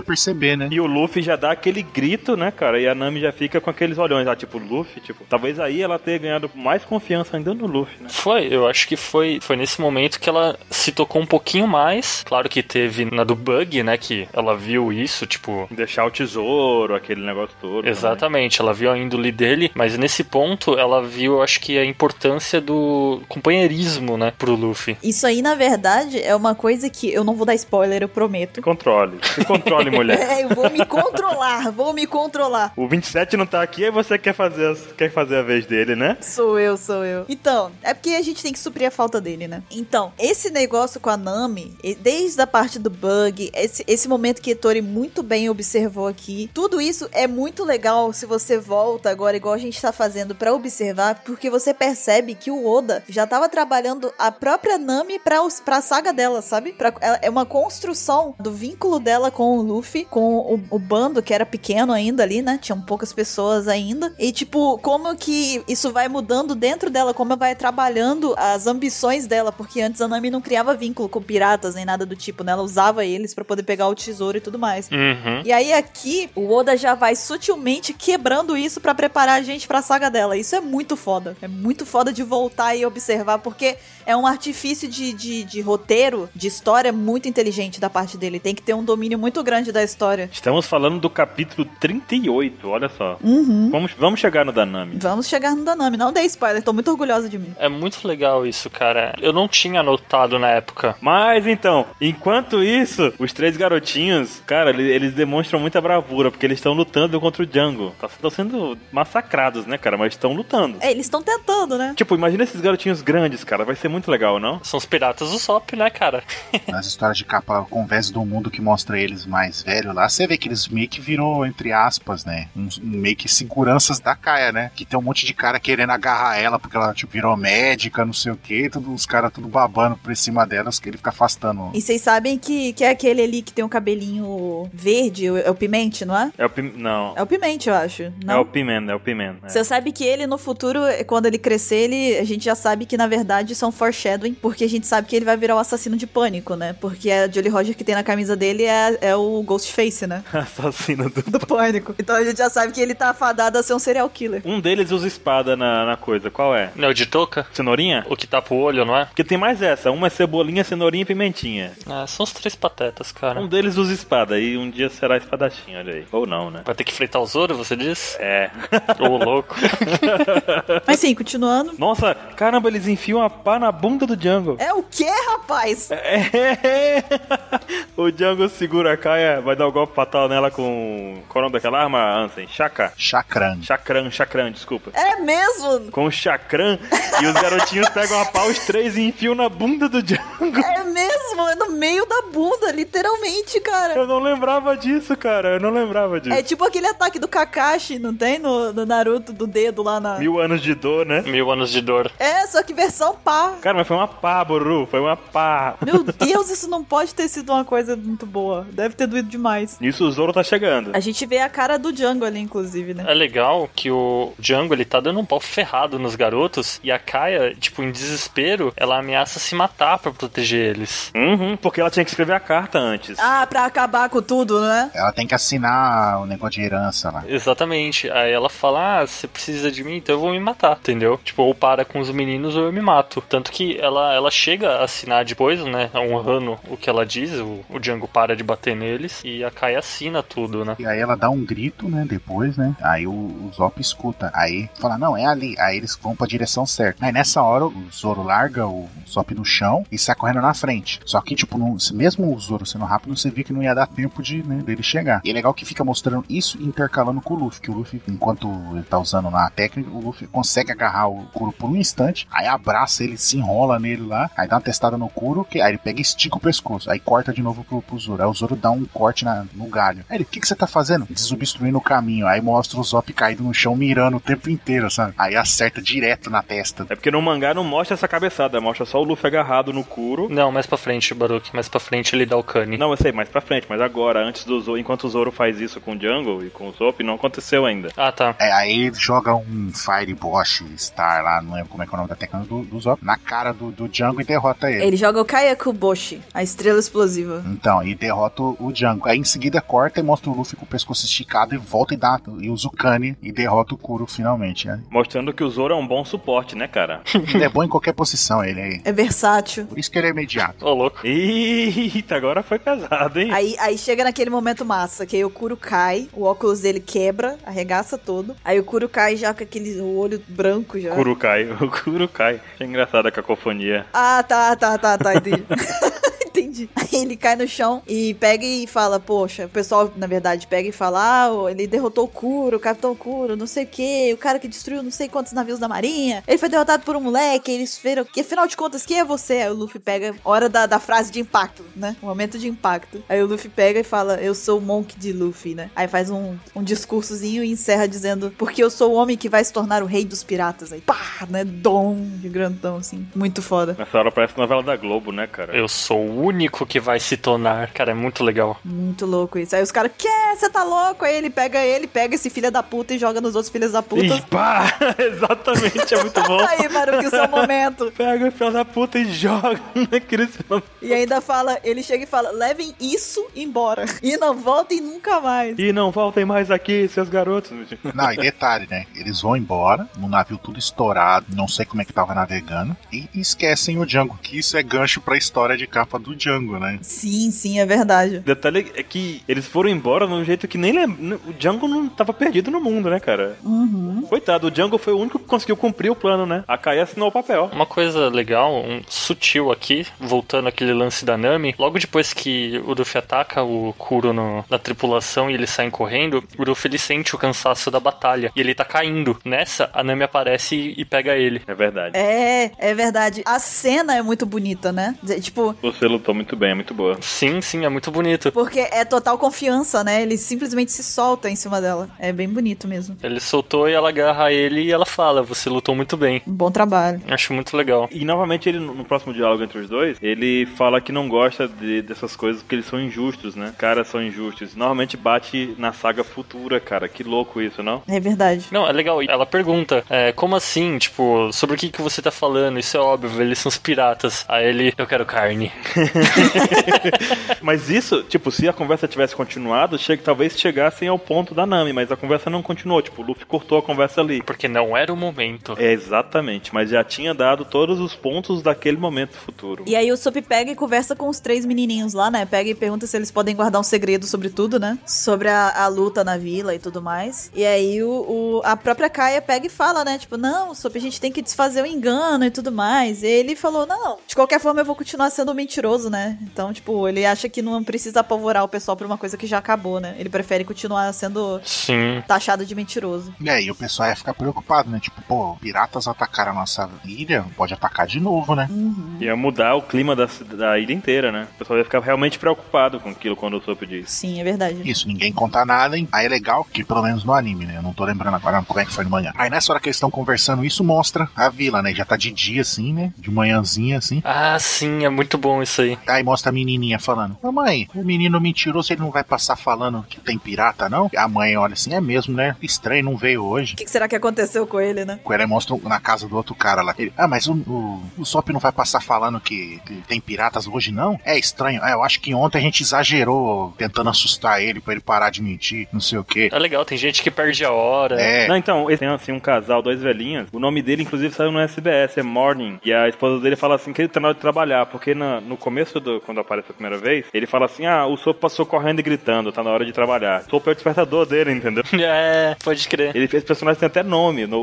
[laughs] perceber, né? E o Luffy já dá aquele grito, né, cara? E a Nami já fica com aqueles olhões lá, tipo, Luffy, tipo, talvez aí ela tenha ganhado mais confiança ainda no Luffy, né? Foi, eu acho que foi, foi nesse momento que ela se tocou um pouquinho mais. Claro que teve na do Bug, né? Que ela viu isso, tipo. Deixar o tesouro, aquele negócio todo. né? também. Exatamente, ela viu a índole dele, mas nesse ponto ela viu, eu acho que, a importância do companheirismo, né, pro Luffy. Isso aí, na verdade, é uma coisa que eu não vou dar spoiler, eu Se prometo. controle, se controle, [laughs] mulher. É, eu vou me controlar, vou me controlar. O 27 não tá aqui, aí você quer fazer, as- quer fazer a vez dele, né? Sou eu, sou eu. Então, é porque a gente tem que suprir a falta dele, né? Então, esse negócio com a Nami, e- desde a parte do bug, esse, esse momento que Tori muito bem observou aqui, tudo isso é muito legal se você volta agora, igual a gente tá fazendo, pra observar, porque você percebe que o Oda já tava trabalhando a própria Nami pra, os- pra saga dela, sabe? Pra, ela- é uma construção do vínculo dela com o Luffy, com o, o bando que era pequeno ainda ali, né? Tinham poucas pessoas ainda. E, tipo, como que isso vai mudando dentro dela, como ela vai trabalhando as ambições dela, porque antes a Nami não criava vínculo com piratas nem nada do tipo, né? Ela usava eles pra poder pegar o tesouro e tudo mais. Uhum. E aí aqui, o Oda já vai sutilmente quebrando isso pra preparar a gente pra saga dela. Isso é muito foda. É muito foda de voltar e observar, porque é um artifício de, de, de roteiro, de história muito inteligente da parte dele. Tem que ter um domínio muito grande da história. Estamos falando do capítulo 38, olha só. Uhum. Vamos, vamos chegar no Danami. Vamos chegar no Danami. Não dei spoiler, tô muito orgulhosa de mim. É muito legal isso, cara. Eu não tinha notado na época. Mas então, enquanto isso, os três garotinhos, cara, ele- eles demonstram muita bravura, porque eles estão lutando contra o Django. Tá- Estão sendo massacrados, né, cara? Mas estão lutando. É, eles estão tentando, né? Tipo, imagina esses garotinhos grandes, cara. Vai ser muito legal, não? São os piratas do SOP, né, cara? Nas histórias de capa conversa do mundo que mostra eles mais velho lá, você vê que eles meio que virou, entre aspas, né? Uns um meio que seguranças da Caia, né? Que tem um monte de cara querendo agarrar ela porque ela, tipo, virou médica, não sei o quê. Tudo, os caras tudo babando por cima delas, que ele fica afastando. E vocês sabem que, que é aquele ali que tem um cabelinho verde, o- é o Pimente, não é? É o Pim... Não. É o Pimente, eu acho. Não? É o Pimen, é o Pimen. é. Você sabe que ele no futuro, eh, quando ele crescer, ele, a gente já sabe que na verdade são foreshadowing, porque a gente sabe que ele vai virar o assassino de pânico, né? Porque a Jolly Roger que tem na camisa dele é, é o Ghostface, né? [laughs] [laughs] Assassino do... Do pânico. Então a gente já sabe que ele tá fadado a ser um serial [laughs] killer. Um deles usa espada na, na coisa, qual é? Não é o de touca? Cenourinha? O que tapa o olho, não é? Porque tem mais essa, uma é cebolinha, cenourinha e pimentinha. Ah, são os três patetas, Um cara. deles usa espada e um dia será espadachim, olha aí. Ou não, né? Vai ter que fritar o Zoro, você diz? É. [laughs] Ô, louco. Mas sim, continuando. Nossa, caramba, eles enfiam a pá na bunda do Django. É o quê, rapaz? [laughs] É. o Django segura a Kaia, vai dar o golpe fatal nela com. Qual é o nome daquela arma, Ansem? Chaka? Chacrando. Chacrã, chacrã, desculpa. É mesmo? Com o chacrã, e os garotinhos [laughs] pegam a pá, os três, e enfiam na bunda do Django. É mesmo? É no meio da bunda, literalmente, cara. Eu não lembrava disso, cara. Eu não lembrava disso. É tipo aquele ataque do Kakashi, não tem? No, no Naruto, do dedo lá na. Mil anos de dor, né? Mil anos de dor. É, só que versão pá. Cara, mas foi uma pá, Boru. Foi uma pá. Meu Deus, isso não pode ter sido uma coisa muito boa. Deve ter doído demais. Isso, o Zoro tá chegando. A gente vê a cara do Django ali, inclusive, né? É legal que o Django ele tá dando um pau ferrado nos garotos e a Kaia, tipo, em desespero, ela ameaça se matar pra proteger eles. Uhum, porque ela tinha que escrever a carta antes. Ah, pra acabar com tudo, né? Ela tem que assinar o negócio de herança lá. Exatamente. Aí ela fala: Ah, você precisa de mim, então eu vou me matar, entendeu? Tipo, ou para com os meninos ou eu me mato. Tanto que ela, ela chega a assinar depois, né? Honrando o que ela diz, o, o Django para de bater neles e a Kaia assina tudo, né? E aí ela dá um grito, né? Depois, né? Aí o, o Zop escuta. Aí fala, não, é ali. Aí eles vão pra direção certa. Aí nessa hora o Zoro larga o Zop no chão e sai correndo na frente. Só que, tipo, não- se mesmo o Zoro sendo rápido, você vê que não ia dar tempo de, né, dele chegar. E é legal que fica mostrando isso e intercalando com o Luffy. Que o Luffy, enquanto ele tá usando lá a técnica, o Luffy consegue agarrar o Kuro por um instante. Aí abraça ele, se enrola nele lá. Aí dá uma testada no Kuro, que aí ele pega e estica o pescoço. Aí corta de novo pro, pro Zoro. Aí o Zoro dá um corte na- no galho. Aí ele, o que, que você tá fazendo? Desobstruindo o caminho. Aí mostra o Zop caído no chão, mirando o tempo inteiro, sabe? Aí acerta direto na testa. É porque no mangá não mostra essa cabeçada, mostra só o Luffy agarrado no Kuro. Não, mais pra frente, Baruch. Mais pra frente ele dá o cane. Não, eu sei, mais pra frente, mas agora, antes do Zoro, enquanto o Zoro faz isso com o Jungle e com o Zop, não aconteceu ainda. Ah, tá. É, aí ele joga um Fire Bosch Star lá, não lembro como é que é o nome da técnica do, do Zop, na cara do, do Django e derrota ele. Ele joga o Kayakuboshi, a estrela explosiva. Então, e derrota o o Django. Aí em seguida corta e mostra o Luffy com o pescoço esticado e volta e dá. E usa o Kane e derrota o Kuro finalmente, né? Mostrando que o Zoro é um bom suporte, né, cara? Ele é bom em qualquer posição, ele é. É versátil. Por isso que ele é imediato. Ô, louco. Eita, agora foi pesado, hein? Aí, aí chega naquele momento massa, que aí o Kuro cai, o óculos dele quebra, arregaça todo. Aí o Kuro cai já com aquele o olho branco já. Kuro cai, [laughs] o Kuro cai. É engraçada a cacofonia. Ah, tá, tá, tá, tá, entendi. [laughs] Entendi. Aí ele cai no chão e pega e fala, poxa, o pessoal, na verdade, pega e fala, ah, ele derrotou o Kuro, o Capitão Kuro, não sei o quê, o cara que destruiu não sei quantos navios da marinha, ele foi derrotado por um moleque, eles viram que, afinal de contas, quem é você? Aí o Luffy pega, hora da, da frase de impacto, né? O momento de impacto. Aí o Luffy pega e fala, eu sou o Monk de Luffy, né? Aí faz um, um discursozinho e encerra dizendo, porque eu sou o homem que vai se tornar o rei dos piratas. Aí, pá, né? Dom de grandão, assim. Muito foda. Nessa hora parece novela da Globo, né, cara? Eu sou o único que vai se tornar. Cara, é muito legal. Muito louco isso. Aí os caras, que? Você tá louco? Aí ele pega ele, pega esse filho da puta e joga nos outros filhos da E puta. pá! [laughs] Exatamente, é muito bom. [laughs] Aí, Baruque, o seu momento. Pega o filho da puta e joga [laughs] naqueles filme. E ainda fala, ele chega e fala: levem isso embora. E não voltem nunca mais. E não voltem mais aqui, seus garotos. Não, e detalhe, né? Eles vão embora, no navio tudo estourado, não sei como é que tava navegando, e esquecem o Django, que isso é gancho pra história de capa do Django, né? Sim, sim, é verdade. Detalhe é que eles foram embora de um jeito que nem lembra. O Django não tava perdido no mundo, né, cara? Uhum. Coitado, o Django foi o único que conseguiu cumprir o plano, né? A Kai assinou o papel. Uma coisa legal, um sutil aqui, voltando àquele lance da Nami, logo depois que o Luffy ataca o Kuro no- na tripulação e eles saem correndo, o Luffy ele sente o cansaço da batalha e ele tá caindo. Nessa, a Nami aparece e, e pega ele. É verdade. É, é verdade. A cena é muito bonita, né? Dizer, Tipo, Você lutou muito bem, é muito boa. Sim, sim, é muito bonito. porque é total confiança, né? Ele simplesmente se solta em cima dela. É bem bonito mesmo. Ele soltou e ela agarra ele e ela fala: Você lutou muito bem. Um bom trabalho. Acho muito legal. E novamente ele no no próximo diálogo entre os dois, ele fala que não gosta de- dessas coisas porque eles são injustos, né? Caras são injustos. Normalmente bate na saga futura, cara. Que louco isso, [laughs] não? É verdade. Não, é legal. Ela pergunta, é, como assim? Tipo, sobre o que, que você tá falando? Isso é óbvio, eles são os piratas. Aí ele, eu quero carne. [laughs] Mas isso, tipo, se a conversa tivesse continuado, che- talvez chegassem ao ponto da Nami, mas a conversa não continuou. Tipo, o Luffy cortou a conversa ali. Porque não era o momento. É, exatamente, mas já tinha dado todos os pontos daquele momento futuro. E aí o Sop pega e conversa com os três menininhos lá, né? Pega e pergunta se eles podem guardar um segredo sobre tudo, né? Sobre a, a luta na vila e tudo mais. E aí o, o- a própria Kaia pega e fala, né? Tipo, não, Sop, a gente tem que desfazer o engano e tudo mais. E ele falou, não, de qualquer forma eu vou continuar sendo um mentiroso, né? Então, tipo, ele acha que não precisa apavorar o pessoal por uma coisa que já acabou, né? Ele prefere continuar sendo Sim. taxado de mentiroso. E aí o pessoal ia ficar preocupado, né? Tipo, pô, piratas atacaram a nossa ilha, pode atacar de novo, né? Ia mudar o clima da, ci- da ilha inteira, né? O pessoal ia ficar realmente preocupado com aquilo quando o Sop disse. Sim, é verdade. Isso, ninguém conta nada, hein? Aí é legal que, pelo menos no anime, né? Eu não tô lembrando agora como é que foi no manhã. Aí nessa hora que eles estão conversando, isso mostra a vila, né? Já tá de dia, assim, né? De manhãzinha, assim. Ah, sim, é muito bom isso aí. Aí mostra a menininha falando: Mamãe, o menino mentiroso, ele não vai passar falando que tem pirata, não? E a mãe olha assim: É mesmo, né? Estranho, não veio hoje. O que que será que aconteceu com ele, né? Ele mostra na casa do outro cara lá. Ele, ah, mas o, o, o Sop não vai passar falando que, que tem piratas hoje, não? É estranho. É, eu acho que ontem a gente exagerou tentando assustar ele pra ele parar de mentir, não sei o quê. É legal, tem gente que perde a hora. É, Não, então, eles têm assim um casal, dois velhinhas. O nome dele, inclusive, saiu no SBS, é Morning. E a esposa dele fala assim que ele tá na hora de trabalhar, porque na- no começo, do, quando aparece a primeira vez, ele fala assim: ah, o Sop passou correndo e gritando, tá na hora de trabalhar. Sop é o despertador dele, entendeu? [laughs] [laughs] É, pode crer. Ele, esse personagem tem até nome, no-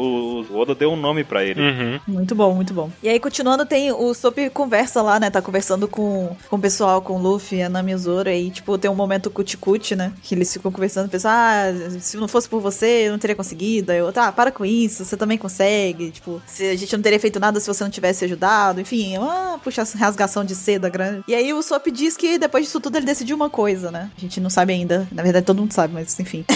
o Oda deu um nome pra ele. Uhum. Muito bom, muito bom. E aí, continuando, tem o Sop conversa lá, né? Tá conversando com, com o pessoal, com o Luffy, a Nami e o Zoro. E, tipo, tem um momento cuticute, né? Que eles ficam conversando, pensam, ah, se não fosse por você, eu não teria conseguido. Aí eu, tá, para com isso, você também consegue. Tipo, se a gente não teria feito nada se você não tivesse ajudado. Enfim, é uma puxa, rasgação de seda grande. E aí o Sop diz que depois disso tudo ele decidiu uma coisa, né? A gente não sabe ainda. Na verdade, todo mundo sabe, mas enfim. [laughs]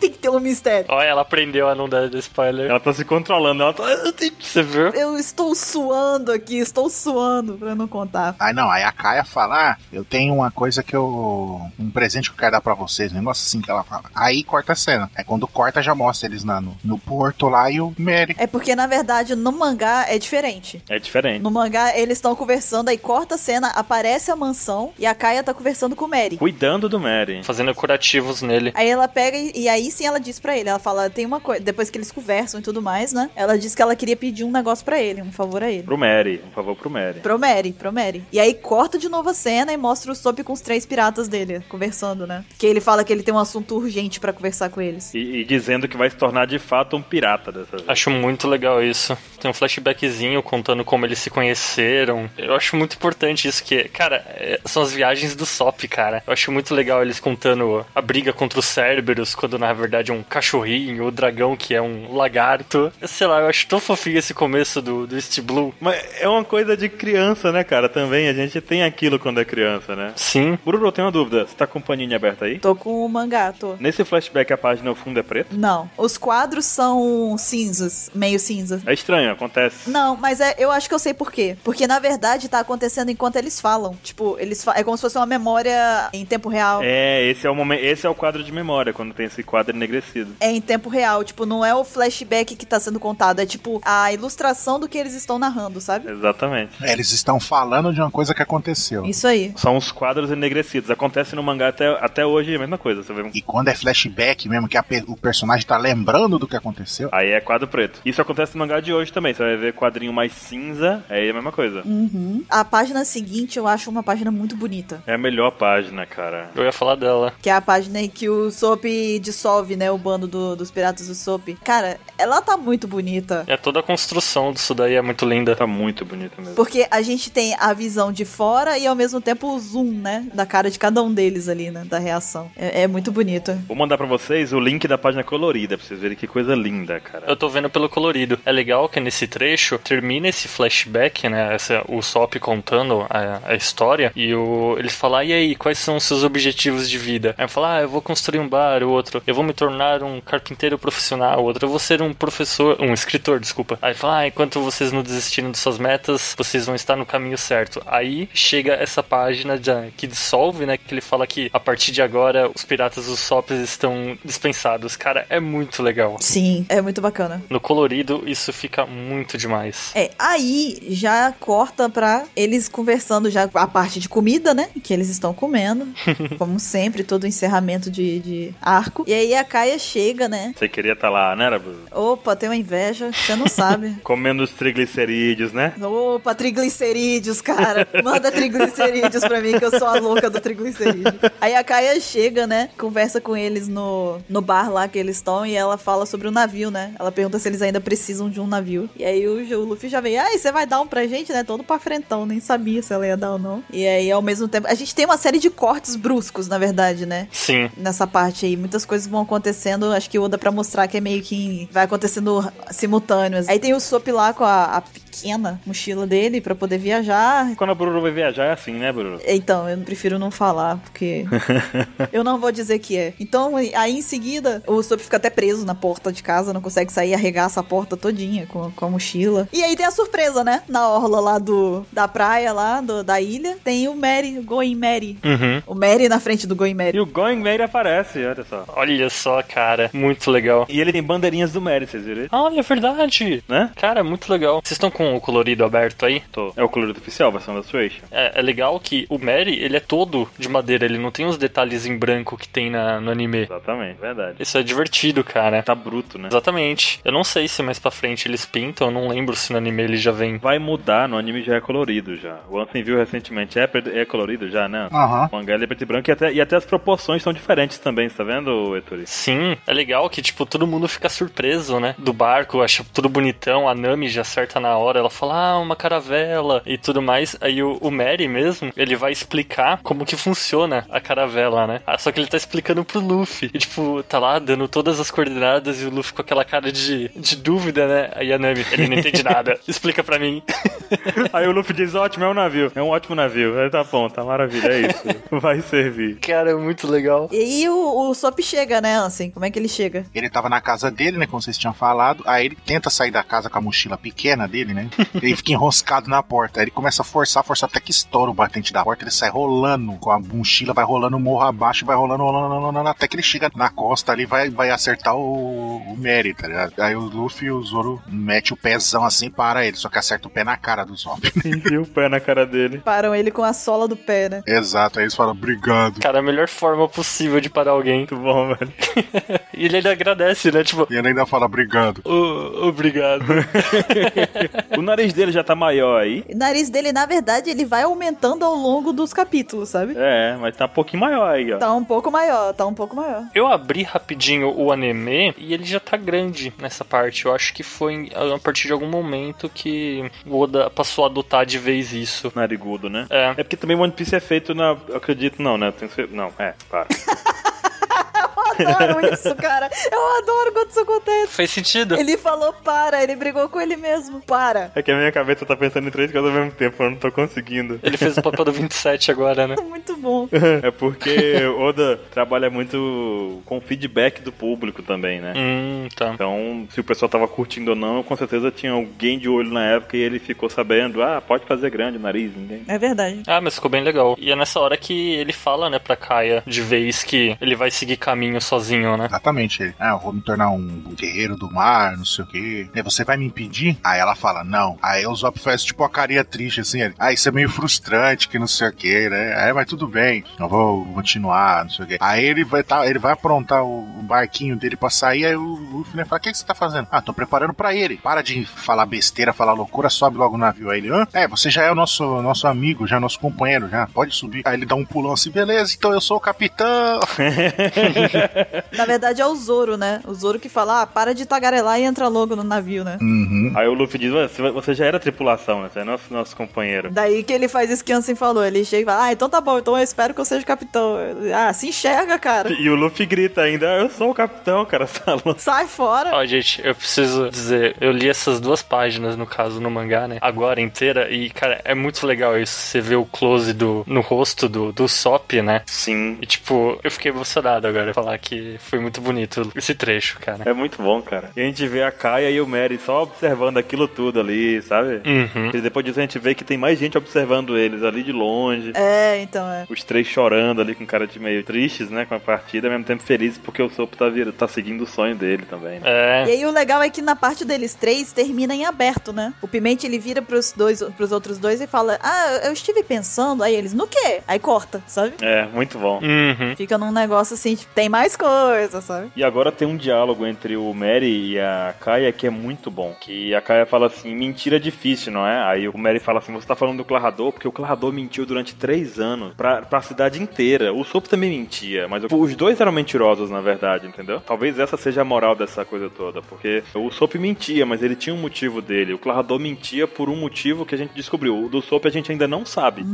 Tem que ter um mistério. Olha, ela aprendeu a não dar spoiler. Ela tá se controlando, ela tá. Eu tenho que- Você viu? Eu estou suando aqui, estou suando pra não contar. Aí não, aí a Kaia fala: ah, eu tenho uma coisa que eu. um presente que eu quero dar pra vocês, um negócio assim que ela fala. Aí corta a cena. Aí quando corta, já mostra eles na, no, no porto lá e o Merry. É porque, na verdade, no mangá é diferente. É diferente. No mangá, eles estão conversando, aí corta a cena, aparece a mansão e a Kaia tá conversando com o Mary. Cuidando do Mary. Fazendo curativos nele. Aí ela pega e, e aí sim ela diz pra ele, ela fala, tem uma coisa, depois que eles conversam e tudo mais, né? Ela diz que ela queria pedir um negócio pra ele, um favor a ele. Pro Mary, um favor pro Mary. Pro Mary, pro Mary. E aí corta de novo a cena e mostra o Sop com os três piratas dele, conversando, né? Que ele fala que ele tem um assunto urgente pra conversar com eles. E, e dizendo que vai se tornar de fato um pirata dessa vez. Acho muito legal isso. Tem um flashbackzinho contando como eles se conheceram. Eu acho muito importante isso, que, cara, é, são as viagens do Sop, cara. Eu acho muito legal eles contando a briga contra os Cerberus, quando na verdade é um cachorrinho, o dragão que é um lagarto. Eu Sei lá, eu acho tão fofinho esse começo do, do East Blue. Mas é uma coisa de criança, né, cara? Também a gente tem aquilo quando é criança, né? Sim. Bruno, eu tenho uma dúvida. Você tá com o paninho aberto aí? Tô com o mangá, tô. Nesse flashback a página ao fundo é preta? Não, os quadros são cinzas, meio cinza. É estranho, acontece. Não, mas é, eu acho que eu sei por quê. Porque na verdade tá acontecendo enquanto eles falam. Tipo, eles fa- é como se fosse uma memória em tempo real. É, esse é o momento, esse é o quadro de memória quando tem esse quadro enegrecido. é em tempo real, tipo, não é o flashback que tá sendo contado, é tipo a ilustração do que eles estão narrando, sabe? Exatamente. Eles estão falando de uma coisa que aconteceu. Isso aí. São os quadros enegrecidos. Acontece no mangá até, até hoje é a mesma coisa. Você vê um... E quando é flashback mesmo, que a pe- o personagem tá lembrando do que aconteceu, Aí é quadro preto. Isso acontece no mangá de hoje também. Você vai ver quadrinho mais cinza, aí é a mesma coisa. Hum. Uhum. A página seguinte eu acho uma página muito bonita. É a melhor página, cara. Eu ia falar dela. Que é a página em que o Soap dissolve, né? O bando do- dos piratas do Soap. Cara, ela tá muito bonita. É toda a construção disso daí é muito linda. Tá muito bonito mesmo. Porque a gente tem a visão de fora e ao mesmo tempo o zoom, né? Da cara de cada um deles ali, né? Da reação. É, é muito bonito. Vou mandar pra vocês o link da página colorida, pra vocês verem que coisa linda, cara. Eu tô vendo pelo colorido. É legal que nesse trecho termina esse flashback, né? essa- o Sop contando a, a história. E o, ele fala: E aí, quais são os seus objetivos de vida? Aí fala: Ah, eu vou construir um bar, o outro. Eu vou me tornar um carpinteiro profissional, o outro. Eu vou ser um professor, um escritor, desculpa. Aí ele fala: Ah, enquanto vocês não desistirem de suas metas, vocês vão estar no caminho certo. Aí chega essa página de- que dissolve, né? Que ele fala que a partir de agora os piratas dos Sops estão dispensados. Cara, é muito legal. Sim, é muito bacana. No colorido, isso fica muito demais. É, aí já corta pra eles conversando já a parte de comida, né? Que eles estão comendo. como sempre, todo o encerramento de, de arco. E aí a Kaia chega, né? Você queria estar lá, né, Arabu? Opa, tem uma inveja, você não sabe. Comendo os triglicerídeos, né? Opa, triglicerídeos, cara. Manda triglicerídeos pra mim, que eu sou a louca do triglicerídeo. Aí a Kaia chega, né? Conversa com eles no, no bar lá que eles estão e ela fala sobre o navio, né? Ela pergunta se eles ainda precisam de um navio. E aí o, Ju- o Luffy já vem, ai, você vai dar um pra gente, né? Todo pra frentão, nem sabia se ela ia dar ou não. E aí, ao mesmo tempo, a gente tem uma série de cortes bruscos, na verdade, né? Sim, nessa parte aí. Muitas coisas vão acontecendo, acho que o Oda pra mostrar que é meio que em- vai acontecendo simultâneas. Aí tem o Sop lá com a, a pequena mochila dele pra poder viajar. Quando a Bruno vai viajar é assim, né, Bruno? Então, eu prefiro não falar, porque eu não vou dizer que é. Então, aí em seguida, o Sop fica até preso na porta de casa, não consegue sair, arregaça a porta todinha com, a- com a mochila. E aí tem a surpresa, né? Na orla lá do, da praia, lá do- da ilha, tem o Mary, o Goin Mary. O Mary na frente do Goin Mary. E o Going Mary aparece, olha só. olha só, cara, muito legal. E ele tem bandeirinhas do Mary, vocês viram? isso? Ah, Olha, é verdade! Né? Cara, muito legal. Vocês estão com o colorido aberto aí? Tô. É o colorido oficial, versão da Suation. É, é legal que o Mary, ele é todo de madeira, ele não tem os detalhes em branco que tem na, no anime. Exatamente, verdade. Isso é divertido, cara. Tá bruto, né? Exatamente. Eu não sei se mais pra frente eles pintam, eu não lembro se no anime ele já vem. Vai mudar, no anime já é colorido já. O Ansem viu recentemente, é, preto- é colorido já, né? Aham. O mangá ele é preto e branco e até, e até as proporções são diferentes também, você tá vendo, [laughs] Eturi? Sim, é legal que, tipo, todo mundo fica surpreso, né? Do barco, acha tudo bonitão, a Nami já acerta na hora ela fala, ah, uma caravela e tudo mais. Aí o, o Mary mesmo, ele vai explicar como que funciona a caravela, né? Ah, só que ele tá explicando pro Luffy. E, tipo, tá lá dando todas as coordenadas e o Luffy com aquela cara de, de dúvida, né? Aí a Nami, ele não entende nada. [laughs] Explica pra mim. Aí o Luffy diz: ótimo, é um navio. É um ótimo navio. Aí tá bom, tá maravilha, é isso. Vai servir. Cara, é muito legal. E aí o, o Sop chega, né, Ansem? Como é que ele chega? Ele tava na casa dele, né? Como vocês tinham falado. Aí ele tenta sair da casa com a mochila pequena dele, né? Ele fica enroscado na porta. Aí ele começa a forçar, forçar até que estoura o batente da porta. Ele sai rolando com a mochila, vai rolando morro abaixo, vai rolando, rolando, rolando, rolando, até que ele chega na costa ali, vai, vai acertar o, o Mary, tá ligado? Aí o Luffy e o Zoro mete o pezão assim e para ele. Só que acerta o pé na cara do Zop. E o pé na cara dele. Param ele com a sola do pé, né? [laughs] Exato, aí eles falam, obrigado. Cara, a melhor forma possível de parar alguém. Muito bom, velho. [laughs] E ele ainda agradece, né? Tipo, E ele ainda fala, obrigado. "Ô, obrigado. [laughs] O nariz dele já tá maior aí. O nariz dele, na verdade, ele vai aumentando ao longo dos capítulos, sabe? É, mas tá um pouquinho maior aí, ó. Tá um pouco maior, tá um pouco maior. [laughs] Eu abri rapidinho o anime e ele já tá grande nessa parte. Eu acho que foi em- a partir de algum momento que o Oda passou a adotar de vez isso. Narigudo, né? É. porque também One Piece é feito na. eu Acredito, não, né? Tenho certeza. Não, é, claro. Eu adoro isso, cara. Eu adoro quando isso acontece. Fez sentido. Ele falou para, ele brigou com ele mesmo. Para. É que a minha cabeça tá pensando em três coisas ao mesmo tempo, eu não tô conseguindo. Ele fez o papel do 27 agora, né? Muito bom. É porque o Oda trabalha muito com o feedback do público também, né? Hum, tá. Então, se o pessoal tava curtindo ou não, com certeza tinha alguém de olho na época e ele ficou sabendo, ah, pode fazer grande o nariz, ninguém. É verdade. Ah, mas ficou bem legal. E é nessa hora que ele fala, né, pra Kaia de vez que ele vai seguir caminho sozinho, né? Exatamente ele. Ah, eu vou me tornar um guerreiro do mar, não sei o quê. E você vai me impedir? Aí ela fala, não. Aí o Zop faz tipo uma carinha triste, assim. Ele, ah, isso é meio frustrante, que não sei o quê, né? Aí, mas tudo bem. Eu vou continuar, não sei o quê. Aí ele vai, tá, ele vai aprontar o o barquinho dele pra sair, aí o Luffy, né, fala, o que, que você tá fazendo? Ah, tô preparando pra ele. Para de falar besteira, falar loucura, sobe logo no navio. Aí ele, hã? É, você já é o nosso, nosso amigo, já é nosso companheiro, já. Pode subir. Aí ele dá um pulão assim, beleza, então eu sou o capitão. Na verdade é o Zoro, né? O Zoro que fala, ah, para de tagarelar e entra logo no navio, né? uhum. Aí o Luffy diz, "Ué, você- você já era tripulação, né? Você é nosso, nosso companheiro. Daí que ele faz isso que Ansem falou. Ele chega e fala, ah, então tá bom, então eu espero que eu seja o capitão. Ah, se enxerga, cara. E o Luffy grita ainda, "Ah, eu sou o capitão, cara, [laughs] tá louco?" Sai fora. Ó, gente, eu preciso dizer, eu li essas duas páginas, no caso, no mangá, né? Agora inteira, e, cara, é muito legal isso. Você vê o close do, no rosto do, do Sop, né? Sim. E, tipo, eu fiquei emocionado agora falar que foi muito bonito esse trecho, cara. É muito bom, cara. E a gente vê a Kaia e o Mary só observando aquilo tudo ali, sabe? Uhum. E depois disso a gente vê que tem mais gente observando eles ali de longe. É, então é. Os três chorando ali com cara de meio tristes, né? Com a partida, ao mesmo tempo felizes porque o Sopo tá, vir... tá seguindo o sonho dele também, né? É. E aí o legal é que na parte deles três termina em aberto, né? O Pimente ele vira pros dois, pros outros dois e fala: "Ah, eu estive pensando". Aí eles: "No quê?". Aí corta, sabe? É, muito bom. Uhum. Fica num negócio assim, tipo, tem mais coisa, sabe? E agora tem um diálogo entre o Mary e a Kaia que é muito bom. Que a Kaia fala assim, mentira é difícil, não é? Aí o Mary fala assim, você tá falando do Clarrador? Porque o Clarrador mentiu durante três anos pra, pra cidade inteira. O Sopo também mentia, mas o- os dois eram mentirosos, na verdade, entendeu? Talvez essa seja a moral dessa coisa toda, porque o Sopo mentia, mas ele tinha um motivo dele. O Clarrador mentia por um motivo que a gente descobriu. O do Sopo a gente ainda não sabe.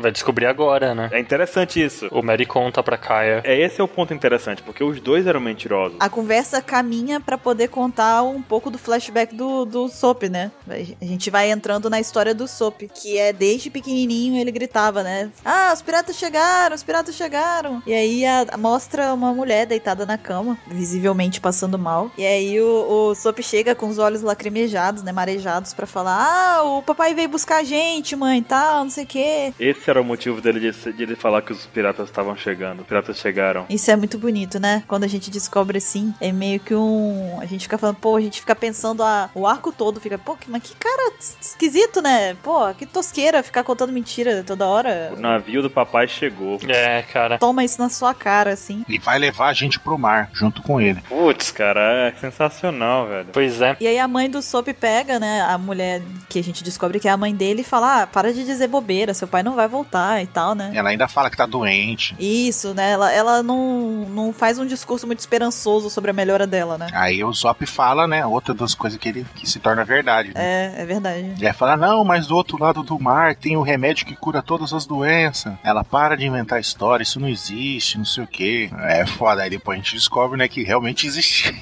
Vai descobrir agora, né? É interessante isso. O Mary conta pra Kaia. É, esse é o ponto interessante, porque os dois eram mentirosos. A conversa caminha pra poder contar um pouco do flashback do, do Soap, né? A gente vai entrando na história do Soap, que é desde pequenininho ele gritava, né? Ah, os piratas chegaram, os piratas chegaram. E aí a- mostra uma mulher deitada na cama, visivelmente passando mal. E aí o, o Soap chega com os olhos lacrimejados, né? Marejados pra falar: Ah, o papai veio buscar a gente, mãe, e tal, não sei o quê. Esse era o motivo dele de, se- de ele falar que os piratas estavam chegando. Os piratas chegaram. Isso é muito bonito, né? Quando a gente descobre assim, é meio que um. A gente fica falando, pô, a gente fica pensando a... o arco todo, fica, pô, que... mas que cara es- esquisito, né? Pô, que tosqueira ficar contando mentira toda hora. O navio do papai chegou. É, cara. Toma isso na sua cara, assim. E vai levar a gente pro mar, junto com ele. Putz, cara, é sensacional, velho. Pois é. E aí a mãe do Sop pega, né, a mulher que a gente descobre que é a mãe dele e fala: ah, para de dizer bobeira, seu pai não vai voltar e tal, né? Ela ainda fala que tá doente. Isso, né? Ela, ela não, não faz um discurso muito esperançoso sobre a melhora dela, né? Aí o Zop fala, né? Outra das coisas que ele que se torna verdade. Né? É, é verdade. Ele fala, não, mas do outro lado do mar tem o remédio que cura todas as doenças. Ela para de inventar história, isso não existe, não sei o quê. É foda. Aí depois a gente descobre, né, que realmente [laughs] existe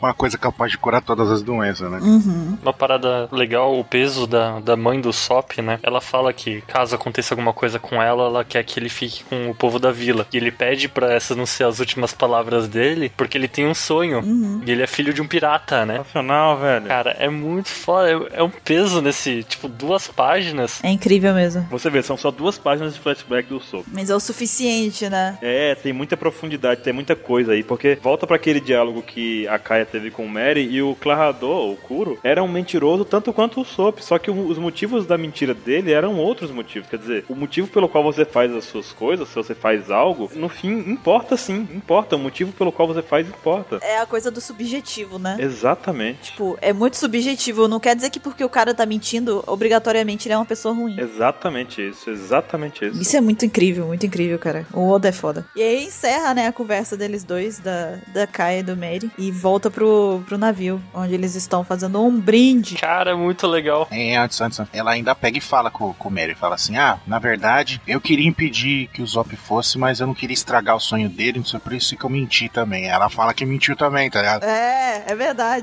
uma coisa capaz de curar todas as doenças, né? Uhum. Uma parada legal, o peso da, da mãe do Sop, né? Ela fala que caso aconteça alguma coisa com ela, ela quer que ele fique com o povo da vila. E ele pede pra essas não ser as últimas palavras dele, porque ele tem um sonho. Uhum. E ele é filho de um pirata, né? Sensacional, velho. Cara, é muito foda. É, é um peso nesse, tipo, duas páginas. É incrível mesmo. Você vê, são só duas páginas de flashback do Sop. Mas é o suficiente, né? É, tem muita profundidade, tem muita coisa aí, porque volta pra aquele diálogo que a Kaia teve com o Mary e o Clarrador, o Kuro, era um mentiroso tanto quanto o Sop, só que o- os motivos da mentira dele eram outros motivos, quer dizer, o motivo pelo qual você faz as suas coisas, se você faz algo, no fim, importa sim, importa, o motivo pelo qual você faz importa. É a coisa do subjetivo, né? Exatamente. Tipo, é muito subjetivo. Não quer dizer que porque o cara tá mentindo, obrigatoriamente ele é uma pessoa ruim. Exatamente isso, exatamente isso. Isso é muito incrível, muito incrível, cara. O Oda é foda. E aí encerra, né, a conversa deles dois, da, da Kai e do Mary, e volta pro, pro navio, onde eles estão fazendo um brinde. Cara, é muito legal. É, antes, antes, antes. Ela ainda pega e fala com, com o Mary. Fala assim: Ah, na verdade, eu queria impedir que o Zop fosse, mas eu não queria estragar o sonho dele, não sei por isso que eu menti também. Ela fala que mentiu também, tá ligado? É, é verdade.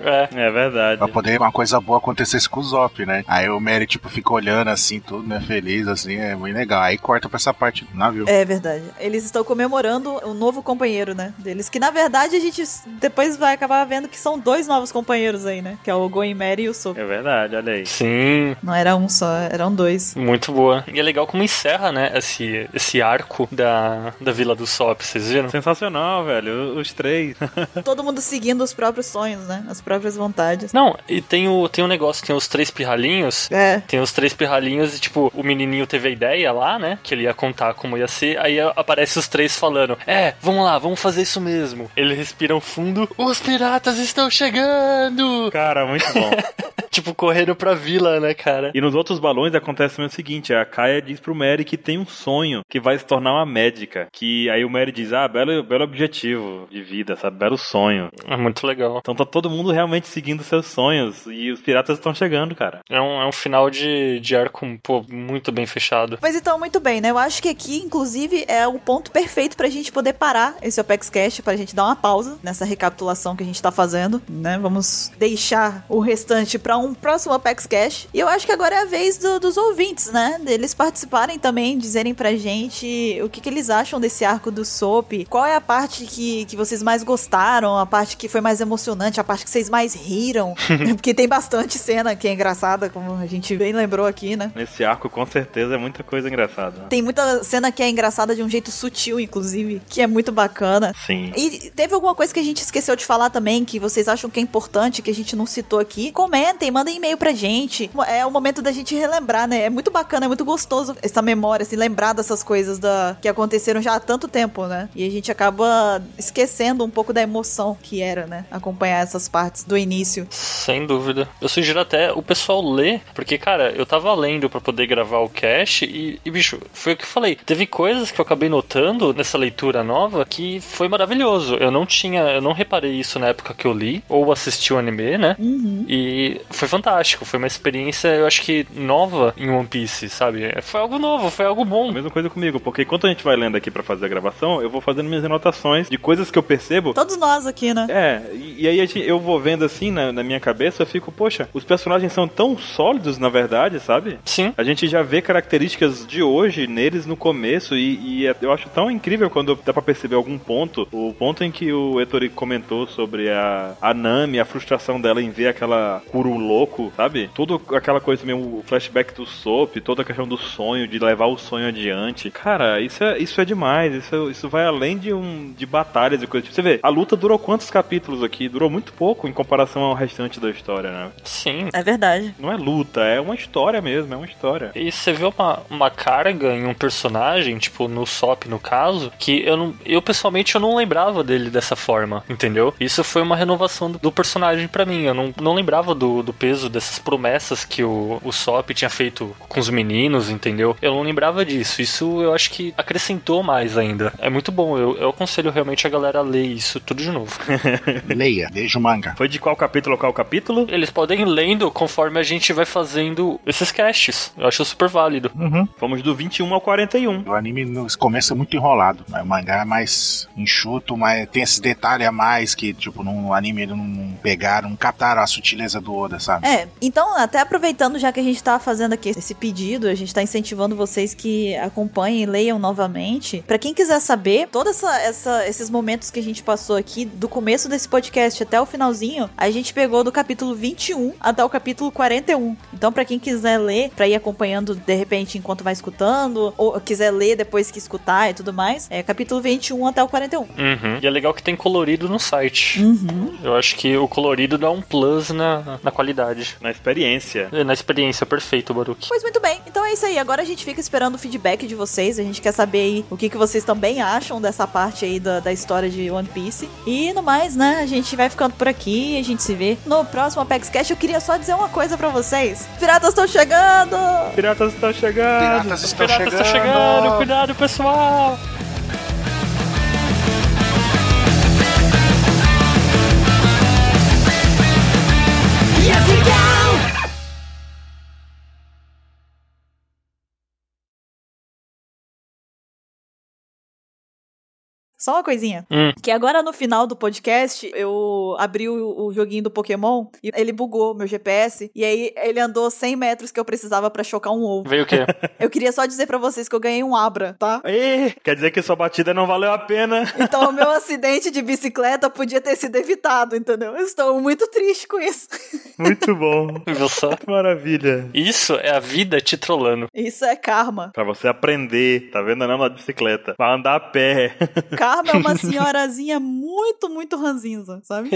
É. É verdade. Pra poder uma coisa boa acontecesse com o Zop, né? Aí o Mary, tipo, fica olhando assim, tudo, né? Feliz, assim, é muito legal. Aí corta pra essa parte [laughs] do navio. É verdade. Eles estão comemorando o novo companheiro, né? Deles. Que na verdade a gente s- depois vai acabar vendo que são dois novos companheiros aí, né? Que é o Goin Mary e o Sop. É verdade, olha aí. Sim, Não era um só, eram dois. muito boa. E é legal como encerra, né, esse, esse arco da, da Vila do Sop, vocês viram? Sensacional, velho. Os três. [laughs] Todo mundo seguindo os próprios sonhos, né? As próprias vontades. Não, e tem o, tem um negócio, tem os três pirralhinhos. É. Tem os três pirralhinhos e, tipo, o menininho teve a ideia lá, né? Que ele ia contar como ia ser. Aí a- aparece os três falando: É, vamos lá, vamos fazer isso mesmo. Eles respiram fundo: Os piratas estão chegando! [laughs] Cara, muito bom. Tipo, correndo pra vila, né, cara? [laughs] E nos outros balões acontece também o seguinte: a Kaia diz pro Mary que tem um sonho, que vai se tornar uma médica. Que aí o Mary diz: ah, belo, belo objetivo de vida, sabe? Belo sonho. É muito legal. Então tá todo mundo realmente seguindo seus sonhos. E os piratas estão chegando, cara. É um, é um final de, de arco pô, muito bem fechado. Pois então, muito bem, né? Eu acho que aqui, inclusive, é o ponto perfeito pra gente poder parar esse Opex Cash, pra gente dar uma pausa nessa recapitulação que a gente tá fazendo, né? Vamos deixar o restante pra um próximo Opex Cash. E eu acho que agora é a vez do- dos ouvintes, né? Deles participarem também, dizerem pra gente o que, que eles acham desse arco do SOP, qual é a parte que, que vocês mais gostaram, a parte que foi mais emocionante, a parte que vocês mais riram. Porque tem bastante cena que é engraçada, como a gente bem lembrou aqui, né? Nesse arco, com certeza, é muita coisa engraçada. Tem muita cena que é engraçada de um jeito sutil, inclusive, que é muito bacana. Sim. E teve alguma coisa que a gente esqueceu de falar também, que vocês acham que é importante, que a gente não citou aqui? Comentem, mandem e-mail pra gente. É o momento da gente relembrar, né? É muito bacana, é muito gostoso essa memória, assim, lembrar dessas coisas da... que aconteceram já há tanto tempo, né? E a gente acaba esquecendo um pouco da emoção que era, né? Acompanhar essas partes do início. Sem dúvida. Eu sugiro até o pessoal ler, porque, cara, eu tava lendo pra poder gravar o cast e, e, bicho, foi o que eu falei. Teve coisas que eu acabei notando nessa leitura nova que foi maravilhoso. Eu não tinha, eu não reparei isso na época que eu li ou assisti o anime, né? E foi fantástico. Foi uma experiência, eu acho que nova em One Piece, sabe? Foi algo novo, foi algo A bom. mesma coisa comigo, porque enquanto a gente vai lendo aqui pra fazer a gravação, eu vou fazendo minhas anotações de coisas que eu percebo Todos nós aqui, né? É, e e aí a gente- eu vou vendo assim na, na minha cabeça, eu fico, poxa, os personagens são tão sólidos na verdade, sabe? Sim. A gente já vê características de hoje neles no começo e, e é- eu acho tão incrível quando dá pra perceber algum ponto, o ponto em que o Ettore comentou sobre a, a Nami, a frustração dela em ver aquela Kuro louco, sabe? Tudo aquela coisa mesmo, o flashback do Soap, toda a questão do sonho, de levar o sonho adiante. Cara, isso é, isso é demais, isso, isso vai além de um de batalhas e coisas. Tipo, você vê, a luta durou quantos capítulos aqui? Durou muito pouco em comparação ao restante da história, né? Sim. É verdade. Não é luta, é uma história mesmo, é uma história. E você vê uma, uma carga em um personagem, tipo no Sop no caso, que eu não, eu pessoalmente eu não lembrava dele dessa forma, entendeu? Isso foi uma renovação do, do personagem pra mim, eu não, não lembrava do, do peso dessas promessas que o, o Sop tinha feito com os meninos, entendeu? Eu não lembrava disso. Isso eu acho que acrescentou mais ainda. É muito bom. Eu, eu aconselho realmente a galera a ler isso tudo de novo. [laughs] Leia, veja o manga. Foi de qual capítulo a qual capítulo? Eles podem ir lendo conforme a gente vai fazendo esses casts. Eu acho super válido. Uhum. Fomos do 21 ao 41. O anime no- começa muito enrolado. mas O mangá é mais enxuto, mas tem esses detalhes a mais que, tipo, no no anime eles não pegaram, não captaram a sutileza do Oda, sabe? É, então, até aproveitando, já que a gente tá fazendo aqui esse pedido, a gente tá incentivando vocês que acompanhem e leiam novamente. Pra quem quiser saber, todos esses momentos que a gente passou aqui, do começo desse podcast até o finalzinho, a gente pegou do capítulo 21 até o capítulo 41. Então, pra quem quiser ler, pra ir acompanhando de repente enquanto vai escutando, ou quiser ler depois que escutar e tudo mais, é capítulo 21 até o 41. Uhum. E é legal que tem colorido no site. Uhum. Eu acho que o colorido dá um plus na, na qualidade. Na experiência. Na experiência, perfeito, Baruque. Pois muito bem, então é isso aí. Agora a gente fica esperando o feedback de vocês. A gente quer saber aí o que, que vocês também acham dessa parte aí da, da história de One Piece. E no mais, né? A gente vai ficando por aqui. A gente se vê no próximo Apex Cash. Eu queria só dizer uma coisa pra vocês: Piratas estão chegando! Piratas estão chegando. Piratas Os estão piratas chegando. estão tá chegando, cuidado pessoal! Só uma coisinha. Hum. Que agora no final do podcast, eu abri o, o joguinho do Pokémon e ele bugou meu GPS. E aí ele andou 100 metros que eu precisava pra chocar um ovo. Veio o [laughs] quê? Eu queria só dizer pra vocês que eu ganhei um Abra, tá? Ê, quer dizer que sua batida não valeu a pena. Então, o meu acidente de bicicleta podia ter sido evitado, entendeu? Eu estou muito triste com isso. [laughs] Muito bom. Viu só? Maravilha. Isso é a vida te trolando. Isso é karma. Pra você aprender, tá vendo? Não na bicicleta. Pra andar a pé. Karma é uma senhorazinha muito, muito ranzinza, sabe?